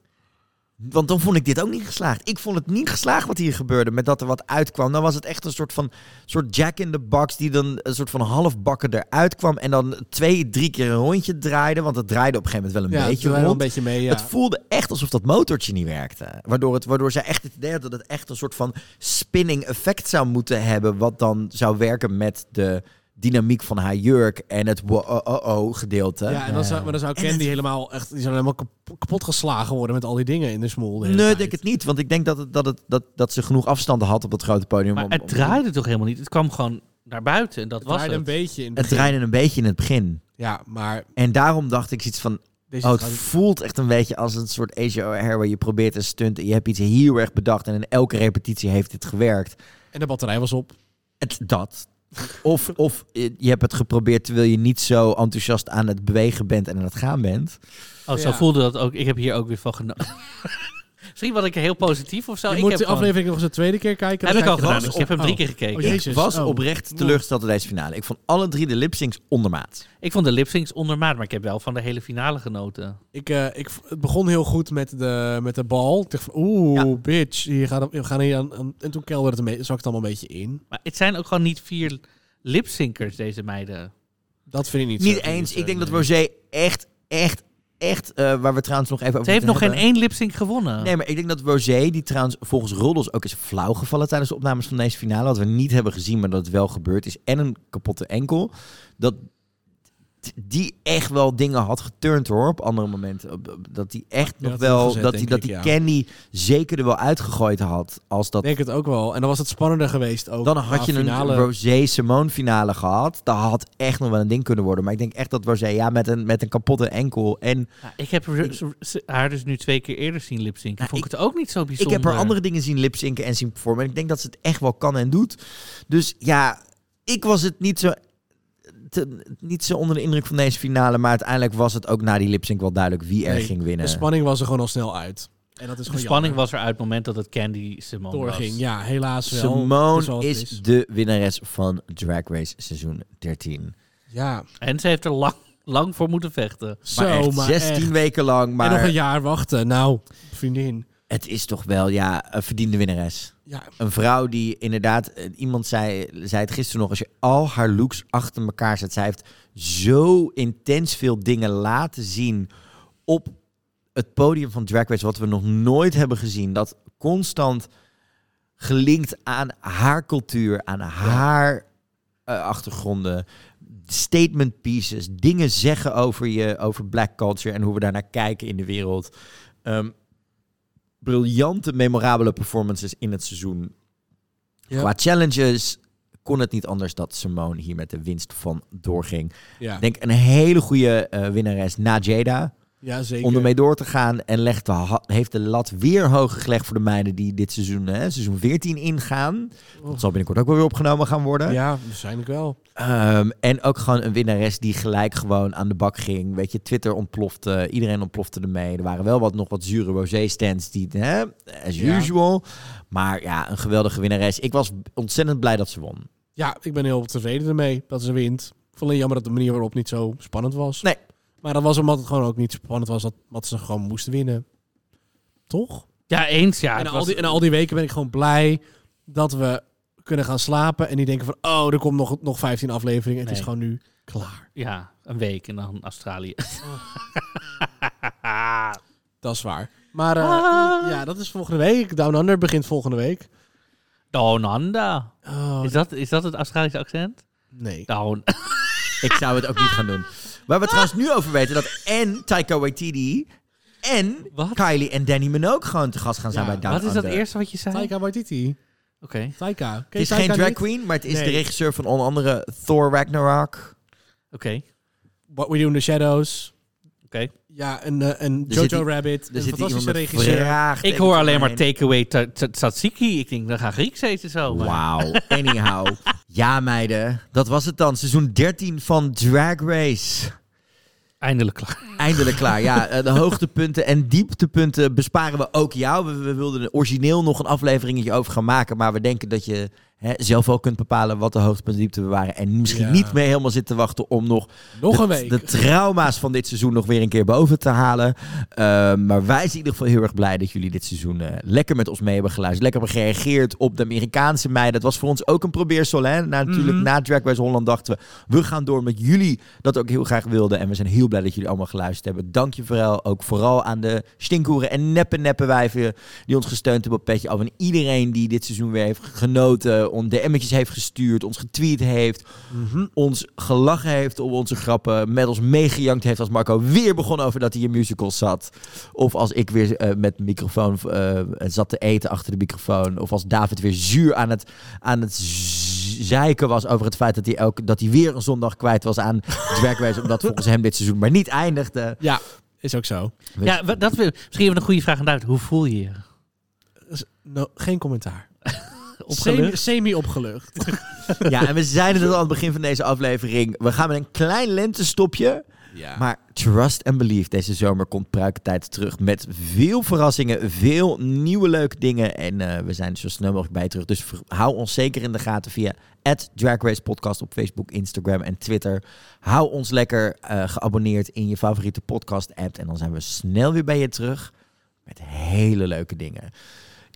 A: Want dan vond ik dit ook niet geslaagd. Ik vond het niet geslaagd wat hier gebeurde. Met dat er wat uitkwam. Dan was het echt een soort van soort jack in the box. Die dan een soort van halfbakken eruit kwam. En dan twee, drie keer een rondje draaide. Want het draaide op een gegeven moment wel een
D: Ja, het
A: beetje
D: draaide
A: rond.
D: wel een beetje mee, ja.
A: Het voelde echt alsof dat motortje niet werkte. Waardoor, het, waardoor ze echt het idee hadden dat het echt een soort van spinning effect zou moeten hebben. Wat dan zou werken met de dynamiek van haar jurk. En het wow-oh-oh oh, gedeelte.
D: Ja, en dan zou, maar dan zou
A: En
D: Candy helemaal echt, die zou helemaal kap- kapot geslagen worden met al die dingen in de smoel. de hele
A: Nee,
D: tijd.
A: ik denk het niet. Want ik denk dat, het, dat, het, dat, dat ze genoeg afstand had op dat grote podium.
C: Maar
A: om-
C: het
A: om-
C: draaide toch helemaal niet? Het kwam gewoon naar buiten en dat
D: Het
C: was
D: draaide
C: het.
D: een beetje in het
A: Het
D: begin.
A: draaide een beetje in het begin.
D: Ja, maar
A: En daarom dacht ik iets van...
D: Deze
A: Oh, het
D: gaat-
A: voelt echt een beetje als een soort Asia O'Hare... waar je probeert een stunt en je hebt iets heel erg bedacht... en in elke repetitie heeft dit gewerkt.
D: en de batterij was
C: Nou,
D: op.
A: Het, dat. Of, of eh, je hebt het geprobeerd terwijl je niet zo enthousiast aan het bewegen bent... en aan het gaan bent.
C: Oh, zo
D: Ja.
C: voelde dat ook. Ik heb hier ook weer van genoten. Misschien was ik heel positief of zo.
D: je
C: ik
D: moet
C: heb
D: de
C: gewoon-
D: aflevering nog eens een tweede keer kijken.
C: Heb
D: dan
C: ik al
D: kijk
C: gedaan.
D: je
C: dus
D: pas
C: Ik
D: op-
C: heb hem drie
D: oh.
C: keer gekeken.
D: Oh,
C: Ik
D: jezus.
A: Ik was
D: Oh.
A: oprecht teleurgesteld in deze finale. Ik vond alle drie de lipsyncs ondermaat.
C: Ik vond de lipsyncs ondermaat, maar ik heb wel van de hele finale genoten.
D: Ik, eh, ik, v- het begon heel goed met de, met de bal. Ik dacht van, oeh, bitch, hier gaat, we gaan hier aan, aan- En toen kelderde het, een beetje- zak het allemaal een beetje in.
C: Maar het zijn ook gewoon niet vier lipsynkers, deze meiden.
D: Dat vind ik niet
A: Niet
D: zo. eh,
A: eens. Ik denk
D: nee.
A: dat Rosé echt, echt, echt... eh, waar we trouwens nog even over
C: Ze heeft
A: moeten
C: nog geen
A: hebben.
C: één lipsync gewonnen.
A: Nee, maar ik denk dat Rosé, die trouwens volgens Roddels ook is flauw gevallen tijdens de opnames van deze finale, wat we niet hebben gezien, maar dat het wel gebeurd is, en een kapotte enkel, dat t- die echt wel dingen had geturnd hoor, op andere momenten. Op- op- Dat die echt
D: Ja,
A: nog
D: had
A: wel,
D: omgezet,
A: dat die,
D: denk
A: dat
D: ik,
A: die
D: ja.
A: Candy zeker er wel uitgegooid had, als
D: Ik
A: dat...
D: denk het ook wel. En dan was het spannender geweest ook.
A: Dan had
D: qua
A: je
D: finale.
A: een Rosé-Simone finale gehad. Dat had echt nog wel een ding kunnen worden. Maar ik denk echt dat Rosé, ja, met een, met een kapotte enkel en
C: Ja, ik heb r- s- haar dus nu twee keer eerder zien lipsynken.
A: Nou,
C: Vond ik het ook niet zo
A: Ik
C: bijzonder.
A: heb er andere dingen zien lipzinken en zien performen. En ik denk dat ze het echt wel kan en doet. Dus ja, ik was het niet zo, te- niet zo onder de indruk van deze finale. Maar uiteindelijk was het ook na die lipsync wel duidelijk wie er
D: Nee,
A: ging winnen.
D: De spanning was er gewoon al snel uit. En dat is
C: De
D: gewoon
C: spanning
D: jammer.
C: was er uit het moment dat het Candy Simone
D: doorging.
C: was.
D: Ja, helaas wel. Het
A: Simone
D: wel wat
A: is,
D: het
A: de winnares van Drag Race seizoen 13.
D: Ja,
C: En ze heeft er lang, lang voor moeten vechten.
D: zo,
A: Maar echt 16
D: echt.
A: weken lang.
D: En nog een
A: Maar
D: jaar wachten. Nou, vriendin.
A: het is toch wel ja, een verdiende winnares.
D: Ja,
A: Een vrouw die inderdaad, eh, iemand zei, zei het gisteren nog, als je al haar looks achter elkaar zet, zij heeft zo intens veel dingen laten zien op het podium van Drag Race, wat we nog nooit hebben gezien. Dat constant gelinkt aan haar cultuur, aan haar eh, achtergronden, statement pieces, dingen zeggen over je, over black culture en hoe we daarnaar kijken in de wereld. Ehm, briljante, memorabele performances in het seizoen.
D: Ja.
A: Qua challenges kon het niet anders dat Simone hier met de winst van doorging.
D: ja.
A: Ik denk een hele goede eh, winnares na Jada
D: ja zeker.
A: om ermee door te gaan. En legt de ha- heeft de lat weer hoog gelegd voor de meiden die dit seizoen, hè, seizoen 14 ingaan.
D: Oh.
A: Dat zal binnenkort ook wel weer opgenomen gaan worden.
D: Ja, waarschijnlijk wel.
A: Ehm, en ook gewoon een winnares die gelijk gewoon aan de bak ging. Weet je, Twitter ontplofte, iedereen ontplofte ermee. Er waren wel wat, nog wat zure rosé-stands, die, hè, as
D: Ja.
A: usual. Maar ja, een geweldige winnares. Ik was ontzettend blij dat ze won.
D: Ja, ik ben heel tevreden ermee dat ze wint. Ik vond het jammer dat de manier waarop niet zo spannend was.
A: Nee.
D: Maar dat was omdat het gewoon ook niet spannend was dat, dat ze gewoon moesten winnen. Toch?
C: Ja, eens ja.
D: en,
C: het
D: al
C: was-
D: die, en al die weken ben ik gewoon blij dat we kunnen gaan slapen. En die denken van, oh, er komt nog, nog 15 afleveringen. Het
C: Nee.
D: is gewoon nu klaar.
C: Ja, een week en dan Australië.
D: Dat is waar. Maar eh, ja, dat is volgende week. Down Under begint volgende week.
C: Downanda.
D: Oh,
C: Is dat, is dat het Australische accent?
D: nee.
C: Down.
A: Ik zou het ook niet gaan doen. Waar we trouwens nu over weten dat en Taika Waititi en
C: Wat?
A: Kylie en Danny Minogue gewoon te gast gaan zijn
D: Ja,
A: bij Down
C: Wat is dat
A: Under.
C: eerste wat je zei? Oké.
D: Taika Waititi. Taika. Ken je
A: Het is
D: Taika
A: geen drag
D: niet?
A: queen, maar het is
D: Nee.
A: de regisseur van onder andere Thor Ragnarok.
C: Oké.
D: What We Do in the Shadows.
C: Oké.
D: Ja, een, eh, een
C: Er zit
D: Jojo
C: i-
D: Rabbit,
C: er zit
D: een fantastische
C: iemand met
D: regisseur.
C: Ik hoor alleen maar takeaway ta- ta- tzatziki. Ik denk, we gaan Grieks eten zo. Oh, maar-
A: Wauw. Anyhow. Ja, meiden. Dat was het dan. Seizoen 13 van Drag Race.
C: Eindelijk klaar.
A: Eindelijk klaar. Ja, Eh, de hoogtepunten en dieptepunten besparen we ook jou. We, we wilden er origineel nog een afleveringetje over gaan maken. Maar we denken dat je hè, zelf wel kunt bepalen wat de hoogtepunten en dieptepunten waren. En misschien
D: Ja.
A: niet meer helemaal zit te wachten om nog,
D: Nog
A: de,
D: een week.
A: de trauma's van dit seizoen nog weer een keer boven te halen. Eh, maar wij zijn in ieder geval heel erg blij dat jullie dit seizoen eh, lekker met ons mee hebben geluisterd. Lekker hebben gereageerd op de Amerikaanse meiden. Dat was voor ons ook een probeersel. Hè? Na, natuurlijk,
L: Mhm.
A: na Drag Race Holland dachten we, we gaan door met jullie dat ook heel graag wilden. En we zijn heel blij dat jullie allemaal geluisterd hebben. Dank je vooral ook vooral aan de stinkhoeren en neppe neppe wijven die ons gesteund hebben op Petje Af. En iedereen die dit seizoen weer heeft genoten, ons DM'tjes heeft gestuurd, ons getweet heeft, ons gelachen heeft op onze grappen, met ons meegejankt heeft als Marco weer begon over dat hij in musicals zat. Of als ik weer eh, met de microfoon eh, zat te eten achter de microfoon. Of als David weer zuur aan het, aan het z- zeiken was over het feit dat hij, elke, dat hij weer een zondag kwijt was aan Drag Race. omdat volgens hem dit seizoen maar niet eindigde.
D: Ja, is ook zo.
C: Ja, wa- dat wil, misschien even een goede vraag aan Duit. Hoe voel je je?
D: No, geen commentaar.
C: Opgelucht?
D: Semi- Semi-opgelucht.
A: Ja, en we zeiden het al aan het begin van deze aflevering. We gaan met een klein lentestopje.
D: Ja.
A: Maar trust and believe, deze zomer komt Pruikentijd terug met veel verrassingen, veel nieuwe leuke dingen. En eh, we zijn zo snel mogelijk bij je terug. Dus ver- hou ons zeker in de gaten via Drag Race Podcast op Facebook, Instagram en Twitter. Hou ons lekker eh, geabonneerd in je favoriete podcast app. En dan zijn we snel weer bij je terug met hele leuke dingen.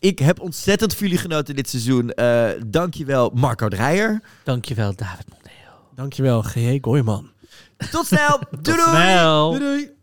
A: Ik heb ontzettend veel jullie genoten dit seizoen. Eh dankjewel Marco Dreyer.
C: Dankjewel David.
D: Dankjewel, G.J. Goyman.
A: Tot snel. Doei doei.
C: snel.
D: Doei doei.